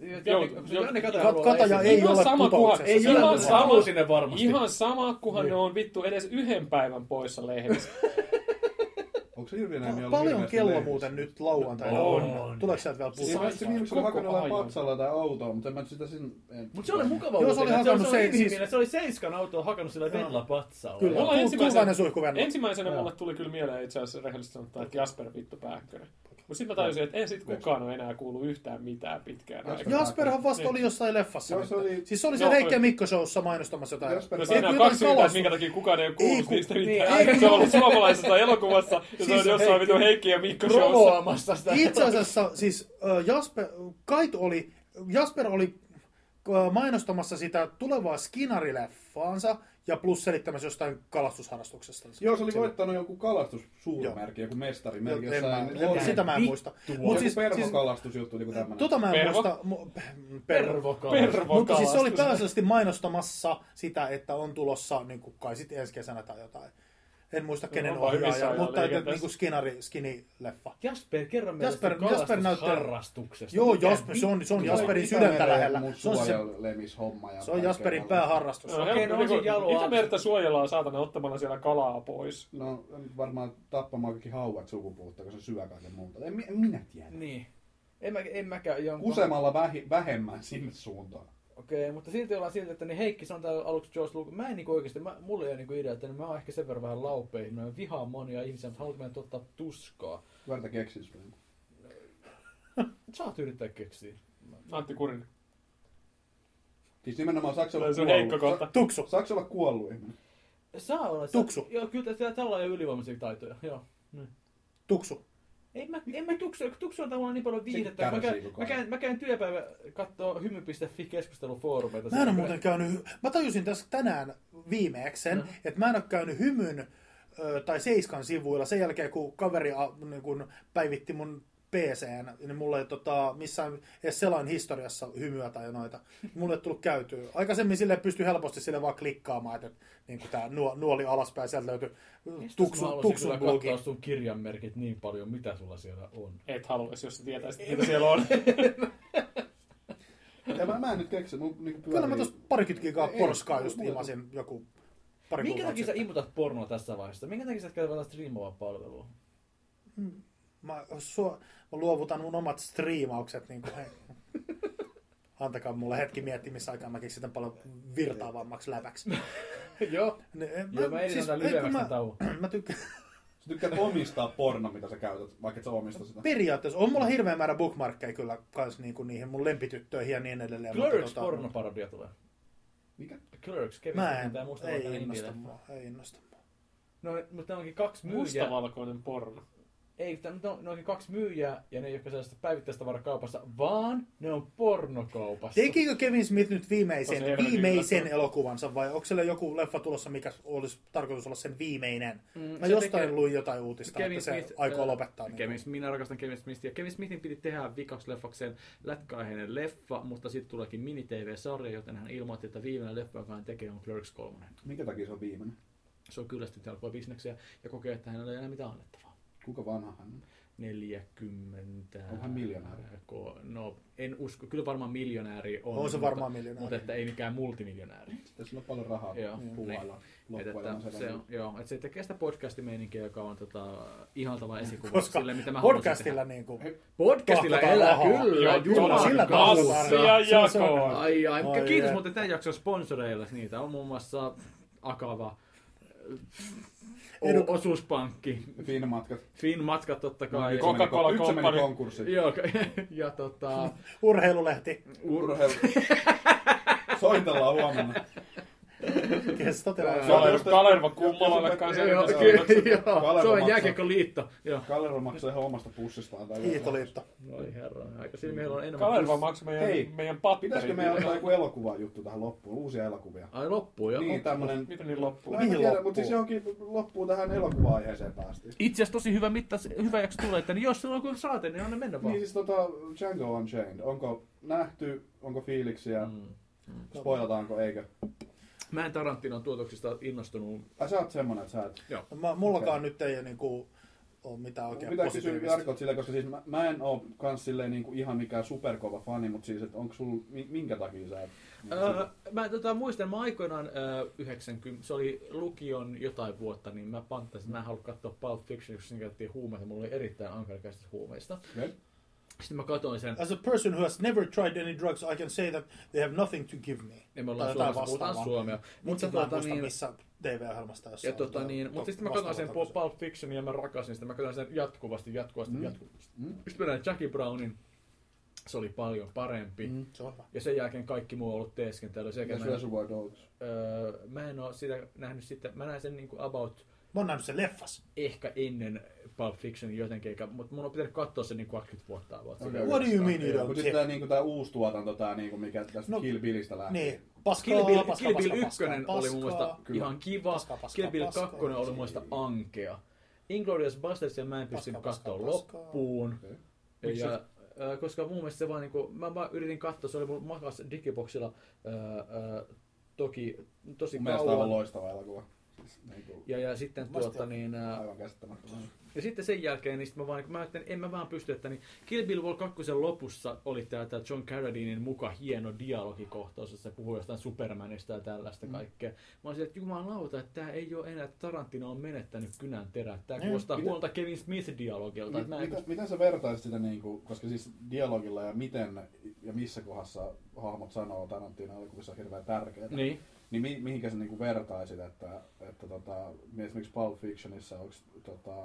S5: Joo,
S1: Janne,
S5: joo.
S1: Janne Kataja
S4: Kat-
S1: haluaa
S4: Kataja
S1: esiin.
S4: ei
S5: Ihan
S4: ole
S5: sama kuva.
S4: putouksessa.
S5: Ei
S4: Ei
S1: Janne
S5: ole
S1: Kataja
S5: ihan sama.
S1: haluaa sinne varmasti.
S5: Ihan sama, kunhan ne on vittu edes yhden päivän poissa lehdessä.
S3: Onko se Irvinen
S4: Pa-
S3: ollut
S4: paljon
S3: hirveästi
S5: niin.
S4: kello
S3: lehdissä?
S4: muuten nyt lauantaina
S5: On. Siis-
S4: on? Tuleeko sieltä vielä
S3: Ei,
S4: puhutaan?
S3: mä- Siis se viimeksi oli
S5: Koko
S3: hakannut jollain
S5: ajan.
S3: patsalla tai autoa, mutta en mä nyt sitä sinne... en-
S1: Mutta se oli mukava
S4: Joo, se oli
S1: uutinen.
S4: hakannut
S1: se, oli
S4: se- siis-
S1: inhimillinen. se oli seiskan autoa hakannut sillä vedellä patsalla.
S4: Kyllä,
S5: Mulla
S4: Kul-
S5: ensimmäisenä-
S4: kultainen suihkuvenno.
S5: Ensimmäisenä mulle tuli kyllä mieleen itse asiassa rehellisesti sanottuna, että Jasper vittu pääkkönen. Mutta sitten mä tajusin, että en sit kukaan ole enää kuullut yhtään mitään pitkään
S3: Jasper-
S5: aikaan.
S4: Jasperhan vasta
S5: Niin.
S4: oli jossain leffassa.
S3: Joo, se
S4: nyt.
S3: oli-
S4: Siis se oli se
S5: Joo,
S4: Reikke
S5: oli.
S4: Mikko Showssa mainostamassa jotain.
S3: Jasper
S5: No
S4: Ei,
S5: siinä on
S4: kun
S5: kaksi
S4: jotain
S5: syytä, että
S4: kalas-
S5: minkä takia kukaan ei ole
S4: Ei,
S5: kuullut
S4: kun-
S5: niistä
S1: niin,
S5: mitään.
S1: ei,
S5: se on ollut suomalaisessa elokuvassa ja se
S1: Siis
S5: on jossain
S1: Heikki-
S5: vittu Heikki ja Mikko showssa.
S1: Promoamassa sitä.
S4: Itse asiassa siis äh, Jasper, Kait oli, Jasper oli äh, mainostamassa sitä tulevaa Skinari-leffaansa ja plus selittämässä jostain kalastusharrastuksesta.
S3: Joo, se oli
S4: Sillä-
S3: voittanut joku kalastussuurmerkki, joku mestarimerkki
S4: en mä,
S3: jossain.
S4: en, sitä mä en muista.
S3: Mutta
S4: Mutta
S3: siis...
S4: siis, siis
S3: Pervokalastusjuttu, joku tämmönen.
S4: tota mä en
S5: Pervo.
S4: muista. mu- pe- Pervo.
S1: Pervokaa.
S5: Pervo
S4: Mutta siis se oli
S5: kalastus.
S4: pääasiallisesti mainostamassa sitä, että on tulossa niin kuin, kai sitten ensi kesänä tai jotain. En muista kenen
S5: No, onpa hyvissä
S4: ohjaaja,
S5: ajoin
S4: mutta että,
S5: liikenteessä.
S4: niin kuin Skinari, Skinny-leffa.
S1: Jasper, kerro meille
S4: Jasper-
S1: Jasper, Jasper
S4: Jasper näyttää-
S1: harrastuksesta.
S4: Joo, Jasper, se on, se on
S3: Joo,
S4: Jasperin
S3: Itämeren
S4: sydäntä lähellä.
S3: mut
S4: Se on se,
S3: suojelemishomma ja
S4: se on
S3: kaikkea
S4: Jasperin
S3: tällaista.
S4: pääharrastus.
S5: No,
S1: Okei,
S5: helppo,
S1: no on siinä
S5: niinku,
S1: jaloa-
S5: Itämerta suojellaan saatana ottamalla siellä kalaa pois.
S3: No varmaan tappamaan kaikki hauvat sukupuutta, kun se syö kaiken muuta. En, mi- en minä tiedä.
S1: Niin. En, mä, en mäkään jonkun...
S3: Kusemalla vähi, vähemmän sinne suuntaan.
S1: Okei, mutta silti ollaan silti, että niin Heikki sanoi täällä aluksi George Lucas. Mä en niinku oikeesti, mä, mulla ei ole niinku idea, että mä oon ehkä sen verran vähän laupeihin. Mä vihaan monia ihmisiä, mutta haluanko mä ottaa tuskaa?
S3: Verta keksin sulle.
S1: Saat yrittää keksiä.
S5: Antti Kurin.
S3: Siis nimenomaan Saksa
S5: Se on
S3: kuollut.
S5: heikko kohta.
S4: Tuksu.
S3: Saksa olla kuollut ihminen.
S1: Saa olla.
S4: Tuksu.
S1: Joo, kyllä tää- tällä on jo ylivoimaisia taitoja. Joo.
S4: Tuksu.
S1: Ei mä, en mä tuksu, tuksu on tavallaan niin paljon viihdettä.
S3: kärsii
S1: Mä käyn,
S3: koko
S1: mä,
S3: ajan.
S1: käyn, mä käyn työpäivä kattoo hymy.fi keskustelufoorumeita.
S4: Mä en ole
S1: Siellä-
S4: muuten käynyt, mä tajusin tässä tänään viimeeksen,
S1: Mhm.
S4: että mä en ole käynyt hymyn ö, tai Seiskan sivuilla sen jälkeen, kun kaveri a- niin kun päivitti mun PCn, niin mulla ei tota, missään edes selain historiassa hymyä tai noita. Mulle ei tullut käytyä. Aikaisemmin sille pystyi helposti sille vaan klikkaamaan, että niin kuin tää nuo- nuoli alaspäin, sieltä löytyi tuksun, tuksun blogi.
S1: katsoa sun kirjanmerkit niin paljon, mitä sulla siellä on.
S5: Et haluaisi, jos sä tietäisit, mitä siellä on.
S3: Ja mä, mä en nyt keksi. Mun, niin
S4: Kyllä mä tuossa parikymmentä gigaa
S3: Ei,
S4: porskaa
S3: ei,
S4: just
S3: mulla-
S4: ilmasin joku pari
S1: Minkä
S4: kuukautta
S1: takia sä
S4: sitten.
S1: imutat pornoa tässä vaiheessa? Minkä takia sä käytät tätä striimaavaa palvelua?
S4: Mä, sua, mä luovutan mun omat striimaukset. Niin kuin, hei. Antakaa mulle hetki miettimisaikaa, mä keksin tämän paljon virtaavammaksi läpäksi.
S1: Joo.
S4: Ne, eh,
S1: Joo, mä editän tän
S4: ei, kun
S1: lyhyemmäksi
S4: mä-
S1: tän tauon.
S4: Mä tykkään,
S3: Sä tykkäät omistaa porno, mitä sä käytät, vaikka et sä omista sitä.
S4: periaatteessa, on mulla hirveä määrä bookmarkkeja kyllä kans niinku niihin mun lempityttöihin ja niin edelleen. mutta
S1: Clerks pornoparodia tulee.
S3: Mikä?
S1: Clerks, Kevin
S4: Mä
S1: Smith
S4: en,
S1: ja musta
S4: ei
S1: valkoinen
S4: innosta
S1: indie-leffa.
S4: mua, ei innosta mua.
S1: No, mutta ne onkin kaksi myyjää.
S5: Mustavalkoinen porno.
S1: Ei, tää- ne on, ne onkin kaksi myyjää ja ne ei ole sellaista päivittäistavarakaupassa, vaan ne on pornokaupassa.
S4: Tekikö Kevin Smith nyt
S5: Tosi
S4: viimeisen,
S5: helvetin
S4: viimeisen
S5: yllättävää.
S4: elokuvansa vai onko siellä joku leffa tulossa, mikä olisi tarkoitus olla sen viimeinen?
S1: Mm,
S4: Mä
S1: se
S4: jostain
S1: tekee-
S4: luin jotain uutista,
S1: Kevin
S4: että se
S1: Smith,
S4: aikoo
S1: äh,
S4: lopettaa.
S1: Kevin,
S4: Niin.
S1: minä rakastan Kevin Smithia. Kevin Smithin piti tehdä vikaksi leffakseen lätkäaiheinen leffa, mutta sitten tuleekin mini-tv-sarja, joten hän ilmoitti, että viimeinen leffa, jonka hän tekee, on Clerks 3.
S3: Minkä takia se on viimeinen?
S1: Se on kyllästynyt alkoi bisneksiä ja kokee, että hänellä ei enää mitään annettavaa.
S3: Kuinka vanha hän on?
S1: 40...
S3: Onko hän miljonääri?
S1: Ko- No, en usko. Kyllä varmaan miljonääri on. niin,
S4: On se varmaan miljonääri.
S1: Mutta että ei mikään multimiljonääri.
S3: Sitten sillä on paljon rahaa.
S1: Joo. Niin.
S3: Puuhaillaan.
S1: Et,
S3: Loppuelämän
S1: että se, on, joo, että se tekee sitä podcastimeininkiä, joka on tota, ihaltava esikuva
S4: Koska
S1: sille, mitä mä haluaisin
S4: podcastilla
S1: tehdä.
S4: niin kuin,
S1: Podcastilla
S4: Tahdotaan
S1: elää,
S4: rahaa.
S1: kyllä,
S5: Joo,
S1: jumalan
S4: sillä
S1: kanssa.
S4: tahdotaan
S5: Kassia
S4: rahaa. Se on-
S5: jakoon.
S1: Ai, ai,
S4: Ai,
S1: kiitos
S4: ai.
S1: muuten tämän jakson sponsoreille. Niitä on muun muassa Akava,
S4: Edu-
S1: o- Osuuspankki,
S3: Finmatkat.
S1: Finmatkat totta
S3: Niin,
S1: kai.
S5: Coca- Coca-Cola
S3: Nyt se meni
S5: Company.
S3: konkurssiin.
S1: Joo, ja tota,
S4: Urheilulehti.
S3: Urheilu. Soitellaan huomenna.
S4: Kestotellaan.
S3: Ää,
S4: Se on-
S5: Kalerva, Kalerva kummalalle
S3: Joo,
S5: kanssa.
S1: joo,
S3: No, se on-
S1: ky- joo,
S3: Kaleva
S1: se on
S3: maksaa.
S1: jääkiekkoliitto. Joo.
S3: Kalero maksaa ihan omasta pussistaan.
S4: Niin,
S3: tai
S4: Kiitoliitto.
S1: Noi herra, aika siinä meillä on enemmän.
S5: Kalerva
S1: pussia.
S5: maksoi meidän,
S3: Hei,
S5: meidän
S3: Pitäisikö
S5: patterin.
S3: meillä ottaa joku elokuvajuttu tähän loppuun? Uusia elokuvia.
S1: Ai loppuu jo.
S3: Niin, tämmönen...
S5: Mitä niin loppuu?
S3: No en mä
S4: Mihin
S3: tiedä,
S4: loppuu?
S3: mutta siis johonkin loppuun tähän elokuva-aiheeseen päästiin.
S1: Itse asiassa tosi hyvä, mitta, hyvä jakso tulee, että niin jos silloin kun saatiin, niin anna mennä vaan.
S3: Niin siis tota Django Unchained, onko nähty, onko fiiliksiä, mm. spoilataanko, eikö?
S1: Mä en Tarantinon tuotoksista innostunut.
S3: Ai sä oot semmonen, että sä et...
S4: Mä, mullakaan nyt ei niin kuin, ole mitään oikein
S3: Pitää kysyä
S4: positiivista.
S3: Jarkot silleen, koska siis mä, mä en oo kans silleen niinku ihan mikään superkova fani, mutta siis et onko sul, mi- minkä takia sä et...
S1: Öö, mä tota, muistan, mä aikoinaan öö, 90, se oli lukion jotain vuotta, niin mä panttasin, mä en halua katsoa Pulp Fiction, kun siinä käytettiin huumeita, mulla oli erittäin ankara käsitys huumeista.
S3: Okei.
S1: Sitten mä katsoin sen,
S4: As a person who has never tried any drugs, I can say that they have nothing to give me.
S1: ja me ollaan
S4: Tai jotain
S1: Suomessa, puhutaan
S4: vastaavaa.
S1: suomea. Mutta
S4: Mutta tuota,
S1: tota,
S4: muista
S1: niin,
S4: missä TV-ohjelmasta jossain.
S1: ja tota, niin, mutta sitten mä katsoin sen Pulp Fiction ja mä rakasin sitä, mä katsoin sen jatkuvasti, jatkuvasti,
S3: Mm.
S1: jatkuvasti.
S3: Mm.
S1: Sitten mä näin Jackie Brownin, se oli paljon parempi.
S3: Mm.
S4: Se on hyvä.
S1: Ja sen jälkeen kaikki muu on ollut teeskentely. Sen
S3: Mitäs
S1: jälkeen mä, en,
S3: Reservoir Dogs?
S1: öö, mä en ole sitä nähnyt sitten, mä näin sen niin kuin about
S4: Mä oon nähnyt sen leffas.
S1: ehkä ennen Pulp Fiction jotenkin, eikä, mutta mun on pitänyt katsoa se niin 20 vuotta. niin About
S3: Okei.
S4: What do you mean you
S3: Joo,
S4: don't
S3: kun sit
S4: care?
S3: tää niinku tää uusi tuotanto, tää niinku mikä tästä
S4: Niin, No,
S3: Kill Billistä lähtee.
S4: Niin. Paskaa,
S1: Äh. Kill Bill,
S4: paskaa,
S1: Kill Bill 1
S4: paskaa, paskaa,
S1: oli mun mielestä
S4: paskaa.
S3: Kyllä.
S1: ihan kiva.
S4: Paskaa, paskaa,
S1: Kill Bill
S4: paskaa.
S1: 2 oli mun mielestä ankea. Inglourious Basterds ja mä en pystynyt
S4: Paskaa, paskaa,
S1: katsoa
S4: paskaa.
S1: loppuun.
S3: Okei.
S1: Ja, ää, koska mun mielestä se vaan niinku, mä vaan yritin katsoa, se oli mun makas digiboksilla ää, ää, toki tosi
S3: Mun mielestä aivan
S1: kauan.
S3: loistava elokuva. Siis niinku
S1: Ja, ja sitten
S4: Musta-
S1: tuota niin, ää,
S3: aivan käsittämättömän.
S1: Ja sitten sen jälkeen, niin sit mä vaan, mä ajattelin, en mä vaan pysty, että niin Kill Bill Vol 2 lopussa oli tää, tää John Carradinin muka hieno dialogikohtaus, jossa se puhuu jostain Supermanista ja tällaista mm. kaikkea. Mä olisin, että jumalauta, että tää ei ole enää, että Tarantino on menettänyt kynän terät. Tää kuulostaa
S3: mitä-
S1: huolta Kevin Smith-dialogilta. että mä en
S3: Mitä, mitä sä vertaisit sitä, niin kuin, koska siis dialogilla ja miten ja missä kohdassa hahmot sanoo Tarantin elokuvissa on hirveän tärkeää. Niin,
S1: Niin.
S3: niin mi, mihinkä sä niin kuin vertaisit, että, että tota, esimerkiksi Pulp Fictionissa onko tota,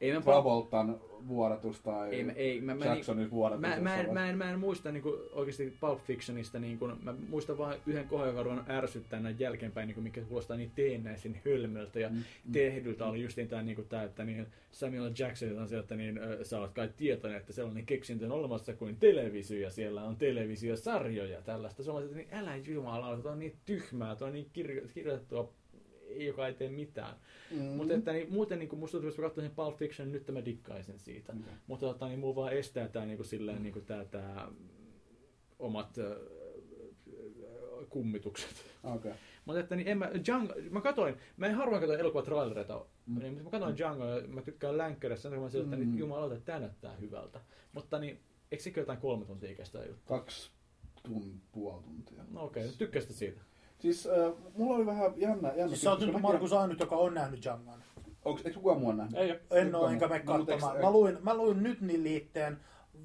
S1: Ei mä,
S3: Travoltan vuodatus tai
S1: No, ei, mä, ei, mä, mä, niin-
S3: Jacksonin vuodatus?
S1: Mä, mä, en,
S3: jossain
S1: mä, en, mä en muista niinku oikeasti Pulp Fictionista, niinku, mä muistan vain yhden kohdan, joka on ruvennut ärsyttää näin jälkeenpäin, niinku, mikä kuulostaa niin teennäisen hölmöltä ja mm, tehdyltä oli just tämä, niinku, tää, että niin Samuel Jackson on se, että niin, ö, sä olet kai tietoinen, että sellainen keksintö on olemassa kuin televisio ja siellä on televisiosarjoja tällaista. Se on että niin, älä jumalauta, toi on niin tyhmää, toi on niin kirjo, kirjoitettua joka ei tee mitään. Mm. Mutta että, niin, muuten niin kuin, musta tuntuu, että jos mä katsoin sen Pulp Fiction, niin nyt mä dikkaisin siitä. Mm. Mutta tota, niin mulla vaan estää tämä niin kuin, silleen, mm. niin kuin, tää, tää, omat äh, kummitukset.
S3: Okei.
S1: Mutta että niin en mä, Django, mä katoin, mä en harvoin katso elokuvatrailereita, mm. niin, mutta mä katoin Django ja mä tykkään länkkärissä, sen takia mä sanoin, että
S3: Mm.
S1: niin, jumalauta, tää näyttää hyvältä. Mutta niin, eikö sekin jotain kolme tuntia kestää juttu?
S3: Kaksi tun, puoli tuntia.
S1: No okei, okay, tykkäsit siitä.
S3: Siis äh, mulla oli vähän jännä... jännä
S4: Siis sä oot
S3: koska
S4: nyt
S3: mäkin-
S4: Markus ainut, joka on nähnyt Jangan.
S3: Onks, eikö kukaan mua nähnyt?
S5: Ei oo.
S4: En
S3: Nyt
S4: oo,
S3: on.
S4: enkä mene
S3: No, mutta
S4: katsomaan.
S3: eikö-
S4: Mä luin, mä luin nyt niin liitteen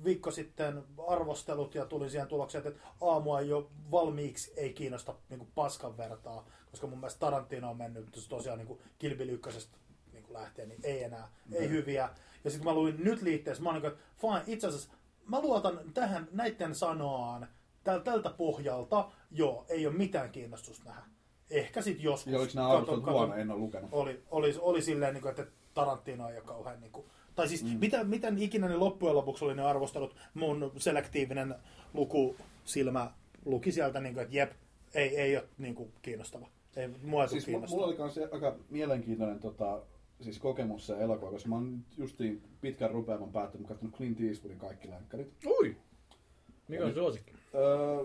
S4: viikko sitten arvostelut ja tulin siihen tulokseen, että aamua jo valmiiksi ei kiinnosta niin kuin paskan vertaa, koska mun mielestä Tarantino on mennyt jos tosiaan niin kuin Kill Bill ykkösestä niin kuin lähtee, niin ei enää,
S3: Mm.
S4: ei hyviä. Ja sitten mä luin nyt liitteessä, mä oon niin kuin, fine, itse asiassa mä luotan tähän näiden sanaan, täl- tältä pohjalta, joo, ei ole mitään kiinnostusta nähdä. Ehkä sitten joskus.
S3: Ja oliko nämä
S4: Katon-
S3: arvostelut
S4: katon-
S3: huono, en ole lukenut.
S4: oli, oli, oli silleen, niin kuin, että Tarantino ei ole kauhean... Niin kuin, tai siis mm. mitä, miten ikinä ne loppujen lopuksi oli ne arvostelut, mun selektiivinen luku, silmä luki sieltä, niin kuin, että jep, ei, ei ole niin kuin, kiinnostava. Ei, mua ei siis
S3: Siis mu-
S4: kiinnostava.
S3: mulla oli kans aika mielenkiintoinen tota, siis kokemus se elokuva, koska mä oon nyt justiin pitkän rupeaman päättänyt, mä oon katsonut Clint Eastwoodin kaikki länkkärit.
S1: Ui! Mikä on suosikki?
S3: Öö,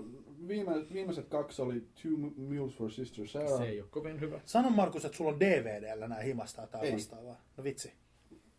S3: viime, viimeiset kaksi oli Two M- Mules for Sister Sarah.
S1: Se ei ole kovin hyvä.
S4: Sano Markus, että sulla on DVDllä nämä himasta tai
S3: Ei.
S4: vastaavaa. No vitsi.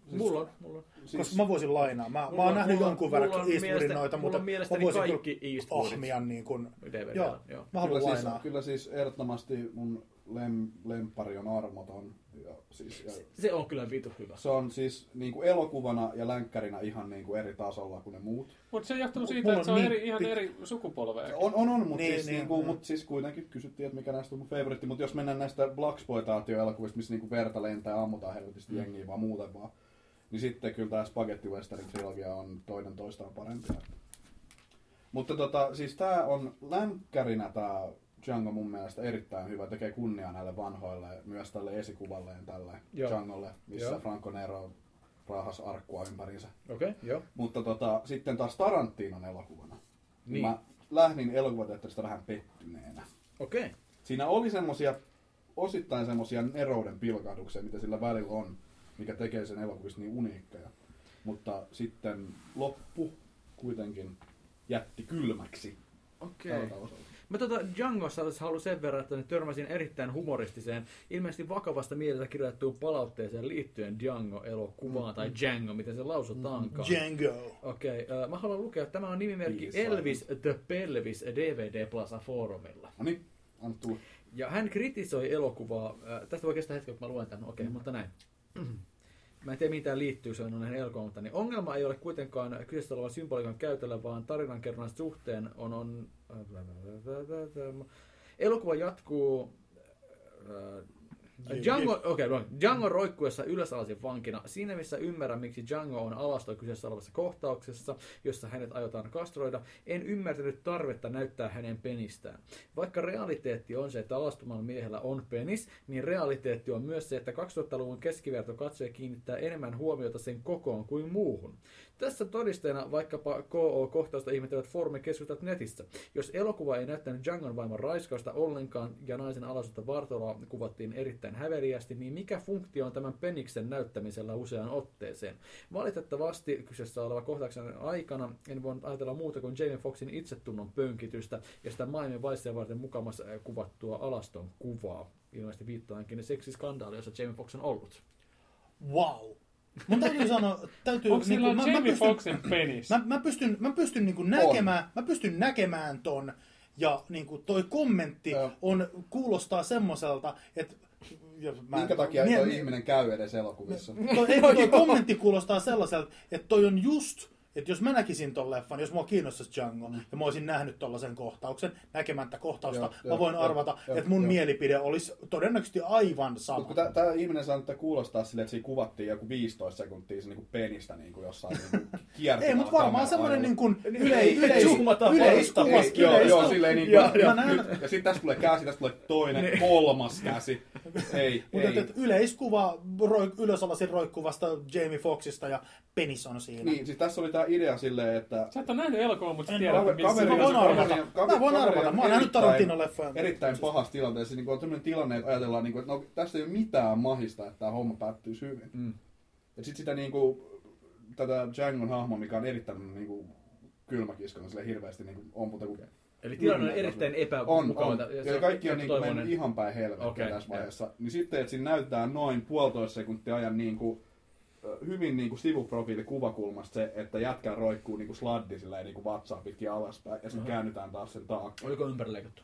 S3: Siis-
S1: Mulla on, mulla on.
S3: Siis,
S4: Koska mä voisin lainaa. Mä, mä oon
S1: on-
S4: nähnyt
S1: mulla on-
S4: jonkun verran
S1: mulla on
S4: Eastwoodin
S1: mielestä-
S4: noita,
S1: mulla
S4: mutta
S1: on
S4: mä
S1: mielestäni
S4: voisin
S1: kaikki
S4: kyllä
S1: Eastwoodit.
S4: ohmian niin kuin...
S1: DVD,
S4: Joo,
S1: joo.
S4: mä
S3: kyllä,
S4: haluan
S3: siis,
S4: lainaa.
S3: kyllä siis ehdottomasti mun lem, lempari on armoton. Ja, siis, ja,
S1: Se on kyllä vitu hyvä.
S3: se on siis niin kuin elokuvana ja länkkärinä ihan niin kuin eri tasolla kuin ne muut.
S5: Mutta se johtuu siitä,
S4: mulla
S5: että se
S4: on
S5: on
S4: niin
S5: eri, ihan
S4: pitkä-
S5: eri sukupolvea.
S3: On, on, on mutta
S4: Niin,
S3: niin, siis,
S4: niin,
S3: niin, niinku,
S4: joo.
S3: mut siis kuitenkin kysyttiin, että mikä näistä on mun favoritti, mutta jos mennään näistä blaxploitaatioelokuvista, missä niinku verta lentää ja ammutaan helvetisti mm. jengiä vaan muuten vaan, niin sitten kyllä tämä Spaghetti Western trilogia on toinen toistaan parempia. Mutta tota, siis tää on länkkärinä tää Django mun mielestä erittäin hyvä, tekee kunniaa näille vanhoille, myös tälle esikuvalleen tälle
S1: Joo.
S3: Djangolle, missä
S1: Joo.
S3: Franco Nero raahas arkkua ympärinsä.
S1: Okei, okay, joo.
S3: Mutta tota, sitten taas Tarantinon elokuvana.
S1: Niin.
S3: Niin. Mä lähdin elokuvateatterista vähän pettyneenä.
S1: Okei. Okay.
S3: Siinä oli semmosia, osittain semmosia nerouden pilkahduksia, mitä sillä välillä on, mikä tekee sen elokuvista niin uniikkeja. Mutta sitten loppu kuitenkin jätti kylmäksi.
S1: Okei.
S3: tältä osalta.
S1: Mä tota Djangossa haluan sen verran, että törmäsin erittäin humoristiseen, ilmeisesti vakavasta mieltä kirjoittuun palautteeseen liittyen Django-elokuvaan, mm. tai Django, miten se lausutaankaan.
S4: Django.
S1: Okei, okay, mä haluan lukea, tämä on nimimerkki
S3: Viis
S1: Elvis The Pelvis DVD Plaza Forumilla.
S3: No niin, anna tulla.
S1: Ja hän kritisoi elokuvaa, äh, tästä voi kestää hetken, kun mä luen tämän, okei, okay, mm. mutta näin. Mä en tiedä, mihin tämä liittyy, se on näihin elokuvaan, mutta niin ongelma ei ole kuitenkaan kyseessä olevan symboliikan käytöllä, vaan tarinankerronnan suhteen on... on äh, Elokuva jatkuu... äh, Django, okay, no, Django roikkuessa ylösalaisin vankina, siinä missä ymmärrän, miksi Django on alasto kyseessä olevassa kohtauksessa, jossa hänet aiotaan kastroida, en ymmärtänyt tarvetta näyttää hänen penistään. Vaikka realiteetti on se, että alastoman miehellä on penis, niin realiteetti on myös se, että 2000-luvun keskiverto katsoja kiinnittää enemmän huomiota sen kokoon kuin muuhun. Tässä todisteena vaikkapa KO-kohtausta ihmettelevät foorumin keskustelut netissä. Jos elokuva ei näyttänyt Djangon vaimon raiskausta ollenkaan ja naisen alaisuutta vartaloa kuvattiin erittäin häveliästi, niin mikä funktio on tämän peniksen näyttämisellä useaan otteeseen? Valitettavasti kyseessä oleva kohtauksen aikana en voinut ajatella muuta kuin Jamie Foxin itsetunnon pönkitystä ja sitä maailman vaisteen varten mukamassa äh, kuvattua alaston kuvaa. Ilmeisesti viittaankin seksiskandaali, jossa Jamie Fox on ollut.
S4: Wow. Mun täytyy sanoa, täytyy...
S5: Onko sillä
S4: niinku-
S5: Jamie Foxin penis?
S3: Siis
S4: Mä, mä pystyn, mä pystyn niinku näkemään, mä pystyn näkemään ton ja niinku toi kommentti
S3: Joo.
S4: on, kuulostaa semmoiselta, että ja mä-
S3: Minkä takia
S4: mie-
S3: toi
S4: mie-
S3: ihminen käy edes elokuvissa?
S4: niin, Toi, ei, kun toi kommentti kuulostaa sellaiselta, että toi on just, että jos mä näkisin ton leffan, jos mua kiinnostaisi Django, ja mä olisin nähnyt tollaisen kohtauksen, näkemättä kohtausta,
S3: Mm. Joo,
S4: mä
S3: joo,
S4: voin
S3: joo,
S4: arvata,
S3: joo,
S4: että mun
S3: joo.
S4: mielipide olisi todennäköisesti aivan sama.
S3: Mutta kun tämä ihminen saa nyt kuulostaa silleen, että siinä kuvattiin joku 15 sekuntia se niinku penistä niinku jossain niinku kiertämällä
S4: Ei, mutta varmaan
S3: kameran
S4: semmoinen
S3: alla.
S4: niin kuin
S1: ei,
S4: yleis, yleis,
S1: zoomataan
S4: yleiskuva.
S3: Ei,
S4: Yleiskuva.
S3: Joo, joo, silleen niin
S4: Joo,
S3: kuin,
S4: joo.
S3: mä näen. Nyt, ja sitten tästä tulee käsi, tästä tulee toinen, kolmas käsi. Ei,
S4: Mutta
S3: ei.
S4: et, et yleiskuva roi, ylösalaisin roikkuvasta Jamie Foxista ja penis on siinä.
S3: Niin, siis tässä oli tämä tämä idea silleen, että
S5: Sä et ole nähnyt elokuvan, mutta sä
S4: En
S5: tiedät,
S3: kaveri,
S5: missä
S3: kaveri,
S4: Mä voin
S5: on.
S4: arvata.
S3: kaveri-
S4: Mä voin
S3: kaveri
S4: arvata.
S3: on
S4: Mä oon nähnyt
S3: erittäin-
S4: Tarantino-leffoja. Siis
S3: Erittäin pahassa tilanteessa. Niin on tämmöinen tilanne, että ajatellaan, niin kuin, että no, tästä ei ole mitään mahista, että tämä homma päättyisi hyvin.
S7: Mm.
S3: Ja sitten sitä niin kuin, tätä Djangon hahmoa, mikä on erittäin niin kuin, kylmäkiskona sille hirveästi niin kuin, on muuta kuin
S7: Eli tilanne on
S3: Niin,
S7: erittäin
S3: on,
S7: epämukava.
S3: on. Ja kaikki on niin kuin mennyt ihan päin helvettiä
S7: Okei,
S3: okay, tässä
S7: joo.
S3: vaiheessa. Niin sitten, että siinä näyttää noin puolitoista sekuntia ajan niin kuin, ö, hyvin niin kuin sivuprofiili kuvakulmasta se, että jätkä roikkuu niin kuin sladdi sillä niin kuin vatsaa pitkin alaspäin ja sitten
S7: Aha.
S3: käännytään taas sen taakse.
S7: Oliko ympärileikattu?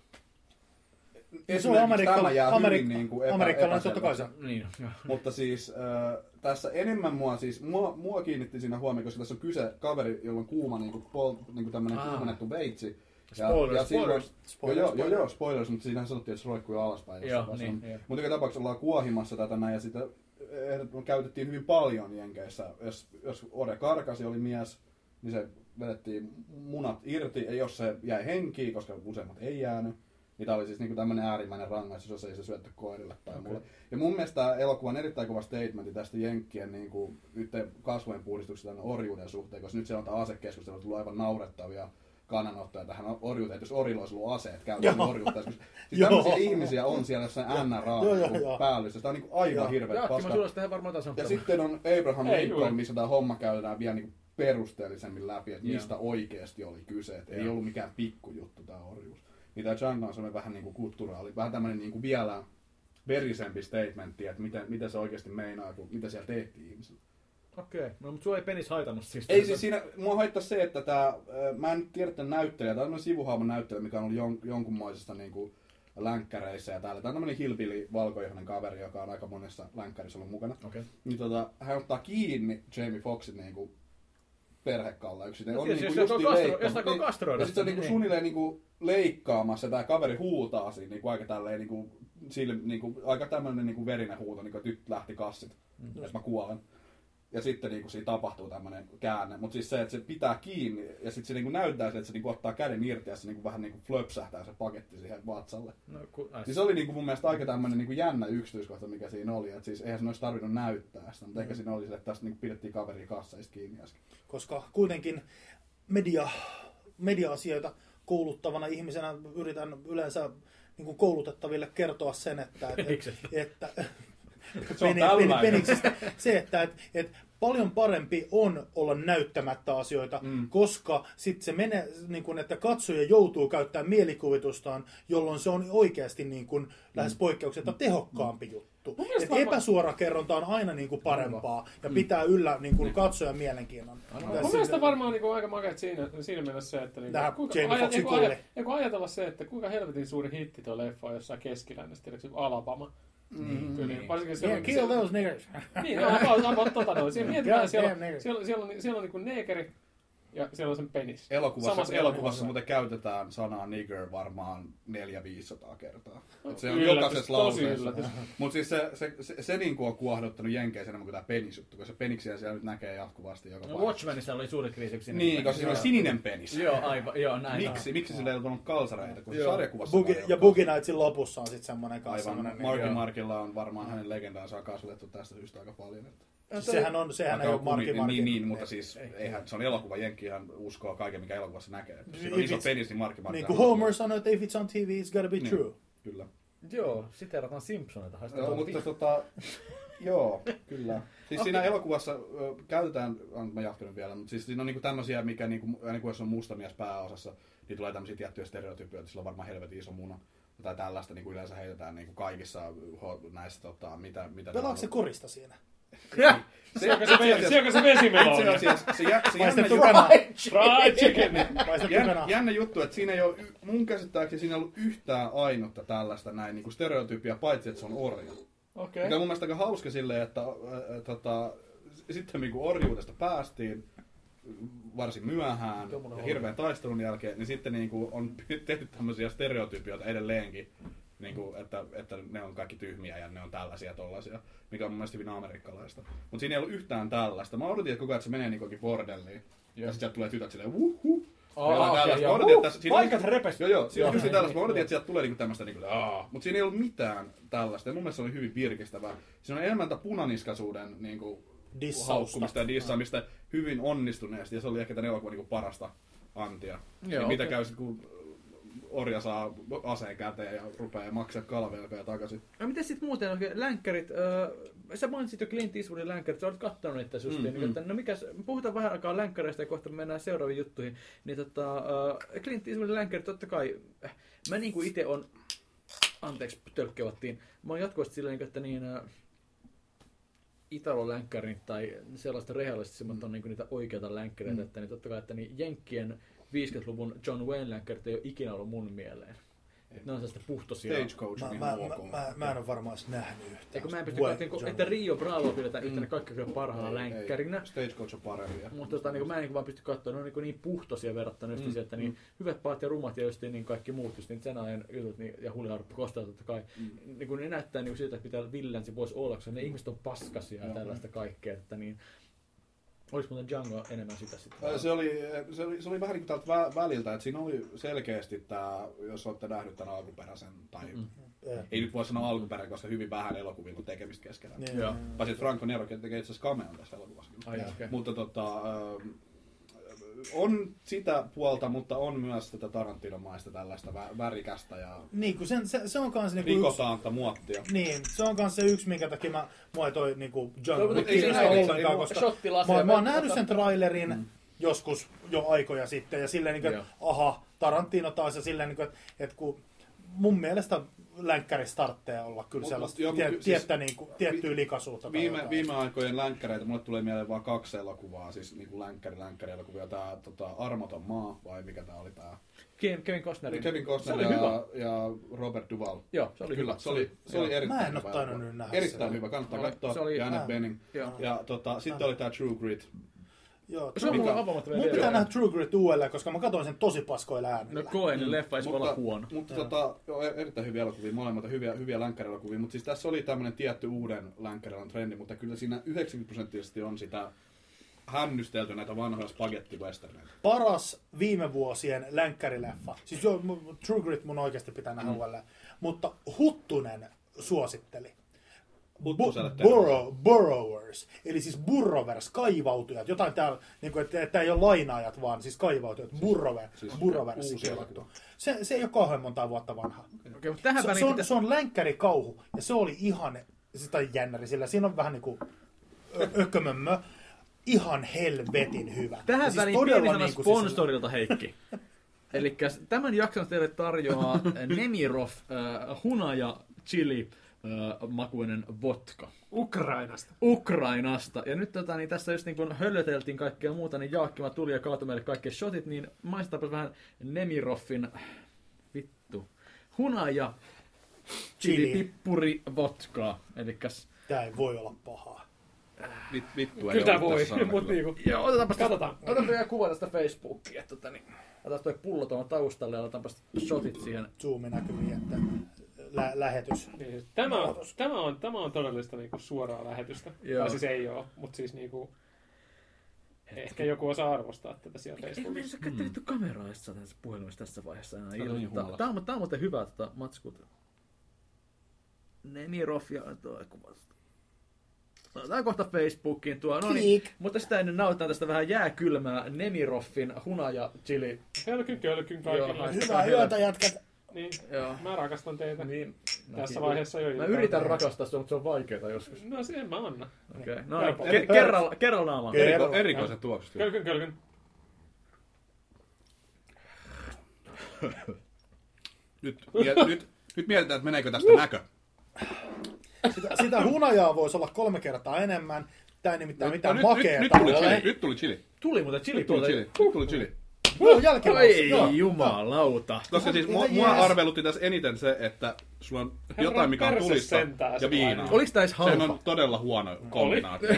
S4: Ja se on Amerikka,
S3: tämä jää
S4: Amerikka,
S3: hyvin niin kuin epä,
S4: amerikkalainen totta kai se.
S3: epäselväksi.
S4: on.
S7: Niin, joo.
S3: Mutta siis äh, tässä enemmän mua, siis mua, mua kiinnitti siinä huomioon, koska tässä on kyse kaveri, jolla on kuuma niin kuin, pol, niin kuin tämmönen
S7: Aa.
S3: kuumennettu veitsi.
S4: Spoilers,
S3: silloin-
S4: spoilers,
S3: joo, joo,
S4: spoilers.
S3: joo, spoilers, mutta siinähän sanottiin, että se roikkuu alaspäin. jossain
S7: Joo,
S3: vaiheessa.
S7: niin. joo.
S3: Mutta joka tapauksessa ollaan kuohimassa tätä näin, ja sitä eh, käytettiin hyvin paljon Jenkeissä. Jos, jos Ode Karkasi oli mies, niin se vedettiin munat irti, ja jos se jäi henkiin, koska useimmat ei jäänyt, niin tämä oli siis niinku tämmöinen äärimmäinen rangaistus, jos ei se syötty koirille tai okay. mulle. Ja mun mielestä tämä elokuva on erittäin kova statementti tästä Jenkkien niinku yhteen kasvojen puhdistuksesta tämän orjuuden suhteen, koska nyt siellä on tämä asekeskustelu tullut aivan naurettavia kannanottoja tähän orjuuteen, että jos orilla olisi ollut aseet käytännön
S4: Joo.
S3: orjuuttaisi. Siis
S4: Joo.
S3: tämmöisiä ihmisiä on siellä jossain NRA
S4: Joo, joo, joo.
S3: päällystössä. Tämä on niinku aivan hirveä
S7: Jaakki, mä
S3: paska.
S7: sulla tähän varmaan taas on
S3: Ja sitten on Abraham
S5: Ei,
S3: Lincoln,
S5: juuri.
S3: missä tämä homma käydään vielä niinku perusteellisemmin läpi, että
S7: Joo.
S3: mistä oikeasti oli kyse. Että ei
S7: Joo.
S3: ollut mikään pikkujuttu tämä orjuus. Niin tämä Django on semmoinen vähän niinku kulttuuraali, vähän tämmöinen niinku vielä verisempi statementti, että mitä, mitä se oikeasti meinaa, kun, mitä siellä tehtiin ihmisille.
S7: Okei, no mutta sua ei penis haitannut siis.
S3: Ei siis siinä, mua haittaa se, että tämä, mä en nyt tiedä tämän näyttelijä, tämä on sivuhaaman näyttelijä, mikä on ollut jon, jonkunmoisessa niin kuin, länkkäreissä ja täällä. Tämä on tämmöinen hilpili valkoihoinen kaveri, joka on aika monessa länkkärissä ollut mukana.
S7: Okei.
S3: Niin tota, hän ottaa kiinni Jamie Foxin niin kuin, perhekallayksi. Ne
S7: No
S3: on
S7: tietysti,
S3: niin
S7: jos
S3: kuin
S7: se
S3: justiin
S7: alkoi kastro-
S3: leikkaama-
S7: jos se alkoi
S3: niin,
S7: kastroida
S3: Ja sitten
S7: sitä,
S3: se on niin kuin,
S7: niin.
S3: suunnilleen niin kuin, leikkaamassa ja tämä kaveri huutaa siinä niin kuin, aika tälleen niin kuin, sille, niin kuin, aika tämmöinen niin kuin verinen huuto, niin kuin, että nyt lähti kassit, mm. että mä kuolen ja sitten niin kuin siinä tapahtuu tämmöinen käänne. Mutta siis se, että se pitää kiinni ja sitten se niin kuin näyttää sille, että se niin kuin ottaa käden irti ja se niin kuin vähän niin kuin flöpsähtää se paketti siihen vatsalle.
S7: No, ku, ai,
S3: Siis se oli niin kuin mun mielestä aika tämmöinen niin kuin jännä yksityiskohta, mikä siinä oli. Et siis eihän se olisi tarvinnut näyttää sitä, mutta ehkä siinä oli sille, että tästä niin kuin pidettiin kaveria kasseista kiinni äsken.
S4: Koska kuitenkin media, media-asioita kouluttavana ihmisenä yritän yleensä niin kuin koulutettaville kertoa sen, että... että,
S7: Peniksestä.
S4: että
S3: Se on tällainen.
S4: peniksestä. Se, että et, et paljon parempi on olla näyttämättä asioita, mm. koska sitten se menee, niin kun, että katsoja joutuu käyttämään mielikuvitustaan, jolloin se on oikeasti niin kun, lähes
S3: Mm.
S4: poikkeuksetta tehokkaampi juttu.
S5: mielestä
S4: Et
S5: varmaan-
S4: epäsuora kerronta on aina niin kuin parempaa
S3: Mm.
S4: ja pitää yllä niin kuin katsojan mielenkiinnon. Tai
S5: Mun
S4: sille-
S5: mielestä varmaan niin aika makeet siinä, siinä mielessä se, että niin
S4: Tähän
S5: kuinka,
S4: Jamie
S5: aja-
S4: Foxxin
S5: niin kuin aja-
S4: kuulee.
S5: niin kuin ajatella se, että kuinka helvetin suuri hitti tuo leffa on jossain keskilännessä, tiedätkö, Alabama. Mm, niin. Varsinkin se,
S4: Yeah, kill those niggers.
S5: Niin, no, about, about tota noin. Siinä mietitään,
S4: Goddamn
S5: siellä,
S4: nigger.
S5: on- siellä, siellä, on, siellä on niinku neekeri ja siellä on sen penis.
S3: Elokuvassa,
S5: Samassa
S3: elokuvassa muuten käytetään sanaa nigger varmaan 400-500 kertaa. Et se on
S5: Yllätys,
S3: jokaisessa
S5: tosi
S3: lauseessa.
S5: yllätys.
S3: Mutta siis se, se, se, se niin on kuohduttanut jenkeissä enemmän kuin tämä penisjuttu, koska peniksiä siellä nyt näkee jatkuvasti joka
S7: no,
S3: paikassa.
S7: Watchmenissa oli suuri kriisi, kun sinne-
S3: Niin, koska siinä on sininen penis.
S7: Joo, aivan, joo, näin.
S3: Miksi, miksi sillä ei ole tullut kalsareita, kun se
S7: Joo.
S3: sarjakuvassa
S4: Boogie,
S3: on
S4: ja
S3: kalsareita.
S4: Boogie Nightsin lopussa on sitten semmoinen kanssa.
S3: Aivan.
S4: Semmoinen, niin,
S3: Marky
S7: joo.
S3: Markilla on varmaan hänen legendaansa on kasvatettu tästä syystä aika paljon. Että
S4: siis sehän on, sehän ei
S3: Aika
S4: ole Marki
S3: kumi-
S4: Marki.
S3: Niin, niin, mutta siis eihän, se on elokuva, Jenkkihän uskoo kaiken, mikä elokuvassa näkee. Että Siinä on
S4: If
S3: iso
S4: it's-
S3: penis, niin Marki Markilla
S4: Niin kuin
S3: on-
S4: Homer sanoi, että if it's on TV, it's gotta be
S3: Niin.
S4: true.
S3: Kyllä.
S7: Joo, siteerataan Simpsoneita.
S3: Joo, mutta tota, joo, kyllä. Siis siinä elokuvassa ö, käytetään, on, mä jatkan nyt vielä, mutta siis siinä on niinku tämmöisiä, mikä niinku, aina kun jos on mustamies pääosassa, niin tulee tämmöisiä tiettyjä stereotypioita, sillä on varmaan helvetin iso muna. Tai tällaista niin kuin yleensä heitetään niin kuin kaikissa ho- näissä, tota, mitä, mitä
S4: Pelaatko
S3: ne
S4: se
S3: on-
S4: korista siinä?
S3: Se, se, se,
S5: Siellä, siellä se vesimelo on.
S3: Itse asiassa se, jä, se jännä,
S4: Paistettu
S3: juttu,
S4: kana.
S5: Fried chicken.
S4: Paistettu
S3: jännä,
S4: kana.
S3: jännä juttu, että siinä ei ole, y- mun käsittääkseni siinä ei ollut yhtään ainutta tällaista näin niin kuin stereotypia, paitsi että se on orja.
S5: Okei.
S3: Mikä on mun mielestä aika hauska silleen, että äh, tota, s- sitten kun orjuudesta päästiin, varsin myöhään ja hirveän taistelun jälkeen, niin sitten niin kuin on tehty tämmöisiä stereotypioita edelleenkin, niin kuin, että, että ne on kaikki tyhmiä ja ne on tällaisia tollaisia, mikä on mun mielestä hyvin amerikkalaista. Mutta siinä ei ollut yhtään tällaista. Mä odotin, että koko ajan se menee niin kuin bordelliin. Ja sitten sieltä tulee tytöt silleen, wuhu.
S7: Aa,
S3: Meillä on
S7: okei,
S3: tällaista.
S7: joo.
S3: Mä odotin, että
S7: Huh,
S3: tässä- siinä oli-
S7: paikat repes.
S3: No Joo, joo. Siinä
S7: Joo,
S3: oli just
S7: niin,
S3: tällaista. Mä
S7: niin,
S3: odotin,
S7: joo.
S3: että sieltä tulee niinku tämmöistä niinku, aah. Mutta siinä ei ollut mitään tällaista. Ja mun mielestä se oli hyvin virkistävää. Siinä on enemmän tätä punaniskaisuuden niinku
S4: dissausta.
S3: haukkumista ja dissaamista hyvin onnistuneesti, ja se oli ehkä tämän elokuvan niin parasta antia. Joo,
S1: Joo,
S3: niin mitä
S1: okei.
S3: käy sitten, kun orja saa aseen käteen ja rupeaa maksaa kalvelkoja takaisin.
S1: No miten sitten muuten oikein, länkkärit, öö, sä mainitsit jo Clint Eastwoodin länkkärit, sä olet kattonut niitä
S3: Mm,
S1: justiin, mm,
S3: mm.
S1: niin, mm. no mikäs, puhutaan vähän aikaa länkkäreistä ja kohta mennään seuraaviin juttuihin, niin tota, öö, Clint Eastwoodin länkkärit, totta kai, äh, mä niinku ite on, anteeksi, tölkkevattiin, mä oon jatkuvasti sillä niinku, että niin, öö, Italo-länkkärit tai sellaista realistisimmat on niinku niitä oikeita länkkäreitä, mm. että niin totta kai, että niin Jenkkien 50-luvun John Wayne-länkkärit ei ole ikinä ollut mun mieleen. Et ne on sellaista puhtoisia.
S3: Stagecoach
S4: Mä,
S3: on
S4: mä,
S3: ihan
S4: mä,
S3: ok.
S4: mä, mä en ole varmaan edes nähnyt yhtään.
S1: Eikö mä en pysty
S4: Wayne
S1: katsomaan,
S4: Johnson.
S1: että Rio Bravo pidetään yhtenä
S4: Mm.
S1: kaikkein parhaana
S3: Ei, ei.
S1: länkkärinä.
S3: Stagecoach on parempia.
S1: Mutta tota, niin mä en niin vaan pysty katsomaan, ne on niin, niin puhtoisia verrattuna
S4: Mm,
S1: just siihen, että niin hyvät paat ja rumat ja just niin kaikki muut, just niin sen ajan jutut niin, ja huliharppu kostaa totta kai. Mm. Niin kun ne näyttää niin siltä, että pitää villänsi pois olla, koska
S4: Mm.
S1: ne ihmiset on paskasia ja
S3: Joo.
S1: tällaista kaikkea, että niin Olis muuten Django enemmän sitä sitten?
S3: Ää, Se oli, se, oli, se oli vähän niin kuin tältä vä- väliltä, että siinä oli selkeästi tämä, jos olette nähnyt tämän alkuperäisen, tai mm.
S4: Eh,
S3: ei nyt voi sanoa alkuperäinen, koska hyvin vähän elokuvilla on tekemistä keskenään.
S4: Niin. Joo.
S3: Paitsi, että Franco Nero tekee itse asiassa cameon tässä elokuvassa. kyllä.
S1: Ai, okay.
S3: Mutta tota, ähm, on sitä puolta, mutta on myös tätä Tarantinomaista tällaista vä- värikästä ja
S4: Niin, kun sen, se, se on kans niinku yksi,
S3: rikotaanta muottia.
S4: niin, se on kans se yksi, minkä takia mä, mua ei toi niinku John
S3: Toivottavasti
S4: Wick
S3: ei
S4: kiinnosta
S3: häiritse, ei
S4: ollenkaan,
S3: mua-
S4: koska
S5: shottilaseja
S4: mä, oon- mä oon
S5: vettä
S4: nähnyt sen trailerin mm. joskus jo aikoja sitten ja silleen niinku, että aha, Tarantino taas ja silleen niinku, että et kun mun mielestä länkkäri startteja olla kyllä
S3: Mut-
S4: sellaista
S3: mut joo, mut
S4: tie,
S3: ky- siis-
S4: tiettä, niinku, tiettyä
S3: vi-
S4: likaisuutta. tai
S3: Viime,
S4: jotain.
S3: viime aikojen länkkäreitä, mulle tulee mieleen vain kaksi elokuvaa, siis niin kuin länkkäri, länkkäri elokuvia. Tämä tota, Armoton maa, vai mikä tämä oli tämä?
S1: Kevin, Kevin Costnerin.
S3: Niin, Kevin Costner
S1: Se oli hyvä.
S3: ja, ja, Robert Duvall.
S1: Joo, se oli
S3: Kyllä,
S1: hyvä.
S3: se oli, se oli erittäin
S4: Mä en oo
S3: hyvä.
S4: tainnut
S3: elokuva.
S4: nyt nähdä
S3: Erittäin
S4: sitä.
S3: hyvä, kannattaa
S1: Mä olin-
S3: katsoa.
S1: se oli-
S3: ja Annette
S4: Mä-
S3: Benning.
S1: Joo.
S3: Ja tota, sitten oli tämä True Grit.
S4: Joo,
S1: Se on
S4: True-
S1: mulla avaamatta
S4: Mun
S1: vielä.
S4: pitää nähdä True Grit uudelleen, koska mä katsoin sen tosi paskoilla äänillä.
S1: No koen, mm. leffa ei se voi olla huono.
S3: Mutta tota, joo, er- erittäin hyviä elokuvia, molemmat on hyviä, hyviä länkkärielokuvia, mutta siis tässä oli tämmöinen tietty uuden länkkärilän trendi, mutta kyllä siinä 90 prosenttisesti on sitä hännystelty näitä vanhoja spagettiwesterneitä.
S4: paras viime vuosien länkkärileffa. Siis joo, mu- True Grit mun oikeasti pitää nähdä mm. uudelleen. Mutta Huttunen suositteli.
S3: Huttuselle
S4: Bu-
S3: terveisiä.
S4: Burrow, burrowers, eli siis burrowers, kaivautujat, jotain täällä, niin kuin, että, että ei ole lainaajat, vaan siis kaivautujat, burrover,
S3: siis
S4: burrowers.
S3: uusi elokuva.
S4: Se, se ei ole kauhean monta vuotta vanha.
S1: Okei, mutta tähän
S4: Se, se,
S1: väliin
S4: on,
S1: pitäisi...
S4: se on länkkärikauhu, ja se oli ihan, siis- tai jännäri, sillä siinä on vähän niin kuin ö- ökömömmö, ihan helvetin hyvä.
S1: Tähän
S4: siis
S1: väliin
S4: todella
S1: pieni sana
S4: niinku siis-
S1: sponsorilta, Heikki. Eli tämän jakson teille tarjoaa eh, Nemiroff äh, hunaja chili äh, makuinen vodka
S5: Ukrainasta.
S1: Ukrainasta. Ja nyt tota, niin tässä just niin kun höllöteltiin kaikkea muuta, niin Jaakkima tuli ja kaatoi meille kaikki shotit, niin maistetaanpa vähän Nemiroffin vittu hunaja chili
S4: Chili.
S1: pippuri vodkaa. Elikkäs
S4: Tää ei voi olla pahaa.
S3: Vit, vittu
S5: Kyllä tää
S3: ole
S5: voi,
S3: tässä aina
S5: mutta
S3: kyllä.
S5: niinku.
S1: Joo, otetaanpa
S5: Katsotaan.
S1: No, Otetaan vielä kuva tästä Facebookiin, että tota, niin, otetaan toi pullo tuohon taustalle ja otetaanpa sit shotit siihen.
S4: Zoomi näkyviin, että lä- lähetys.
S5: Niin, Tämä, on- tämä, on, tämä on todellista niinku suoraa lähetystä.
S1: Joo.
S5: Joo. Tai siis ei ole, mutta siis niinku, ehkä joku osaa arvostaa tätä siellä
S1: Eikö me
S5: Facebookissa.
S1: sä kattelit mm. kameraa tässä, tässä puhelimessa tässä vaiheessa enää
S3: oli niin
S1: iltaa?
S3: humalassa.
S1: Tää on, tää on muuten hyvä tota matskuta. Nemiroff ja tuo kuvasta. No, Otetaan kohta Facebookiin tuo. No niin,
S4: Kiik.
S1: mutta sitä ennen nautitaan tästä vähän jääkylmää Nemiroffin hunaja chili.
S5: Hölkyn, kölkyn
S1: Joo,
S5: kaikilla.
S1: haista.
S4: Hyvää yötä, jätkät.
S5: Niin,
S1: Joo.
S5: mä rakastan teitä.
S1: Niin,
S5: Tässä vaiheessa jo
S1: Mä
S5: iltaa.
S1: yritän rakastaa sitä, mutta se on vaikeaa joskus.
S5: No se en mä anna.
S1: Okei, okay. no
S5: Helppo.
S1: niin, ke- kerralla, kerralla naamaan.
S3: Eriko, erikoiset tuoksut. kyllä.
S5: Kölkyn, kölkyn.
S3: Nyt, miet- nyt, nyt mietitään, että meneekö tästä näkö.
S4: Sitä, sitä hunajaa voisi olla kolme kertaa enemmän. Tää ei nimittäin mitään
S3: No, nyt, nyt,
S4: makeeta
S3: nyt, tuli
S4: ole.
S3: chili, nyt tuli chili.
S1: Tuli muuten chili
S3: Nyt tuli
S1: tuolta.
S3: chili. Nyt tuli chili.
S4: Joo, jälkimmäisenä.
S1: Ei
S4: Joo.
S1: jumalauta.
S3: Koska siis mua,
S4: Mitä
S3: mua
S4: jees?
S3: arvelutti tässä eniten se, että sulla on
S5: Herran
S3: jotain, mikä on
S5: perse
S3: tulista
S5: sentään
S3: ja
S5: se
S3: viinaa.
S5: laina.
S1: Oliko tää edes
S3: Se
S1: halpa?
S3: on todella huono kombinaatio.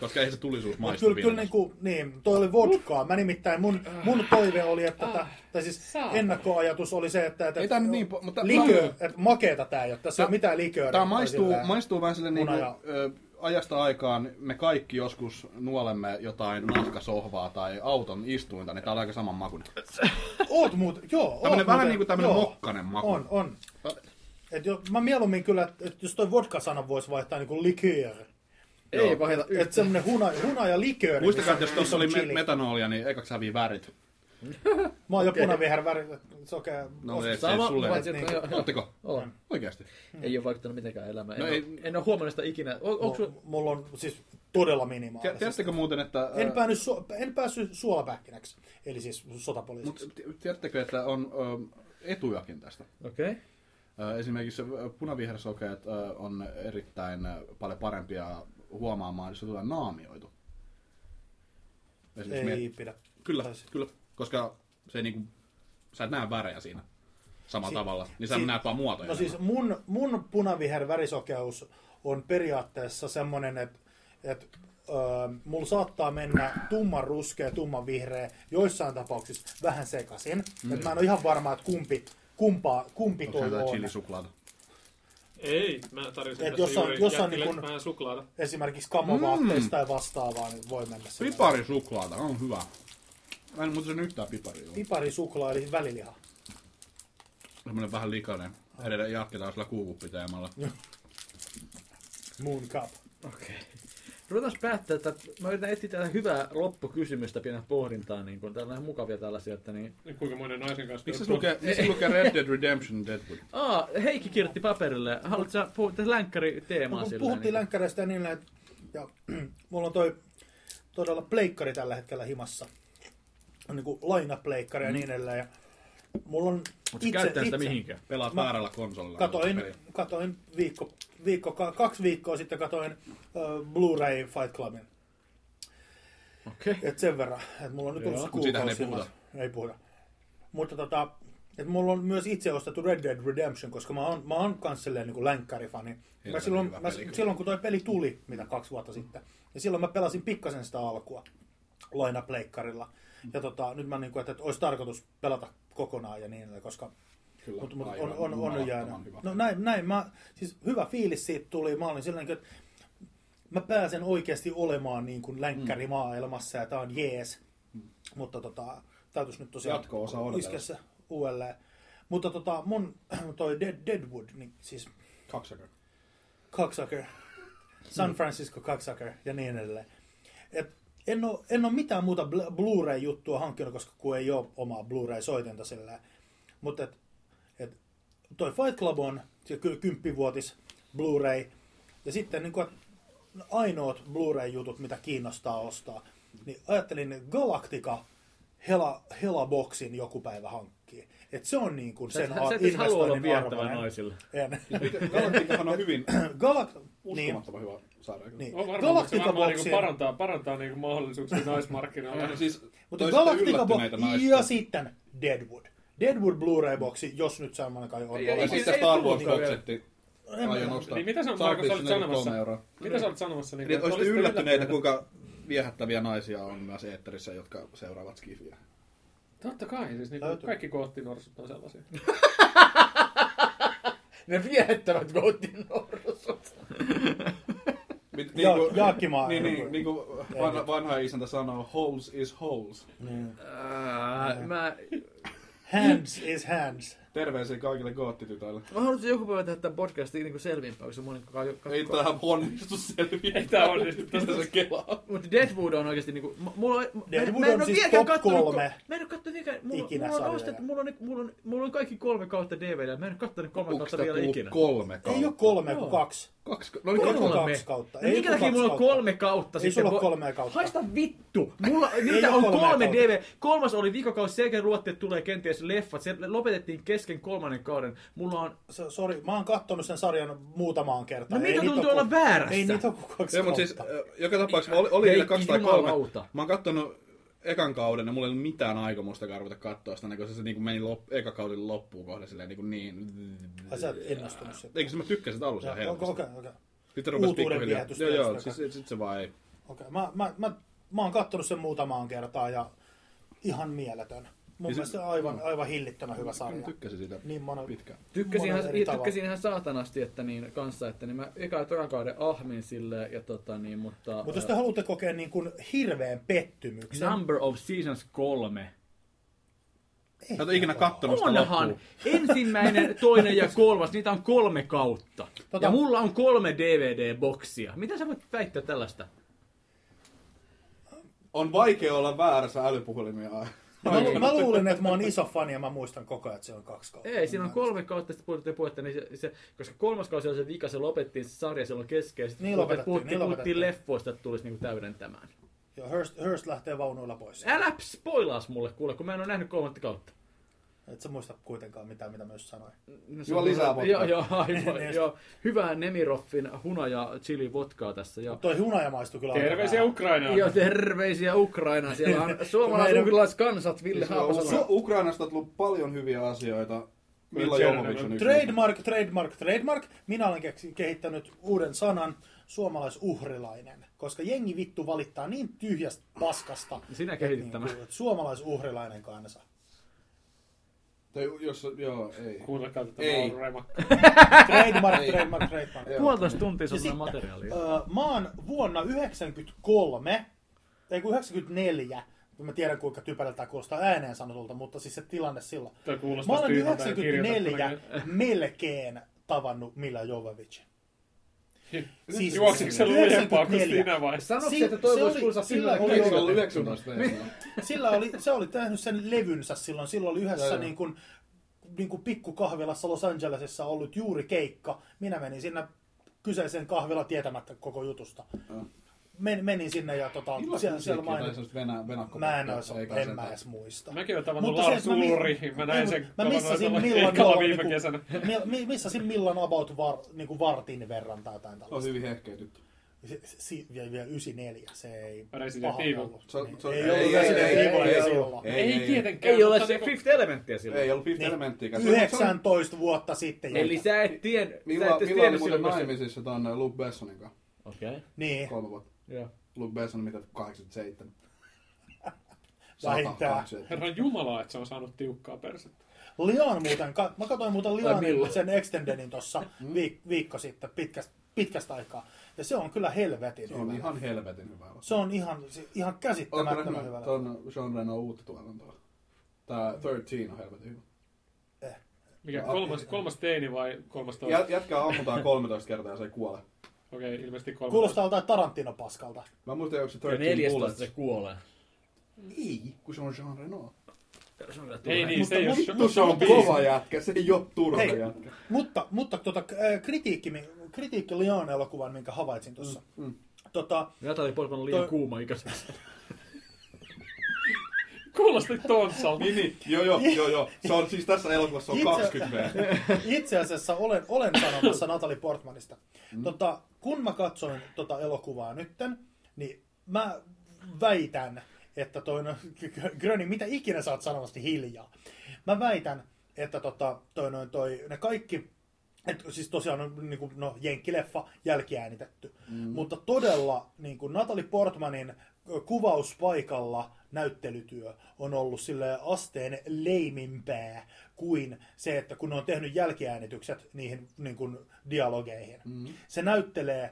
S3: Koska ei se
S4: Mut
S3: tulisuus maistu
S4: Kyllä, kyllä
S3: viinasta.
S4: niin, kuin, niin, toi oli vodkaa. Mä nimittäin, mun, mun toive oli, että
S1: Ah,
S4: tää, tai siis
S5: saatana.
S4: ennakkoajatus oli se, että, että,
S3: Ei tää nyt niin po- mutta-
S4: likö, että makeeta tää ei ole. Tässä ei ole mitään likööriä.
S3: Tämä maistuu,
S4: Silleen-
S3: maistuu vähän sille niin kuin,
S4: Hunaja.
S3: ö, ajasta aikaan me kaikki joskus nuolemme jotain nahkasohvaa tai auton istuinta, niin tää on aika saman makuinen.
S4: Oot muuten, joo. oot
S3: Tämmönen vähän
S4: muuten-
S3: niinku tämmönen
S4: joo.
S3: mokkanen maku.
S4: On, on. Et jo, mä mieluummin kyllä, että et jos toi vodka-sana voisi vaihtaa niinku liköör,
S1: Ei vaihdeta
S4: Että semmonen huna, huna ja likööri.
S3: Muistakaa, että
S4: missä
S3: jos
S4: on-
S3: tuossa oli
S4: missä on
S3: me-
S4: niinku chili.
S3: metanolia, niin ekaksi hävii värit.
S4: Mä oon jo punaviher väri, sokea.
S3: No ei, se ei
S1: Sama,
S3: sulle.
S1: paitsi,
S4: niin
S1: että joo, Mm. joo,
S3: Oletteko?
S1: Olen.
S3: Oikeasti.
S1: Ei ole vaikuttanut mitenkään elämään.
S3: No
S1: en,
S3: ei-
S1: ole, en ole huomannut sitä ikinä. O, onko
S4: Mulla,
S1: sun...
S4: mulla on siis todella
S3: Tiedä-
S4: minimaalisesti.
S3: Tiedättekö muuten, että...
S4: En, päässyt, su- en päässyt suolapähkinäksi, eli siis
S3: Mut
S4: sotapoliisiksi.
S3: t- tiedättekö, että on ö, etujakin tästä?
S1: Okei. Okay.
S3: Ö, Esimerkiksi ö, punavihersokeet ö, on erittäin ö, paljon parempia huomaamaan, jos ne tulee naamioitu. Esimerkiksi
S4: Ei
S3: me...
S4: pidä.
S3: Kyllä,
S4: taisi.
S3: kyllä. Koska se ei niinku... Sä et näe värejä siinä samalla
S4: Si-
S3: tavalla. Niin sä
S4: si-
S3: näet vaan muotoja.
S4: No siis mun, mun punaviher värisokeus on periaatteessa semmonen, että et, öö, mulla saattaa mennä tumman ruskea, tumman vihreä, joissain tapauksissa vähän sekasin. Mm. Et mä en ole ihan varma, että kumpi, kumpaa, kumpi
S3: Onko
S4: toi
S3: jotain
S4: on.
S3: chilisuklaata?
S5: Ei, mä tarjosin
S4: Et
S5: tässä
S4: jossain-
S5: juuri
S4: jossain
S5: jätkille
S4: niin kun-
S5: vähän suklaata.
S4: Esimerkiksi kamovaatteista mm. tai vastaavaa, niin voi mennä sillä.
S3: Piparisuklaata on hyvä. Mä en muuten sen yhtään piparia. Pip-
S4: Piparisuklaa, eli siis väliliha.
S3: Semmoinen vähän likainen. Edelleen jatketaan sillä kuukupiteemalla.
S4: Moon cup.
S1: Okei. Ruvetaan päättää, että mä yritän etsiä tätä hyvää loppukysymystä pienen pohdintaa, niin kun täällä on ihan mukavia tällaisia, että niin...
S5: Niin Kuinka monen naisen kanssa...
S3: Miksi se lukee, miksi se lukee Red Dead Redemption Deadwood?
S1: Aa, Heikki kirjoitti paperille, haluatko sä puhua tästä
S4: No,
S1: länkkäri-teemaa
S4: kun
S1: sillä? niin
S4: puhuttiin länkkäreistä ja niillä, että ja, mulla on toi todella pleikkari tällä hetkellä himassa. On niinku lainapleikkari ja niin edelleen. Ja mulla on
S1: Mutta Mm. käyttää sitä mihinkään.
S3: Pelaat
S4: Mä-
S3: väärällä konsolilla.
S4: Katoin,
S3: Peli.
S4: katoin viikko, viikko, ka- kaksi viikkoa sitten katoin uh, Blu-ray Fight Clubin.
S1: Okei. Okay.
S4: Et sen verran, että mulla on nyt ollut se
S3: Mut siitähän ei
S4: kuukausi himassa. Ei puhuta. Mutta tota, et mulla on myös itse ostettu Red Dead Redemption, koska mä oon, mä oon kans silleen niin länkkärifani. Mä
S3: Hirveän
S4: silloin,
S3: hyvä
S4: mä,
S3: peli kyllä.
S4: silloin kun toi peli tuli, mitä kaksi vuotta sitten, ja silloin mä pelasin pikkasen sitä alkua lainapleikkarilla. Ja tota, nyt mä niinku, että, että olisi tarkoitus pelata kokonaan ja niin edelleen, koska
S3: Kyllä,
S4: mut, mut
S3: aivan
S4: on, on, on, nyt jäänyt.
S3: jumalattoman hyvä.
S4: No näin, näin mä, siis hyvä fiilis siitä tuli. Mä olin silloin, että mä pääsen oikeasti olemaan niin kuin
S3: Mm.
S4: länkkärimaailmassa ja tää on jees. Mutta tota, täytyisi nyt tosiaan
S3: Jatko-osa odotella.
S4: iskeä se uudelleen. Mutta tota, mun toi Dead, Deadwood, niin siis
S3: Kaksakä.
S4: Cocksucker, San Francisco Cocksucker ja niin edelleen. Et en ole, en ole mitään muuta bl- Blu-ray-juttua hankkinut, koska kun ei ole omaa Blu-ray-soitinta sillä. Mutta et, et toi Fight Club on se ky- kymppivuotis Blu-ray. Ja sitten niin kun, ainoat Blu-ray-jutut, mitä kiinnostaa ostaa, niin ajattelin Galactica Hela, Hela-boksin joku päivä hankkii. Et se on niin kuin
S1: Sä,
S4: sen
S1: sä, sä et edes halua olla
S4: investoinnin
S1: viettävä
S4: arvoinen.
S1: naisille.
S4: En.
S3: Galaktikahan on hyvin
S4: Galak- niin.
S3: uskomattoman hyvä sarja. kyllä.
S4: Niin.
S5: On varmaan, että se
S4: Galactica
S5: varmaan niinku
S4: Boxin.
S5: parantaa, parantaa niinku mahdollisuuksia naismarkkinoilla.
S3: Ja Siis,
S4: Mutta
S3: toisaalta
S4: Galactica
S3: yllätty näitä
S4: Box
S3: naisia.
S4: ja sitten Deadwood. Deadwood Blu-ray-boksi, jos nyt semmoinen kai on.
S3: Ja
S4: olemassa.
S3: sitten
S1: ei
S3: siis Star
S1: tullut
S3: Wars
S1: niinku
S3: konsepti.
S4: En mä-
S3: Aion ostaa.
S5: Niin mitä sä,
S3: Star
S5: Marko, sä
S3: Wars
S5: olit sanomassa?
S3: 43 euroa.
S5: Mitä sä olet sanomassa? Niinku,
S3: Niin,
S5: että
S3: olisitte
S5: olisitte
S3: yllättyneitä, kuinka viehättäviä naisia on myös eetterissä, jotka seuraavat skifiä.
S5: Totta kai, siis niinku,
S4: Täytyy.
S5: kaikki kohtinuorisot on sellaisia.
S1: Ne viehättävät Gotin
S3: Mit,
S4: Ja- Jaakkimaa
S3: niin,
S4: ei
S3: niin,
S4: ole.
S3: niin kuin vanha, vanha isäntä sanoo, holes is holes.
S4: Niin.
S1: Mä,
S4: Hands is hands.
S3: Terveisiä kaikille goottitytöille.
S1: mä haluaisin joku päivä tehdä tämän podcastin niin selvinpäin, kun se moni
S3: Ei tähän onnistu selviä.
S5: Ei tää onnistu.
S3: Mitä se kelaa?
S1: Mutta Deadwood on oikeesti niinku... m- Mulla, on- mä-
S4: Deadwood
S1: mä en
S4: on
S1: oo
S4: siis
S1: vieläkään
S4: top
S1: kattonut-
S4: kolme.
S1: Mä en oo kattonut ikinä. Mulla,
S4: Ikinä
S1: mulla, on
S4: sarjoja.
S1: ostettu, mulla, on, niinku- mulla, on, mulla on kaikki kolme kautta DVD. Mä en oo kattonut kolme
S3: Onko
S1: kautta
S3: sitä
S1: vielä
S3: tullut
S1: ikinä.
S3: kolme kautta?
S4: Ei ole kolme, kun
S1: Joo.
S4: kaksi.
S3: Kaksi, no niin
S4: Kolme.
S3: kolme.
S4: kaksi kautta.
S1: No
S4: Ei
S1: minkä
S4: kun
S1: takia
S4: kaksi
S1: mulla on
S4: kautta.
S1: kolme kautta?
S4: Ei sulla ole
S1: voi-
S4: kolmea kautta.
S1: Haista vittu! Mulla, niitä
S4: ole
S1: on
S4: kolmea
S1: kolme
S4: kautta.
S1: DVD. Kolmas oli viikokausi, sen jälkeen luvattiin, että tulee kenties leffat. Se lopetettiin kesken kolmannen kauden. Mulla on...
S4: So- Sori, mä oon kattonut sen sarjan muutamaan kertaan.
S1: No mitä
S4: Ei niitä
S1: tuntuu
S4: ole
S1: olla
S4: ku-
S1: väärässä?
S4: Ei niitä ole kuin kaksi
S3: Ei, mutta siis
S4: kautta.
S3: ö, joka tapauksessa oli, oli niillä
S1: Heikki,
S3: kaksi tai kolme.
S1: jumalauta.
S3: Mä oon kattonut ekan kauden ja mulla ei ollut mitään aikomusta ruveta katsoa sitä, kun se, se niin meni lop, eka kauden loppuun kohden silleen niin, kuin niin
S4: Ai sä et innostunut siitä.
S3: Eikö se mä tykkäsin sitä alussa ihan
S4: Joo,
S3: helposti.
S4: Okei, okei, okei.
S3: Sitten rupesi
S4: Uutuuden
S3: pikkuhiljaa.
S4: viehätystä
S3: Joo, joo,
S4: jostain
S3: siis
S4: kanssa.
S3: sit, sit se vaan ei.
S4: Okei, mä, mä, mä, mä oon kattonut sen muutamaan kertaan ja ihan mieletön. Mun
S3: Ja se-
S4: mielestä aivan, aivan hillittömän hyvä sarja.
S3: Mä tykkäsin siitä
S4: Niin monen,
S3: pitkään.
S1: Tykkäsin ihan,
S4: monella eri tavalla.
S1: tykkäsin ihan saatanasti, että niin kanssa, että niin mä eka ja tokan kauden ahmin sille ja tota niin, mutta...
S4: Mutta jos
S1: ö,
S4: te haluatte kokea niin kuin hirveän pettymyksen,
S1: Number of Seasons 3
S8: Sä et ole ikinä kattonut sitä
S1: Onhan
S8: loppuun.
S1: ensimmäinen, toinen ja kolmas, niitä on kolme kautta.
S4: Tota-
S1: Ja mulla on kolme DVD-boksia. Mitä sä voit väittää tällaista?
S3: On vaikea olla väärässä älypuhelimia
S1: Siis
S3: aina.
S4: Mä, lu- mä luulin, että mä oon iso fani ja mä muistan koko ajan, että se on kaksi kautta.
S1: Ei, siinä on kolme kautta, sitten puhuttiin puhetta, niin se, se, koska kolmas kausi oli se vika, se lopettiin se sarja silloin kesken, ja sitten
S4: Niin
S1: puhuttiin,
S4: lopetettiin,
S1: puhuttiin,
S4: niin
S1: puhuttiin
S4: lopetettiin.
S1: leffoista, että tulisi niinku täydentämään.
S4: Joo, Hurst, Hurst lähtee vaunuilla pois.
S1: Älä spoilaas mulle, kuule, kun mä en ole nähnyt kolmatta kautta.
S4: Et sä muista kuitenkaan mitään, mitä myös sanoin.
S1: No,
S3: Juo lisää vodkaa.
S1: Joo, joo, aivan,
S4: Niin.
S1: joo. Hyvää Nemiroffin hunaja chili vodkaa tässä. Ja...
S4: Toi hunaja maistuu kyllä aika
S5: Terveisiä
S4: vähän.
S5: Ukrainaan.
S4: siis-
S1: Joo, terveisiä Ukrainaan. Siellä on
S4: Meidän-
S1: suomalaiset kansat, Ville Haapasalo.
S3: Su- Ukrainasta Siis on tullut paljon hyviä asioita. Milla
S5: tiedän,
S3: Jovovich on yksi.
S4: Trademark, trademark, trademark. Minä olen keksi- kehittänyt uuden sanan, suomalaisuhrilainen. Koska jengi vittu valittaa niin tyhjästä paskasta.
S1: Sinä
S4: että
S1: kehitit tämän.
S4: niinku, että suomalaisuhrilainen kansa.
S3: Tai jos, joo, ei.
S5: Kuunnelkaa tätä
S3: Ei.
S5: nauremakka.
S4: Trademark, trademark, trademark.
S3: Joo.
S1: Puolitoista tuntia
S5: Siis
S4: Ja
S1: sun
S4: sitten,
S1: materiaalia.
S4: Öö, mä oon vuonna 93, ei kun 94, mä tiedän kuinka typerältä tämä kuulostaa ääneen sanotulta, mutta siis se tilanne silloin.
S5: Tämä
S4: Mä
S5: kuulostaa
S4: olen
S5: tyhmältä ja kirjoitettuna.
S4: 94 melkein tavannut Mila Jovovicin. Siis
S5: Juoksiko se lujempaa kuin
S4: 94.
S5: sinä vai?
S4: Si-
S1: Sanoksi,
S4: että toi se voisi oli- kuulostaa sillä sillä oli-
S3: Oliko se ollut 19 teemaa?
S4: Sillä oli, se oli tehnyt sen levynsä silloin. Silloin oli
S3: Joo,
S4: yhdessä
S3: joo.
S4: niin kuin, niin kuin pikkukahvilassa Los Angelesissa ollut juuri keikka. Minä menin sinne kyseiseen kahvilaan tietämättä koko jutusta.
S3: Joo.
S4: Men, menin sinne ja tota, siellä, siellä mainitsi.
S3: mainitsin.
S4: Mä en, ois, en mä edes muista.
S5: Mäkin olen tavannut
S4: Mutta se,
S5: Lars
S4: että mä mi-
S5: Ulrihin. Mä näin
S4: Ei,
S5: sen
S4: Mä
S5: tavannut
S4: missasin
S5: tuolla
S4: millan
S5: keikalla
S4: joo,
S5: viime
S4: niinku-
S5: kesänä.
S4: mil- mi- missasin millan about var, niinku vartin verran tai jotain
S3: Se on
S4: tällaista.
S3: hyvin hehkeä tyttö.
S4: Se, se, vielä, vielä 94, se ei
S5: Resident
S4: paha
S5: Evil.
S4: ollut.
S3: Se on-
S4: Niin.
S3: se on-
S4: ei,
S3: ei,
S4: ollut
S3: ei,
S4: Resident
S3: ei,
S4: Evil,
S3: ei,
S4: ei,
S3: ei
S4: silloin.
S3: ei,
S5: Ei
S3: ei.
S5: tietenkään.
S1: Ei ole
S5: mutta
S1: se
S5: niinku-
S1: Fifth Elementtiä silloin.
S3: Ei ollut Fifth
S4: Niin.
S3: Elementtiäkään. Se on- se on-
S4: 19 vuotta sitten.
S1: Eli
S4: jätkä.
S1: sä et tiedä, sä
S3: Milla,
S1: et edes
S3: Milla oli
S1: tiennyt
S3: muuten
S1: silloin. kun sä-
S3: naimisissa ton Luke Bessonin kanssa.
S1: Okei,
S4: Niin,
S3: Kolme vuotta.
S1: joo.
S3: Luke Besson mitä 87.
S4: Vähintään.
S3: 187.
S5: Herran Jumala, että se on saanut tiukkaa persettä.
S4: Leon muuten, ka- mä katsoin muuten
S1: milloin?
S4: Leonin sen Extendedin tossa
S5: Mm.
S4: viik- viikko sitten pitkästä, pitkästä aikaa. Ja se on kyllä helvetin
S3: Se on
S4: hyvä.
S3: ihan helvetin hyvä.
S4: Se on ihan, se- ihan
S3: Oletko
S4: käsittämättömän hyvä.
S3: nähnyt ton Sean Renon uutta tuotantoa? Tää 13 on helvetin hyvä.
S5: Mikä
S3: No,
S5: kolmas,
S3: okei.
S5: kolmas teini vai kolmas toista?
S3: Jä- Jätkää ammutaan 13 kertaa ja se ei kuole.
S5: Okei, ilmeisesti kolmas.
S4: Kuulostaa joltain Tarantino-paskalta.
S3: Mä muistan, onko se
S1: Ja
S3: 13
S1: neljästä
S3: Bullets.
S1: se kuolee.
S3: Ei, kun se on Jean Reno.
S5: Ei niin, se
S4: Mutta
S5: ei ole
S4: mun-
S5: sho-
S3: No se on
S5: showbiz.
S3: kova jätkä, se ei ole turha
S4: Hei.
S3: jätkä.
S4: Mutta, mutta tota, äh, kritiikki, mi- kritiikki Leon-elokuvan, minkä havaitsin tuossa.
S3: Mm, mm.
S4: Tota,
S1: Jata oli polvan liian
S4: Toi-
S1: kuuma ikäiseksi.
S5: Kuulosti tonsalta.
S3: Niin, niin, joo, joo, joo, joo. Se on siis tässä elokuvassa on
S4: Itse-
S3: 20 V.
S4: itse asiassa olen, olen sanomassa Natalie Portmanista.
S3: Mm.
S4: Tota, kun mä katsoin tota elokuvaa nytten, niin mä väitän, että toi no, Gröni, mitä ikinä sä oot sanomassa, niin hiljaa. Mä väitän, että tota, toi noin toi, ne kaikki, et, siis tosiaan on niin kuin, no, jenkkileffa jälkiäänitetty, mm. mutta todella niin kuin Natalie Portmanin ö, kuvauspaikalla näyttelytyö on ollut sille asteen leimimpää kuin se, että kun ne on tehnyt jälkiäänitykset niihin niin kuin, dialogeihin. Mm. Se näyttelee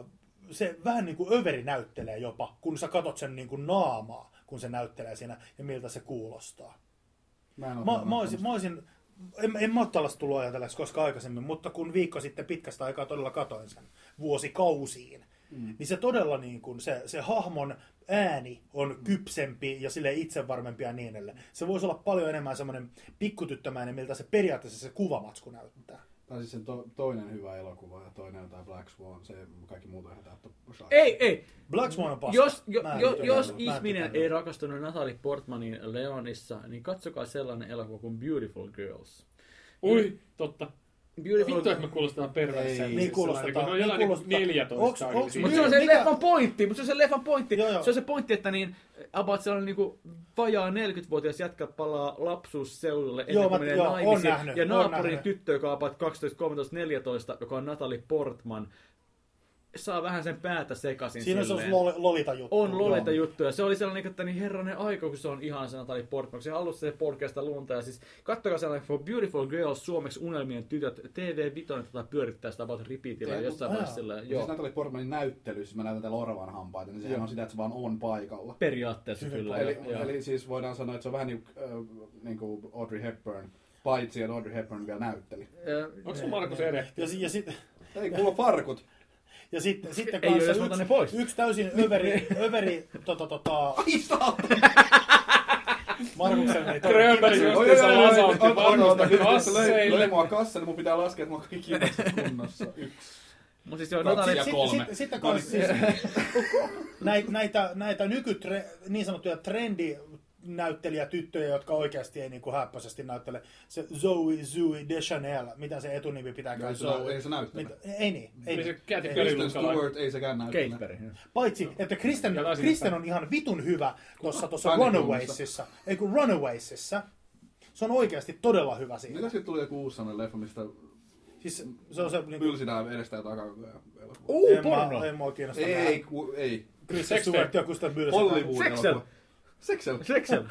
S4: ö, se vähän niin kuin överi näyttelee jopa, kun sä katot sen niin kuin naamaa, kun se näyttelee siinä ja miltä se kuulostaa.
S3: Mä en
S4: Mä,
S3: oo huomannut.
S4: mä, olisin, mä olisin, en, en mä ole tällaista tullut ajatelleeksi koskaan aikaisemmin, mutta kun viikko sitten pitkästä aikaa todella katoin sen vuosikausiin, mm. niin se todella niin kuin, se, se hahmon ääni on kypsempi ja sille itsevarmempi ja niin edelleen. Se voisi olla paljon enemmän semmoinen pikkutyttömäinen, miltä se periaatteessa se kuvamatsku näyttää.
S3: Tai siis sen to, toinen hyvä elokuva ja toinen on tää Black Swan, se kaikki muut on ihan täyttä osaa.
S1: Ei, ei.
S4: Black Swan on paska.
S1: Jos, jo,
S4: Mä en
S1: jo,
S4: tykkää
S1: jos
S4: siitä. Mä en
S1: ihminen
S4: tykkää
S1: ei rakastunut Natalie Portmanin Leonissa, niin katsokaa sellainen elokuva kuin Beautiful Girls.
S5: Ui, totta.
S1: Beautiful
S5: Vittu, että me kuulostaan perveessä.
S3: Ei.
S4: Niin kuulostetaan.
S5: Ne on jollain
S4: Niin
S5: niinku
S4: kuulostetaan.
S5: 14.
S4: Onks- onks-
S1: Mutta
S5: Mutta
S1: se on se
S4: Mikä-
S1: leffan pointti, mutta se on se leffan pointti.
S4: Joo, joo.
S1: Se on se pointti, että niin about sellainen niinku vajaa 40-vuotias jätkä palaa lapsuusseudulle ennen
S4: Joo,
S1: kuin
S4: mä-
S1: menee
S4: joo, oon
S1: naimisiin.
S4: nähnyt,
S1: ja
S4: oon
S1: naapurin
S4: nähnyt.
S1: tyttö, joka on about 12, 13, 14, joka on Natalie Portman, saa vähän sen päätä sekaisin
S4: Siinä on se
S1: silleen.
S4: lo- lolita juttu.
S1: On loleita
S4: Joo.
S1: juttuja. Se oli sellainen, että niin herranen aika, kun se on ihan sen Natalie Portman. Se halusi se podcast lunta. Ja siis kattokaa sellainen For Beautiful Girls, suomeksi unelmien tytöt. TV Vitoinen tätä pyörittää sitä about repeatillä
S3: Tee-
S1: jossain
S4: Aa.
S1: vaiheessa sillä.
S3: Joo. Siis
S1: Joo.
S3: Natalie Portmanin näyttelyssä, mä näytän teille oravan hampaita, niin sehän on sitä, että se vaan on paikalla.
S1: Periaatteessa
S9: Siis
S1: kyllä.
S3: Eli,
S1: joo, joo.
S3: eli siis voidaan sanoa, että se on vähän niin, äh, niin kuin Audrey Hepburn, paitsi että Audrey Hepburn vielä näytteli.
S1: Ö,
S5: Onko se Markus Erehti?
S4: Ja, si- ja, sit,
S3: Ei, mulla on farkut.
S4: ja sitten, sitten
S1: Ei oo,
S4: kanssa
S1: jos mä otan ne pois.
S4: yksi, yksi täysin överi, överi tota, tota,
S3: Aistaa!
S4: Markuksen ei toimi.
S5: Grönberg justiinsa lasautti Markusta
S3: Löi, löi
S5: kasseille.
S3: mua kassalle, mun pitää laskea, että mä oon kaikki ilmaiset kunnossa. Yksi.
S1: Mut siis joo,
S10: Kaksi
S1: Natalie,
S10: ja
S4: Sit-
S10: kolme.
S4: sit- Sitten kanssa siis, näitä, näitä, näitä nykytre, niin sanottuja trendi näyttelijätyttöjä, jotka oikeasti ei niin kuin häppäisesti näyttele. Se Zoe Zoe Deschanel, mitä se etunimi pitääkään
S3: Ei No, se
S4: Zoe.
S3: nä- ei se näyttele.
S4: Mitä- Ei niin. Ei
S5: Niin se
S4: niin.
S5: Käti
S4: Ei.
S5: Perry
S3: Kristen
S5: lukkalainen.
S3: Stewart ei sekään näyttele.
S1: Kate Perry. joo.
S4: Paitsi, että Kristen,
S5: Ja taisin
S4: Kristen
S5: ottaa.
S4: on ihan vitun hyvä tuossa tuossa
S3: Panic Roomissa.
S4: Runawaysissa. Ei kun Runawaysissa. Se on oikeasti todella hyvä siinä.
S3: Mitä siitä tuli joku uusi sellainen leffa, mistä
S4: Siis se on se niin kuin,
S3: pylsinään edestä ja takaa koko ajan elokuva?
S1: Uu,
S4: en,
S1: porno!
S4: mä, en mua kiinnosta
S3: Ei,
S4: nähdä.
S3: ku, ei.
S4: Kristen
S5: Sex
S4: Stewart joku sitä mylsää.
S3: Hollywood elokuva. Seksel.
S1: Seksel.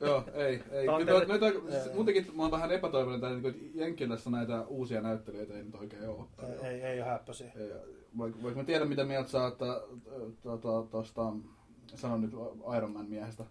S3: Joo, ei, ei.
S1: Tää on
S3: Kyllä,
S1: tälle-
S3: näitä, siis muutenkin mä oon vähän epätoivoinen, tää, niinku, että Jenkkilässä näitä uusia näyttelijöitä ei nyt oikein ole.
S4: Ei- Ei, ei ole häppösiä.
S3: Ei, Vaikka vaikka mä tiedän, mitä mieltä sä oot äh, tota, tosta, sanon nyt Iron Man miehestä.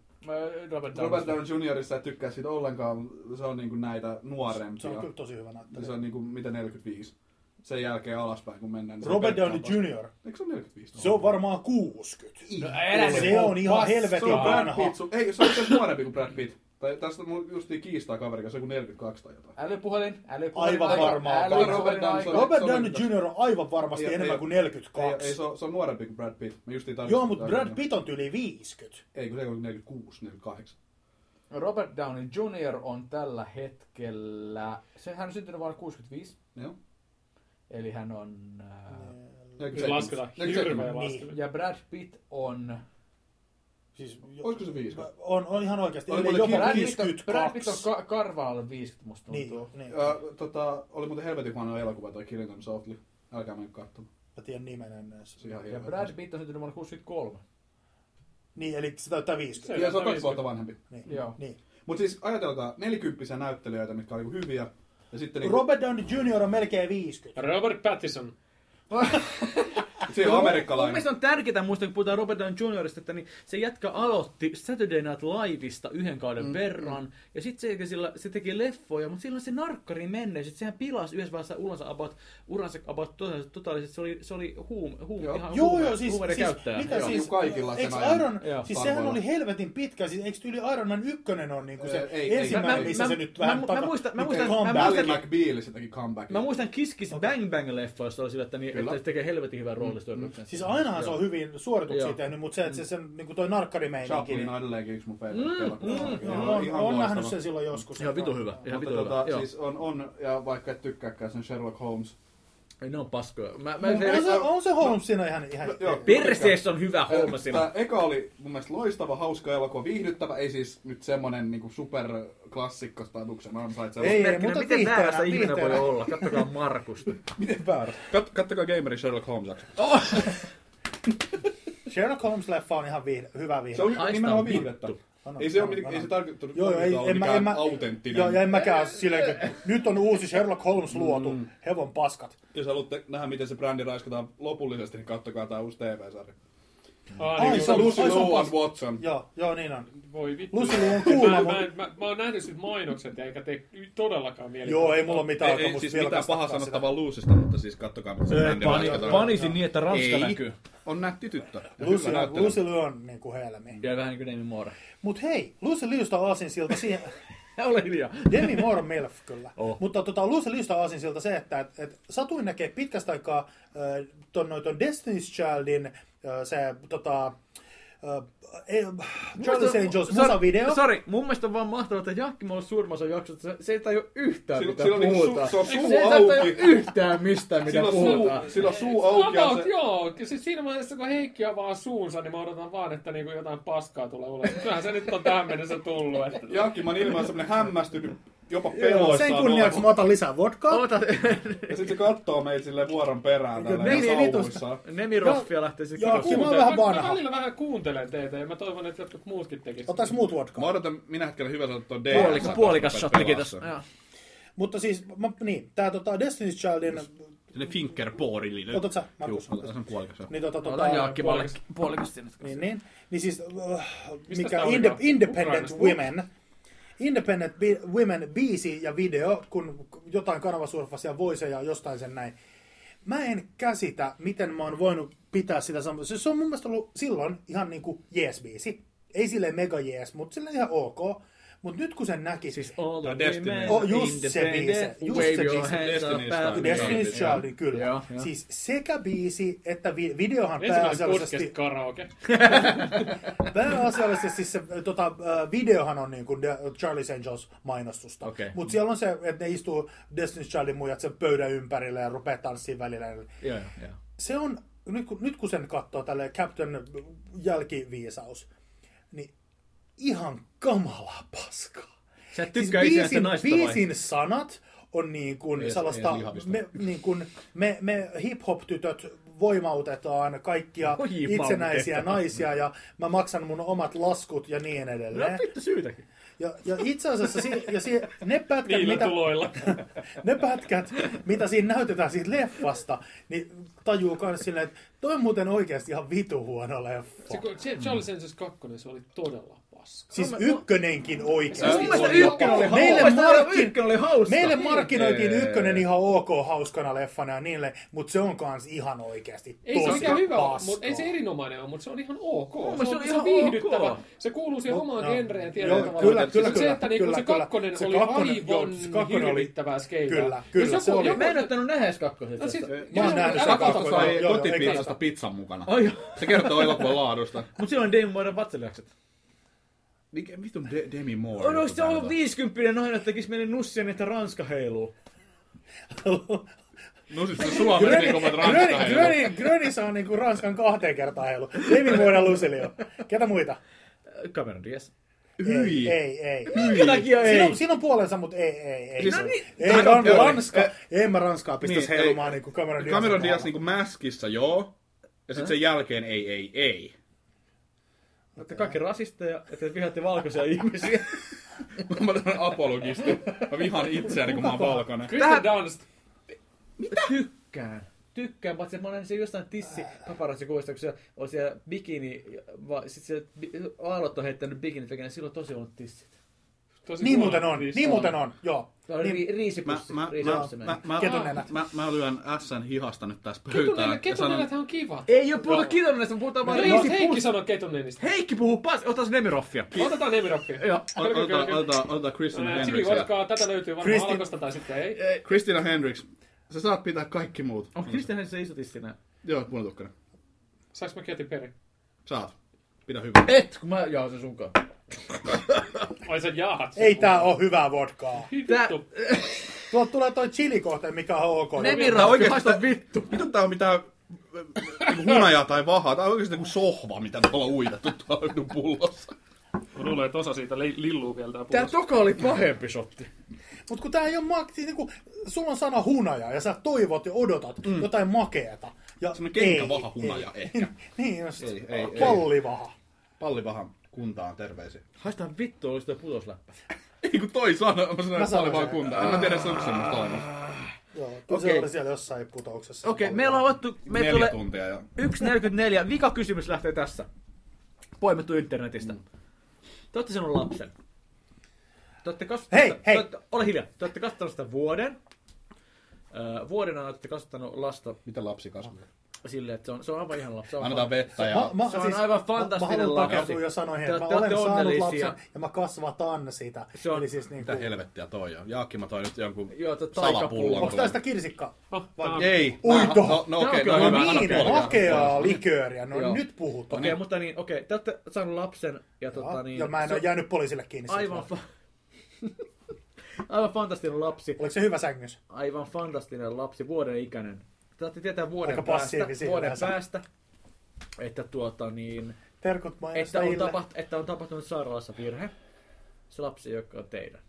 S5: Robert
S3: Robert
S5: Downey.
S3: Downey Jr. sä et tykkää siitä ollenkaan, mut se on niinku näitä nuorempia.
S4: Se on kyllä tosi hyvä
S3: Ja se
S4: näyttelijä.
S3: on niinku mitä 45. Sen jälkeen alaspäin, kun mennään. niin se
S4: Robert
S3: pettää
S4: Downey
S3: paljon.
S4: Jr.
S3: Eikö se ole 45?
S4: Se on varmaan 60.
S5: No älä nyt
S4: Se on ihan
S5: paskaa.
S3: Se on
S4: helvetin
S3: Brad
S4: vanha.
S3: Pitt. Sun, ei, se on itse asiassa nuorempi kuin Brad Pitt. Tai tästä mun justiin kiistaa kaveri, se on kuin 42 tai jotain.
S5: Älypuhelin, älypuhelin.
S4: Aivan
S5: aika,
S4: varmaan.
S5: älypuhelin
S3: Robert Downey.
S5: aika.
S4: Robert
S3: Se on
S4: Downey
S3: kyllä.
S4: Jr. on aivan varmasti
S3: Ei- ei-
S4: enemmän kuin
S3: Ei, ei
S4: 42.
S3: se, on, se on nuorempi kuin Brad Pitt. Mä justiin tarkistin
S4: Joo, mutta
S3: tämän.
S4: Brad Pitt on yli 50.
S3: Ei, kun se on 46, 48.
S9: Robert Downey Jr. on tällä hetkellä, se, hän on syntynyt vuonna 65,
S3: Joo.
S9: eli hän on... Ää,
S5: Nyt lasketaan. Hirveä
S4: Niin.
S5: laskelu.
S9: ja Brad Pitt on...
S4: Siis, jo-
S3: Olisiko se 50?
S4: on, on ihan oikeasti.
S3: Oli
S4: Eli
S3: mulle
S4: jopa
S3: kirja-
S9: Brad Pitt on, Brad Pitt on
S4: 52.
S9: ka- karva alle 50, musta tuntuu.
S4: Niin, niin.
S3: Ö, tota, oli muuten helvetin huono elokuva toi Killingham Softly. Älkää menkö katsomaan.
S4: Mä tiedän nimen ennen.
S3: Se on ihan
S9: Ja
S3: hirveä.
S9: Brad Pitt on syntynyt vuonna 63.
S4: Niin, eli se täyttää 50.
S3: Ja se on kaksi vuotta vanhempi.
S4: Niin.
S9: Joo.
S4: Niin.
S3: Mut siis ajatelkaa nelikymppisiä näyttelijöitä, mitkä on niinku hyviä. Ja sitten niinku, Rob...
S4: Robert Downey Jr. on melkein 50.
S5: Robert Pattinson.
S3: siellä on
S1: Mun
S3: amerikkalainen.
S1: mielestä on tärkeää muistaa, kun puhutaan Robert Downey Jrista, että niin se jätkä aloitti Saturday Night Liveista yhden kauden mm, verran. Mm. Ja sitten se, sillä, se teki leffoja, mutta silloin se narkkari menneisyys. Sehän pilasi yhdessä vaiheessa uransa about, uransa about tota- totaalisesti. Se oli, se oli huum, huum,
S3: Joo.
S1: ihan
S4: Joo,
S1: huume,
S4: joo, siis,
S1: huumeiden
S4: siis
S1: käyttäjä.
S4: mitä
S3: Joo,
S4: siis,
S3: niin kuin kaikilla sen
S4: eikö
S3: ajan.
S4: Iron,
S1: Joo.
S4: siis sehän
S3: Vanhoilla.
S4: oli helvetin pitkä, siis eikö tyyli Iron Man 1 on niin kuin se
S3: Ei, ei,
S4: ensimmäinen,
S3: ei.
S4: missä
S1: Mä-
S4: se
S1: mä-
S4: nyt
S1: mä-
S4: vähän
S1: mä
S4: taka-
S1: muistan- mä
S4: Niin,
S1: muistan-
S4: comeback.
S1: mä
S3: Valley
S1: muistan-
S3: McBeal se teki comebackin.
S1: Mä muistan Kiss Kiss Bang Bang-leffoista, oli sillä, että, niin,
S3: Kyllä.
S1: että se tekee helvetin hyvän roolistoituksen.
S4: Siis ainahan se on hyvin suorituksia
S1: Joo.
S4: tehnyt, mutta se, että se sen, niin kuin toi narkkarimeininki,
S3: Chaplin
S4: niin
S3: on edelleenkin yksi mun favorit.
S4: on, on, mm, on nähnyt sen silloin joskus.
S1: Ihan vitu hyvä. Ihan
S3: Mutta
S1: vitu hyvä.
S3: tota,
S1: joo.
S3: siis on, on, ja vaikka et tykkääkään sen Sherlock Holmes.
S1: Ei, Ne on paskoja. Mä, mä,
S4: On
S1: se,
S4: se, on se Holmes siinä ihan, ihan
S3: Joo.
S1: perseessä on hyvä Holmesilla.
S3: Tämä eka oli mun mielestä loistava, hauska elokuva, viihdyttävä, ei siis nyt semmonen niinku superklassikko statuksen ansaitseva.
S4: Ei,
S1: Merkkinen,
S4: mutta
S1: miten
S4: viihteenä,
S1: väärässä ihminen voi
S4: viihteenä.
S1: olla? Kattokaa Markusta.
S4: miten väärä.
S10: Kat, kattokaa gamerin Sherlock Holmes.
S4: Sherlock Holmes-leffa on ihan viihde, hyvä viihde.
S3: Se on
S1: Aista
S3: nimenomaan
S1: on
S3: viihdettä.
S1: vittu.
S3: Ei se, ole, mitenkään- ei se tarkoittanut joo, ei, olla
S4: mä-
S3: mikään
S4: mä-
S3: autenttinen.
S4: Joo, ja en mäkään silleen, että nyt on uusi Sherlock Holmes luotu, hevon paskat.
S10: Jos haluatte nähdä, miten se brändi raiskataan lopullisesti, niin kattokaa tämä uusi TV-sarja.
S5: Ah,
S4: Ai,
S5: niin,
S4: se on-
S3: Lucy
S4: ai, se on
S3: Lohan
S4: pas-
S3: Watson.
S4: Joo, joo niin on.
S5: voi vittu.
S4: Lucy on
S5: Mä,
S4: kuuma,
S5: mä,
S4: mutta...
S5: en- mä, mä oon nähnyt sit mainokset, eikä tee todellakaan mieli.
S4: Joo, ei mulla ole mitään
S10: Ei, ei
S4: aikomusta
S10: siis
S4: vielä
S10: mitään pahaa
S4: kasvattaa sitä.
S10: sanottavaa Luusista, mutta siis kattokaa, miten se
S4: Ei,
S10: brändi
S4: pani-
S10: raiskataan.
S1: Panisin niin, että Ranska
S10: Ei.
S1: näkyy.
S10: On nätti tyttö. Ja
S4: Lucy,
S10: hyvä näyttelijä.
S4: Lucy Liu on niinku helmi.
S1: Ja vähän niin kuin Demi Moore.
S4: Mut hei, Lucy Liusta aasinsilta siihen...
S1: Ole hiljaa.
S4: Demi Moore on MILF kyllä.
S1: Oh.
S4: Mutta tota, Lucy Liusta aasinsilta se, että et, et, satuin näkee pitkästä aikaa äh, ton, noin ton Destiny's Childin äh, se tota... Äh, ei- Charlie's Angels musavideo.
S1: Sori, mun mielestä on vaan mahtavaa, että Jaakki on surmansa jaksosta. Se, se ei tajua yhtään,
S3: Sillä,
S1: mitä
S3: sillä on niinku
S1: puhutaan.
S3: su, se on
S1: Se
S3: suu
S1: ei tajua
S3: auki.
S1: yhtään mistään, mitä
S3: Sillä on suu,
S1: puhutaan.
S3: sillä on suu auki. ja
S5: About,
S3: se-
S5: joo. Kyllä Siis siinä vaiheessa, kun Heikki avaa suunsa, niin mä odotan vaan, että niinku jotain paskaa tulee ulos. Kyllähän se nyt on tähän mennessä tullut. Että...
S3: Jaakkiman ilme on semmonen hämmästynyt jopa peloissaan
S4: Sen kunniaksi
S3: olevan.
S4: mä otan lisää vodkaa.
S1: Ota,
S3: Ja sitten se kattoo meitä silleen vuoron perään
S4: Kyllä, niin,
S3: tällä
S4: meni
S3: ja
S4: vitusta.
S3: sauvuissaan.
S1: Nemiroffia lähtee sitten
S4: Joo,
S1: kikas-
S4: kyllä mä oon
S5: Kuuntelen-
S4: vähän
S5: mä- Mä
S4: vanha.
S5: välillä vähän kuuntelen teitä ja mä toivon, että jotkut muutkin tekisivät.
S4: Otais muut
S3: Mä
S4: vodkaa.
S3: odotan minä hetkellä hyvältä tuon DS.
S1: Puolikas, puolikas shotti, kiitos. Joo.
S4: Mutta siis, mä, niin, tää tota Destiny's Childin
S3: Sinne Finkerboardille.
S4: Otat sä, Markus?
S3: Juu, otan sen puolikas. joo.
S4: Niin, tota, tota,
S1: Otan Jaakki
S5: puolikas.
S1: puolikas- puolikas sinne.
S4: niin, niin, niin siis, äh,
S5: Mistä
S4: mikä
S5: tää
S4: inde,
S5: olikaan?
S4: Independent
S5: Ukrainasta?
S4: Women, Independent bi, Women biisi ja video, kun jotain kanavasurfasia voisi ja jostain sen näin. Mä en käsitä, miten mä oon voinut pitää sitä samaa. Se, se on mun mielestä ollut silloin ihan niinku jees biisi. Ei silleen mega jees, mutta silleen ihan ok. Mutta nyt kun sen näki, siis
S1: All the
S3: Tää Destiny.
S1: women
S4: Oh, just se
S1: independent,
S4: biisi, just
S1: wave
S4: se
S1: your
S4: biisi.
S1: hands up
S3: Destiny's
S1: and-
S3: Child.
S4: Destiny's Childin, kyllä.
S1: Joo, joo.
S4: Siis sekä biisi että vi- videohan
S5: Ensimmäinen
S4: pääasiallisesti...
S5: podcast karaoke.
S4: Pääasiallisesti siis se äh, tota, äh, videohan on niin kuin The- Charlie's Angels mainostusta.
S1: Okei.
S4: Mutta siellä on se, että ne istuu Destiny's Childin muijat sen pöydän ympärillä ja rupeaa tanssiin välillä.
S1: Joo, joo, joo.
S4: Se on, nyt kun, nyt kun sen katsoo tälle Captain jälkiviisaus, niin ihan kamala paskaa.
S1: Sä et tykkää itse asiassa
S4: Siis biisin,
S1: naista vai?
S4: biisin sanat on niin kuin
S3: Ei,
S4: sellaista,
S3: ei lihavista.
S4: me, niin kuin, me, me hip-hop-tytöt voimautetaan kaikkia
S1: Voimautetaan.
S4: itsenäisiä naisia ja mä maksan mun omat laskut ja niin
S1: No
S4: edelleen.
S1: vittu syytäkin.
S4: Ja, ja itse asiassa si, ja si, ne, pätkät,
S5: Niillä
S4: mitä,
S5: tuloilla.
S4: ne pätkät, mitä siinä näytetään siitä leffasta, niin tajuu myös silleen, että toi on muuten oikeasti ihan vitu huono
S5: Se,
S4: leffa.
S5: kun- se Charles Angels 2, se oli todella paska.
S4: Siis ykkönenkin
S5: Mun
S4: oikeasti.
S5: mielestä ykkönen oli
S4: Meille
S1: Mun mielestä
S4: markkin-
S1: ykkönen oli hauska.
S4: Meille markkinoitiin
S3: Ei.
S4: ykkönen ihan ok hauskana leffana ja niille, mutta se on kans ihan oikeasti
S5: Ei se
S4: tosi
S5: mikään hyvä ole,
S4: paskaa.
S5: mutta ei se erinomainen ole, mutta se on ihan ok.
S1: mun
S5: se
S1: mielestä
S5: on,
S1: se
S5: se on
S1: on ihan
S5: viihdyttävä.
S1: ok.
S5: Se kuuluu siihen
S4: Mut,
S5: omaan
S4: joo.
S5: genreen tietyllä
S4: Joo,
S5: tavalla.
S4: kyllä,
S5: Mutta
S4: kyllä,
S5: se,
S4: kyllä,
S5: että niinku
S4: kyllä,
S5: se
S4: kyllä.
S5: kakkonen
S4: Se
S5: oli
S4: kakkonen,
S5: aivan No
S4: joo, se kakkonen oli-
S5: hirvittävää skeivää.
S4: Kyllä, kyllä,
S5: Jos
S4: se oli.
S1: Mä en ottanut nähdä kakkosesta.
S5: No siis-
S4: Mä oon nähnyt sen
S5: Älä katso
S3: Kato
S4: kakkosen.
S5: sitä.
S4: Joo,
S3: sai
S4: joo, ei
S3: kotipizzasta
S4: kannata.
S3: pizzan mukana.
S1: Ai joo.
S3: Se kertoo elokuvan laadusta.
S1: Mut silloin Dame Moiran vatsalihakset.
S3: Mikä vittu De- Demi Moore?
S1: On onks Oh, no, se ollut
S3: vi...
S1: 50 nainen, että tekis meille nussia, niin että Ranska heiluu?
S3: No siis se Suomessa
S4: Gröni,
S3: niin kovat
S4: Gröni,
S3: ranskaa.
S4: Gröni, Gröni saa niinku Ranskan kahteen kertaan heilu. Nimi voidaan Lusilio. Ketä muita?
S1: Cameron Diaz.
S3: Hyi.
S4: Ei, ei, ei.
S1: Minkä takia
S4: Siinä
S1: ei?
S4: on, siinä on puolensa, mutta ei, ei, ei.
S3: Siis-
S4: No niin. ei
S3: Tämä
S4: Ran,
S3: on-
S4: Ranska,
S3: eh,
S4: ei mä Ranskaa pistäisi
S3: niin,
S4: heilumaan
S3: ei.
S4: niinku Cameron Diaz.
S3: Cameron Diaz niinku mäskissä joo. Ja sitten sen jälkeen ei, ei, ei.
S1: Olette kaikki rasisteja, että te vihaatte valkoisia ihmisiä.
S3: Mä olen apologisti. Mä vihaan itseäni, kun mä oon valkoinen.
S5: Kristen Dunst.
S1: Tykkään. Tykkään, paitsi että mä olen siellä jostain tissi paparazzi kuvista, kun siellä on siellä bikini, va, sit siellä bi- aallot on heittänyt bikini ja sillä on tosi ollut tissit.
S5: Tosi
S4: Niin
S5: huono
S4: muuten on,
S5: biisi.
S4: niin muuten on, joo.
S1: Tää oli
S4: Niin.
S1: ri-
S3: Mä,
S1: riisipussi.
S3: mä,
S1: riisipussi
S3: mä,
S1: meni.
S3: mä, mä,
S4: Ketunenät.
S3: mä, mä lyön Sn hihasta nyt tässä pöytään.
S5: Ketunen-
S3: ja sanon-
S5: Ketunenethän on kiva.
S1: Ei oo puhuta kitonenästä, puhutaan vaan
S4: no
S5: Ei, Heikki
S1: riisipussi.
S5: sanoi Ketunenista.
S1: Heikki puhuu pas, otas nemiroffia.
S5: Otetaan Nemiroffia.
S1: Joo.
S3: Ota- Ota, ota, ota Christina
S5: Sivi
S3: Hendricks.
S5: Vodkaa, Äh, tätä löytyy varmaan
S4: Kristin-
S5: alkosta tai sitten ei.
S3: Christina Hendricks. Sä saat pitää kaikki muut.
S1: Onko Kristian se iso tissinä?
S3: Joo, punatukkainen.
S5: Saanko mä Keti Peri?
S3: Saat. Pidä hyvää.
S1: Et, kun mä jaan sen sunkaan.
S5: Ai sä jaahat sen.
S4: Ei tää oo hyvää vodkaa.
S1: Tää-
S5: Vittu.
S4: Tuolta tulee toi chili kohta, mikä on ok.
S3: Tää
S1: Nemiroffia,
S3: oikeesti-
S1: haista vittu.
S3: Mitä tää on mitään äh, niinku hunajaa tai vahaa? Tää on oikeesti joku sohva, mitä tuolla on uitettu tuolla yhdyn pullossa.
S5: Mä luulen, että osa siitä li- lilluu vielä tää
S1: Tää
S5: pullossa.
S1: toka oli pahempi shotti.
S4: Mut kun tää ei oo mak... Siis niinku, sulla on sana hunaja ja sä toivot ja odotat mm. jotain makeeta. Ja
S3: Semmonen kenkävaha hunaja ehkä.
S4: niin just. Ei,
S3: ei,
S4: ei,
S3: ei.
S4: Pallivaha.
S3: Pallivahan kuntaan terveisiä.
S1: Haista vittu, oli sitä putosläppä.
S3: Ei kun toi sana, mä sanoin,
S4: Mä sanoin
S3: että pallivahan
S4: sen.
S3: kuntaan. En mä tiedä, se onko semmoista olemassa.
S4: Joo, okay. se
S1: Okei.
S4: oli siellä jossain putouksessa.
S1: Okei,
S4: Pallivaha.
S1: meillä on otettu, meillä
S3: Neljä
S1: tulee
S3: tuntia ja
S1: 1.44. Vika kysymys lähtee tässä. Poimittu internetistä. Mm. Te olette sinun lapsen. Te olette kasvattanut,
S4: Hei,
S1: sitä-
S4: hei!
S1: Te olette, ole hiljaa. Te olette kasvattanut sitä vuoden. Öö, vuoden ajan olette kasvattanut lasta
S3: mitä lapsi kasvaa?
S1: silleen, että se on, se on aivan ihan lapsi. Se on
S3: Annetaan
S1: fan-
S3: vettä
S4: Mä,
S3: ja...
S4: mä,
S1: Se on aivan
S4: mä,
S1: fantastinen
S4: mä
S1: lapsi.
S4: lapsi. jo sanoihin,
S1: Te
S4: että mä
S1: olette
S4: olen saanut
S1: onnellisia.
S4: lapsen ja mä kasvatan sitä.
S1: Se on-
S4: Eli siis niin
S3: Mitä
S4: kuin,
S3: helvettiä toi on? Jaakki, mä toin nyt jonkun
S1: Joo, tää taikapullo.
S3: salapullon.
S4: onks tää sitä kirsikkaa?
S5: Oh,
S4: Vai-
S5: tää on-
S3: Ei.
S4: Uito.
S3: No,
S1: Tää
S3: no
S1: on
S3: okei,
S1: kyllä
S3: no hyvä,
S1: hyvä.
S3: anna
S4: Niin,
S3: puoli.
S4: makeaa likööriä. No
S1: Joo.
S4: nyt puhutaan.
S1: Okei, mutta niin, okei. Te olette saanut lapsen ja, tota niin...
S4: ja mä en
S1: se
S4: ole
S1: on
S4: jäänyt poliisille kiinni. siitä.
S1: Aivan, fa- aivan fantastinen lapsi.
S4: Oliko se hyvä sängys?
S1: aivan fantastinen lapsi, vuoden ikäinen. Te saatte tietää vuoden
S4: Aika
S1: päästä,
S4: passiivisia
S1: vuoden
S4: yleensä.
S1: päästä, että, tuota, niin,
S4: Terkut
S1: että, on
S4: mainostajille.
S1: tapaht, että on tapahtunut sairaalassa virhe. Se lapsi, joka on teidän.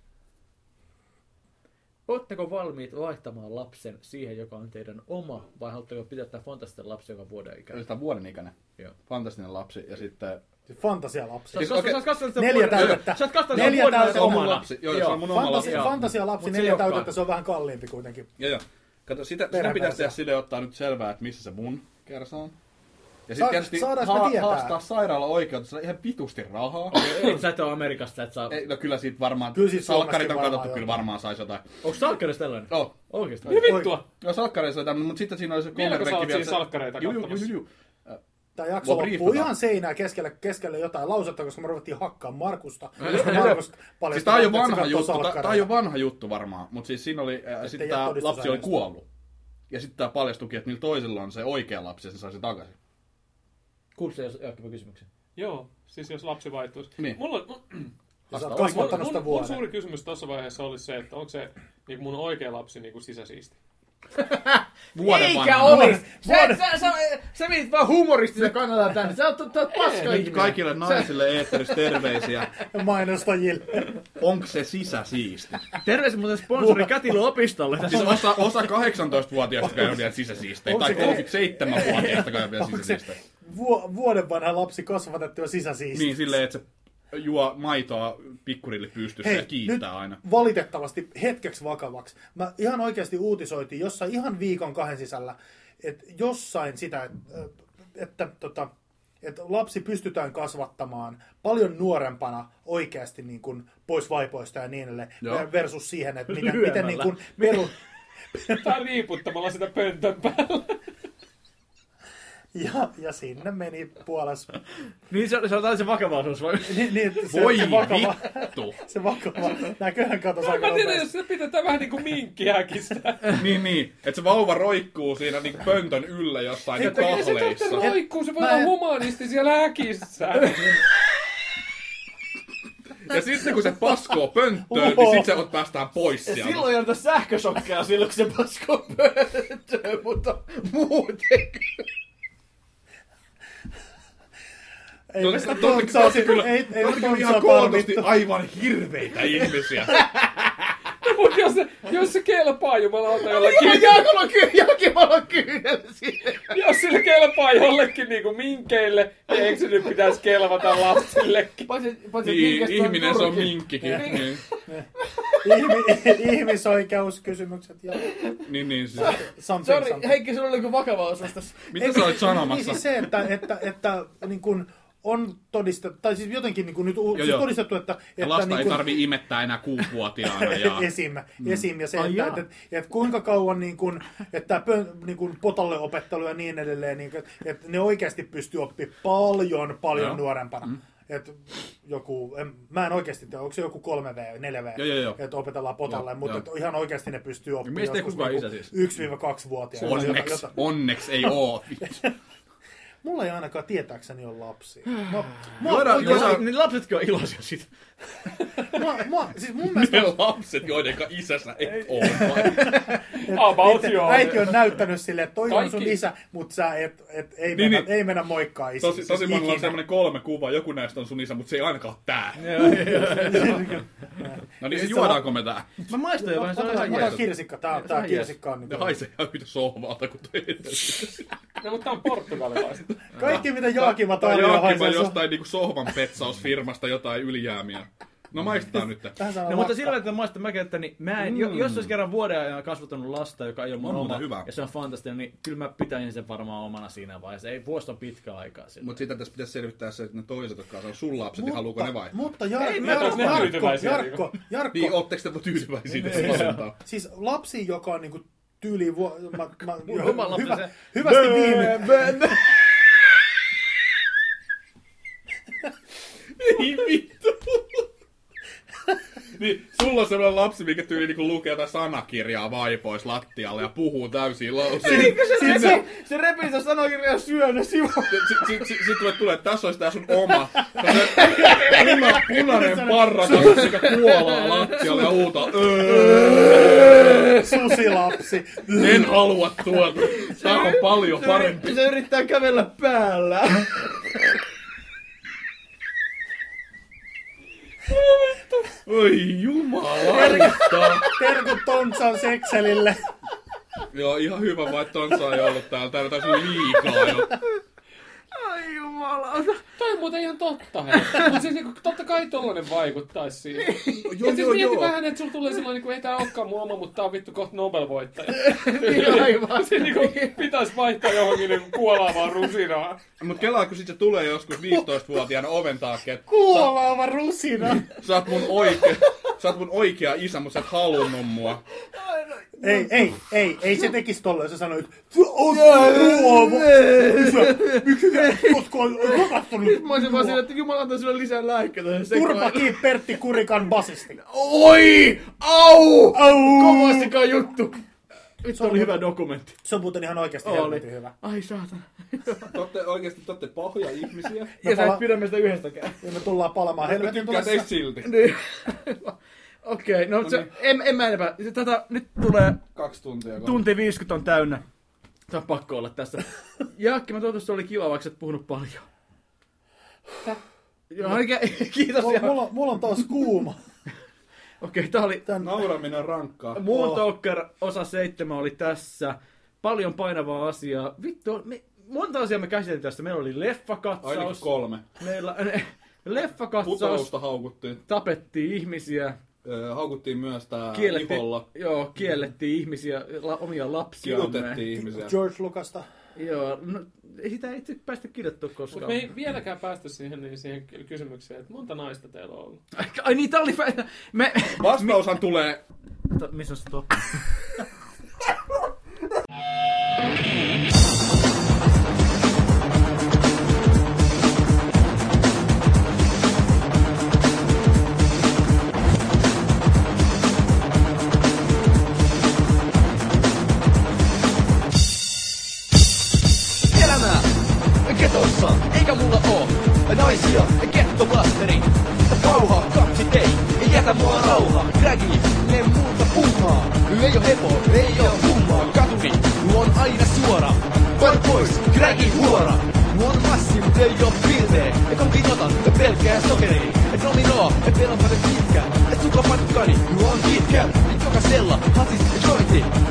S1: Oletteko valmiit vaihtamaan lapsen siihen, joka on teidän oma, vai haluatteko pitää tämän fantastisen lapsen, joka on vuoden ikäinen?
S3: Sitä vuoden ikäinen.
S1: Joo.
S3: Fantastinen lapsi ja sitten...
S4: Fantasialapsi.
S1: Sä
S3: Siis
S1: oot-
S3: okei.
S1: sä oot katsonut sitä
S4: Neljä
S1: vuoden-
S4: täytettä.
S1: Sä oot katsonut sitä
S4: Neljä
S1: vuoden
S4: täytettä
S1: ajan
S4: omana.
S1: omana.
S3: lapsi. Joo, joo, se on mun oma lapsi.
S4: Fantasia,
S1: Joo.
S4: fantasialapsi,
S1: Mut se
S4: neljä
S1: ei
S4: täytettä,
S1: olekaan.
S4: se on vähän kalliimpi kuitenkin.
S3: Joo, joo. Kato, sitä, sitä
S4: Perheen
S3: pitäisi
S4: kanssa.
S3: tehdä sille ottaa nyt selvää, että missä se mun kersa on. Ja
S4: Sa-
S3: sitten tietysti
S4: saadaanko me tietää?
S3: haastaa sairaala oikeutta, sillä on ihan pitusti rahaa.
S1: Et sä et ole Amerikasta, et saa...
S3: Ei, no kyllä siitä varmaan,
S4: Kyllä siitä
S3: salkkarit on
S4: varmasti
S3: katsottu,
S4: varmaan
S3: kyllä
S4: jotain.
S3: varmaan saisi jotain.
S1: Onko Stalkerissa tällainen?
S3: No,
S1: Oikeesti?
S5: Mitä vittua?
S3: no salkkareissa oli tämmöinen, mutta sitten siinä oli se
S5: Vieläkö sä oot
S3: kommervenkki
S5: siinä salkkareita
S3: Juu, juu,
S5: katsomassa?
S3: juu, juu.
S4: Tämä jakso
S3: Mua
S4: loppuu
S3: briefataan.
S4: ihan seinään keskelle, keskelle jotain lausetta, koska me ruvettiin hakkaa Markusta. koska Markus paljasti,
S3: Siis tää on jo
S4: että se
S3: vanha
S4: katsoo
S3: juttu, tää-
S4: salkkareita.
S3: tää on jo vanha juttu varmaan, mutta siis siinä oli, äh,
S4: Ettei
S3: sitten
S4: oo
S3: tää lapsi oli
S4: todistusaineistoa.
S3: kuollut. Ja sitten tää paljastukin, että niillä toisilla on se oikea lapsi ja se sai se takaisin.
S1: Kuulitko sä jos Jaakki kysymyksen?
S5: Joo, siis jos lapsi vaihtuisi.
S3: Niin.
S5: Mulla, on-
S4: Ja sä oot
S3: Vasta-
S4: kasvattanut
S5: mun,
S4: sitä
S5: mun, mun
S4: vuoden.
S5: suuri kysymys tuossa vaiheessa olisi se, että onko se niin mun oikea lapsi niin kuin sisäsiisti.
S3: Vuoden vanha.
S4: ole. Vuoden-
S1: sä, sä, sä menit vaan humoristisen kannalta tänne. Sä oot tää paska
S3: Nyt Niin, kaikille naisille eetterissä terveisiä.
S4: Mainostajille.
S3: Onko se sisä siisti?
S1: Terveisiä muuten sponsori Kätilö opistolle. Tässä
S3: Siis osa, osa 18-vuotiaista käy vielä sisäsiistejä, tai 37-vuotiaista käy vielä sisäsiistejä.
S4: Vuo- vuoden vanha lapsi kasvatettu ja sisäsiisti.
S3: Niin silleen, että se juo maitoa pikkurille pystyssä ja
S4: nyt
S3: kiittää aina.
S4: valitettavasti hetkeksi vakavaksi. Mä ihan oikeasti uutisoitiin jossain ihan viikon kahden sisällä, että jossain sitä, että, että, tota, että lapsi pystytään kasvattamaan paljon nuorempana oikeasti niin kuin pois vaipoista ja niin edelleen,
S3: Joo.
S4: versus siihen, että miten,
S1: Lyömällä.
S4: miten niin kuin peru...
S5: Tai riiputtamalla sitä pöntön päällä.
S4: Ja, ja sinne meni puolas.
S1: Niin se, se on täysin vakavaisuus vai?
S4: Niin, niin, että se,
S3: Voi
S4: se vakava,
S3: vittu!
S4: se vakava. Näköhän katosi aika
S5: No, Mä tiedän,
S4: nopeasti.
S5: jos sitä pidetään vähän niin kuin minkkiäkistä.
S3: Niin, niin. Että se vauva roikkuu siinä niinku pöntön yllä jossain
S4: Ei,
S3: niin
S5: Ei se tarvitse
S3: kahleissa.
S5: roikkuu, se voi
S4: Mä
S5: olla
S4: en-
S5: humanisti siellä häkissä.
S3: Ja sitten kun se paskoo pönttöön, niin sit se ot- päästään pois sieltä.
S1: Silloin on tässä sähkösokkeja silloin, kun se pasko pööntöön, mutta muuten.
S4: Ei,
S3: No, sitä
S4: tontsaa-
S3: tontsaa on kyllä,
S4: ei, ei,
S3: on kyllä
S4: tontsaa
S3: ihan kootusti
S4: tarvittu.
S3: aivan hirveitä ihmisiä.
S5: Mut jos se, jos se kelpaa jumalauta jollekin,
S1: Jaakolla kyllä, Jaakki valon kyynel siihen.
S5: jos sille kelpaa jollekin niinku minkeille, niin eikö se nyt pitäisi kelvata lapsillekin?
S1: Paitsi, paitsi
S3: Niin,
S1: minkästä on
S3: ihminen se on
S1: turkin.
S3: minkkikin. Niin,
S4: Ihmi- ihmisoikeuskysymykset ja
S3: niin, niin siis.
S4: something,
S1: Sori,
S4: something.
S1: Heikki, sulla oli joku vakava osuus tässä.
S3: Mitä sä olit
S4: Niin
S3: sanomassa?
S4: siis se, että, että, että niin kun on todistettu, tai siis jotenkin niin kun nyt u-
S3: Joo,
S4: siis
S3: joo.
S4: todistettu, että...
S3: Ja
S4: että siis
S3: lasta
S4: niin
S3: ei
S4: kun-
S3: tarvi imettää enää kuusivuotiaana. Ja...
S4: esim,
S3: Mm.
S4: esim, ja se,
S1: Ai
S4: että,
S1: jaa.
S4: että, että, että, kuinka kauan niin kun, että pö, niin kun potalle opettelu ja niin edelleen, niin, kun, että ne oikeasti pystyy oppimaan paljon, paljon
S3: Joo.
S4: nuorempana. Mm. Et joku, en, mä en oikeasti tiedä, onko se joku 3V, 4V,
S3: Joo, joo, joo.
S4: että opetellaan potalle,
S3: Joo,
S4: mutta
S3: joo.
S4: et ihan oikeasti ne pystyy oppimaan.
S1: meistä ei
S4: joskus
S1: kukaan
S4: niinku
S1: isä siis.
S4: 1-2-vuotiaana.
S3: Onneksi, onneksi ei oo.
S4: Mulla ei ainakaan tietääkseni ole lapsia. No, mua,
S3: Voidaan,
S4: oikeasti-
S3: voidaan,
S1: Niin lapsetkin on iloisia siitä.
S4: mua, mua, siis mun mielestä
S3: ne lapset, joiden isässä et oo.
S5: About
S4: Äiti-
S5: joo.
S4: Äiti on näyttänyt silleen, että toi on sun
S5: Kaikki-
S4: isä, mutta sä et, et, ei,
S3: Niin,
S4: mennä,
S3: niin.
S4: ei mennä moikkaa isä.
S3: Tosi, tosi monella on semmoinen kolme kuvaa, joku näistä on sun isä, mutta se ei ainakaan ole tää. No niin, juodaanko me tää?
S1: Mä maistoin jo vähän, se on ihan
S4: Ota
S1: jees.
S4: kirsikka, tää, on-
S1: Se
S4: tää
S1: on jees.
S4: kirsikka on niin
S3: Ne haisee ihan yhtä sohvalta, kun toi
S5: No, mutta tää on portugalilaiset.
S4: Kaikki mitä Jaakima tarjoaa
S3: Jaakkipa
S4: haisee.
S3: jostain niinku sohvan petsausfirmasta jotain ylijäämiä. No maistetaan nyt.
S4: Tähän sanoo
S1: No, mutta
S4: lakka.
S1: sillä että mä sitä mäkettä, niin mä en, mm. jos olisi kerran vuoden ajan kasvattanut lasta, joka ei ole mun
S3: On muuten
S1: oma,
S3: hyvä.
S1: ja se on fantastinen, niin kyllä mä pitäisin sen varmaan omana siinä vaiheessa. Ei, vuosi on pitkä aikaa sillä.
S3: Mutta sitä tässä pitäisi selvittää se, että ne toiset, jotka on sun lapset, niin
S4: Mutta-
S3: haluuko ne vaihtaa?
S4: Mutta Jar-
S1: Ei, mä en
S4: Jarkko,
S5: ole
S4: Jarkko,
S5: tyytyväisiä
S4: Jarkko, Jarkko,
S3: Niin, ootteko te tyytyväisiä tästä valintaa?
S4: siis lapsi, joka on niinku tyyli vu- mä, mä,
S1: Mun oma lapsi
S4: hyvä,
S1: se-
S4: hyvästi viime,
S3: Ei vittu. Niin, sulla on sellainen lapsi, mikä tyyli niinku lukee jotain sanakirjaa vaipois lattialle ja puhuu täysin lauseita.
S1: Eikö se,
S4: Siis
S1: se,
S4: se-
S1: se, se repii sitä sanakirjaa syö ne sivu.
S3: Sitten sit, sit tulee, tulee, että tässä olisi tää sun oma. Tällainen Puna, punainen parrakas, mikä kuolaa lattialle ja huutaa, "Öö,
S4: susilapsi.
S3: en halua tuota. Tää on paljon parempi.
S1: Se yrittää kävellä päällä.
S3: Oi jumalauta.
S4: Terkut Tontsan sekselille.
S3: Joo, ihan hyvä vaan, että Tonsa ei ollut täällä. Täällä taisi olla liikaa jo.
S1: Ai jumalauta.
S5: Toi on muuten ihan totta. Mutta siis niinku, totta kai tollanen vaikuttaisi siihen.
S3: Joo,
S5: Ja siis
S3: joo,
S5: mieti
S3: joo.
S5: vähän, että sulla tulee silloin, niinku, ei tää olekaan mun oma, mutta tää on vittu kohta Nobel-voittaja.
S3: Niin
S1: aivan.
S5: Se niinku, pitäis vaihtaa johonkin niinku, kuolaavaan rusinaan.
S3: Mut kelaa, kun sit se tulee joskus 15-vuotiaana oven taakse, että
S4: Kuolaava rusina.
S3: sä oot mun oikea, sä oot mun oikea isä, mutta sä et halunnut mua.
S4: ei, ei, ei, ei se tekisi tolleen. Se sanoi, että se on kuolaava. Isä, Miksi sä koskaan rakastunut?
S1: Mä olisin vaan siinä, että jumala antaa sulle lisää lääkkeitä. tähän
S4: Turpa
S1: sekoiluun.
S4: kiinni Pertti Kurikan basisti.
S1: Oi! Au!
S4: Au!
S1: Kovastikaan juttu. Vittu oli hyvä dokumentti.
S4: Se on muuten ihan oikeasti
S1: Oli.
S4: helvetin hyvä.
S1: Ai saatana.
S11: Totte oikeesti totte pahoja ihmisiä.
S1: Ja sä
S4: palaan-
S1: et pidä meistä yhdestäkään.
S4: Ja me tullaan palamaan helvetin
S3: Tykkää
S4: tulessa.
S3: teistä silti.
S1: Niin. Okei, okay, no, se, en, en mä enempää. Se Tätä, nyt tulee
S11: Kaksi tuntia.
S1: tunti 50 on täynnä. Tämä on pakko olla tässä. Jaakki, mä toivottavasti oli kiva, vaikka sä et puhunut paljon. Joo, ainakin, kiitos.
S4: Mulla,
S1: ja-
S4: mulla, on- mulla on taas kuuma.
S1: Okei, tää oli...
S4: Tän,
S11: Nauraminen on rankkaa.
S1: Moon Talker osa 7 oli tässä. Paljon painavaa asiaa. Vittu, me, monta asiaa me käsiteltiin tästä. Meillä oli
S11: Oh, Ainakin
S1: leffakatsaus.
S11: kolme.
S1: Meillä leffakatsaus.
S11: Putousta haukuttiin.
S1: Tapettiin ihmisiä.
S11: Ö, haukuttiin myös tää
S1: Kielletti,
S11: iholla.
S1: joo, kiellettiin ihmisiä, la, omia lapsia.
S11: Kidutettiin ihmisiä.
S4: George Lucasta.
S1: Joo, no, ei sitä ei itse päästä kirjoittua
S5: Mut
S1: koskaan.
S5: me ei vieläkään päästy siihen, niin siihen ky- kysymykseen, että monta naista teillä on ollut.
S1: Ai, ai niin, tää oli... Mä, me...
S3: Vastaushan tulee
S1: Ta, missä on se tuo?
S12: elämää ketossa, eikä mulla oo naisia, kettoblasteri. Kauha, kaksi tei, ei jätä mua rauhaa. Dragi, ne muuta puuhaa. Ei oo hepo, ei oo kummaa. Katuri, on aina suora. Vai pois, dragi huora. Nuon massin, ei oo piltee. Ja kun pinotan, pelkää sokeri. niin Et nominoo, et pelon paljon pitkä. Et suklapatkani, nuo on pitkä. Et jokaisella, hatis ja jointi.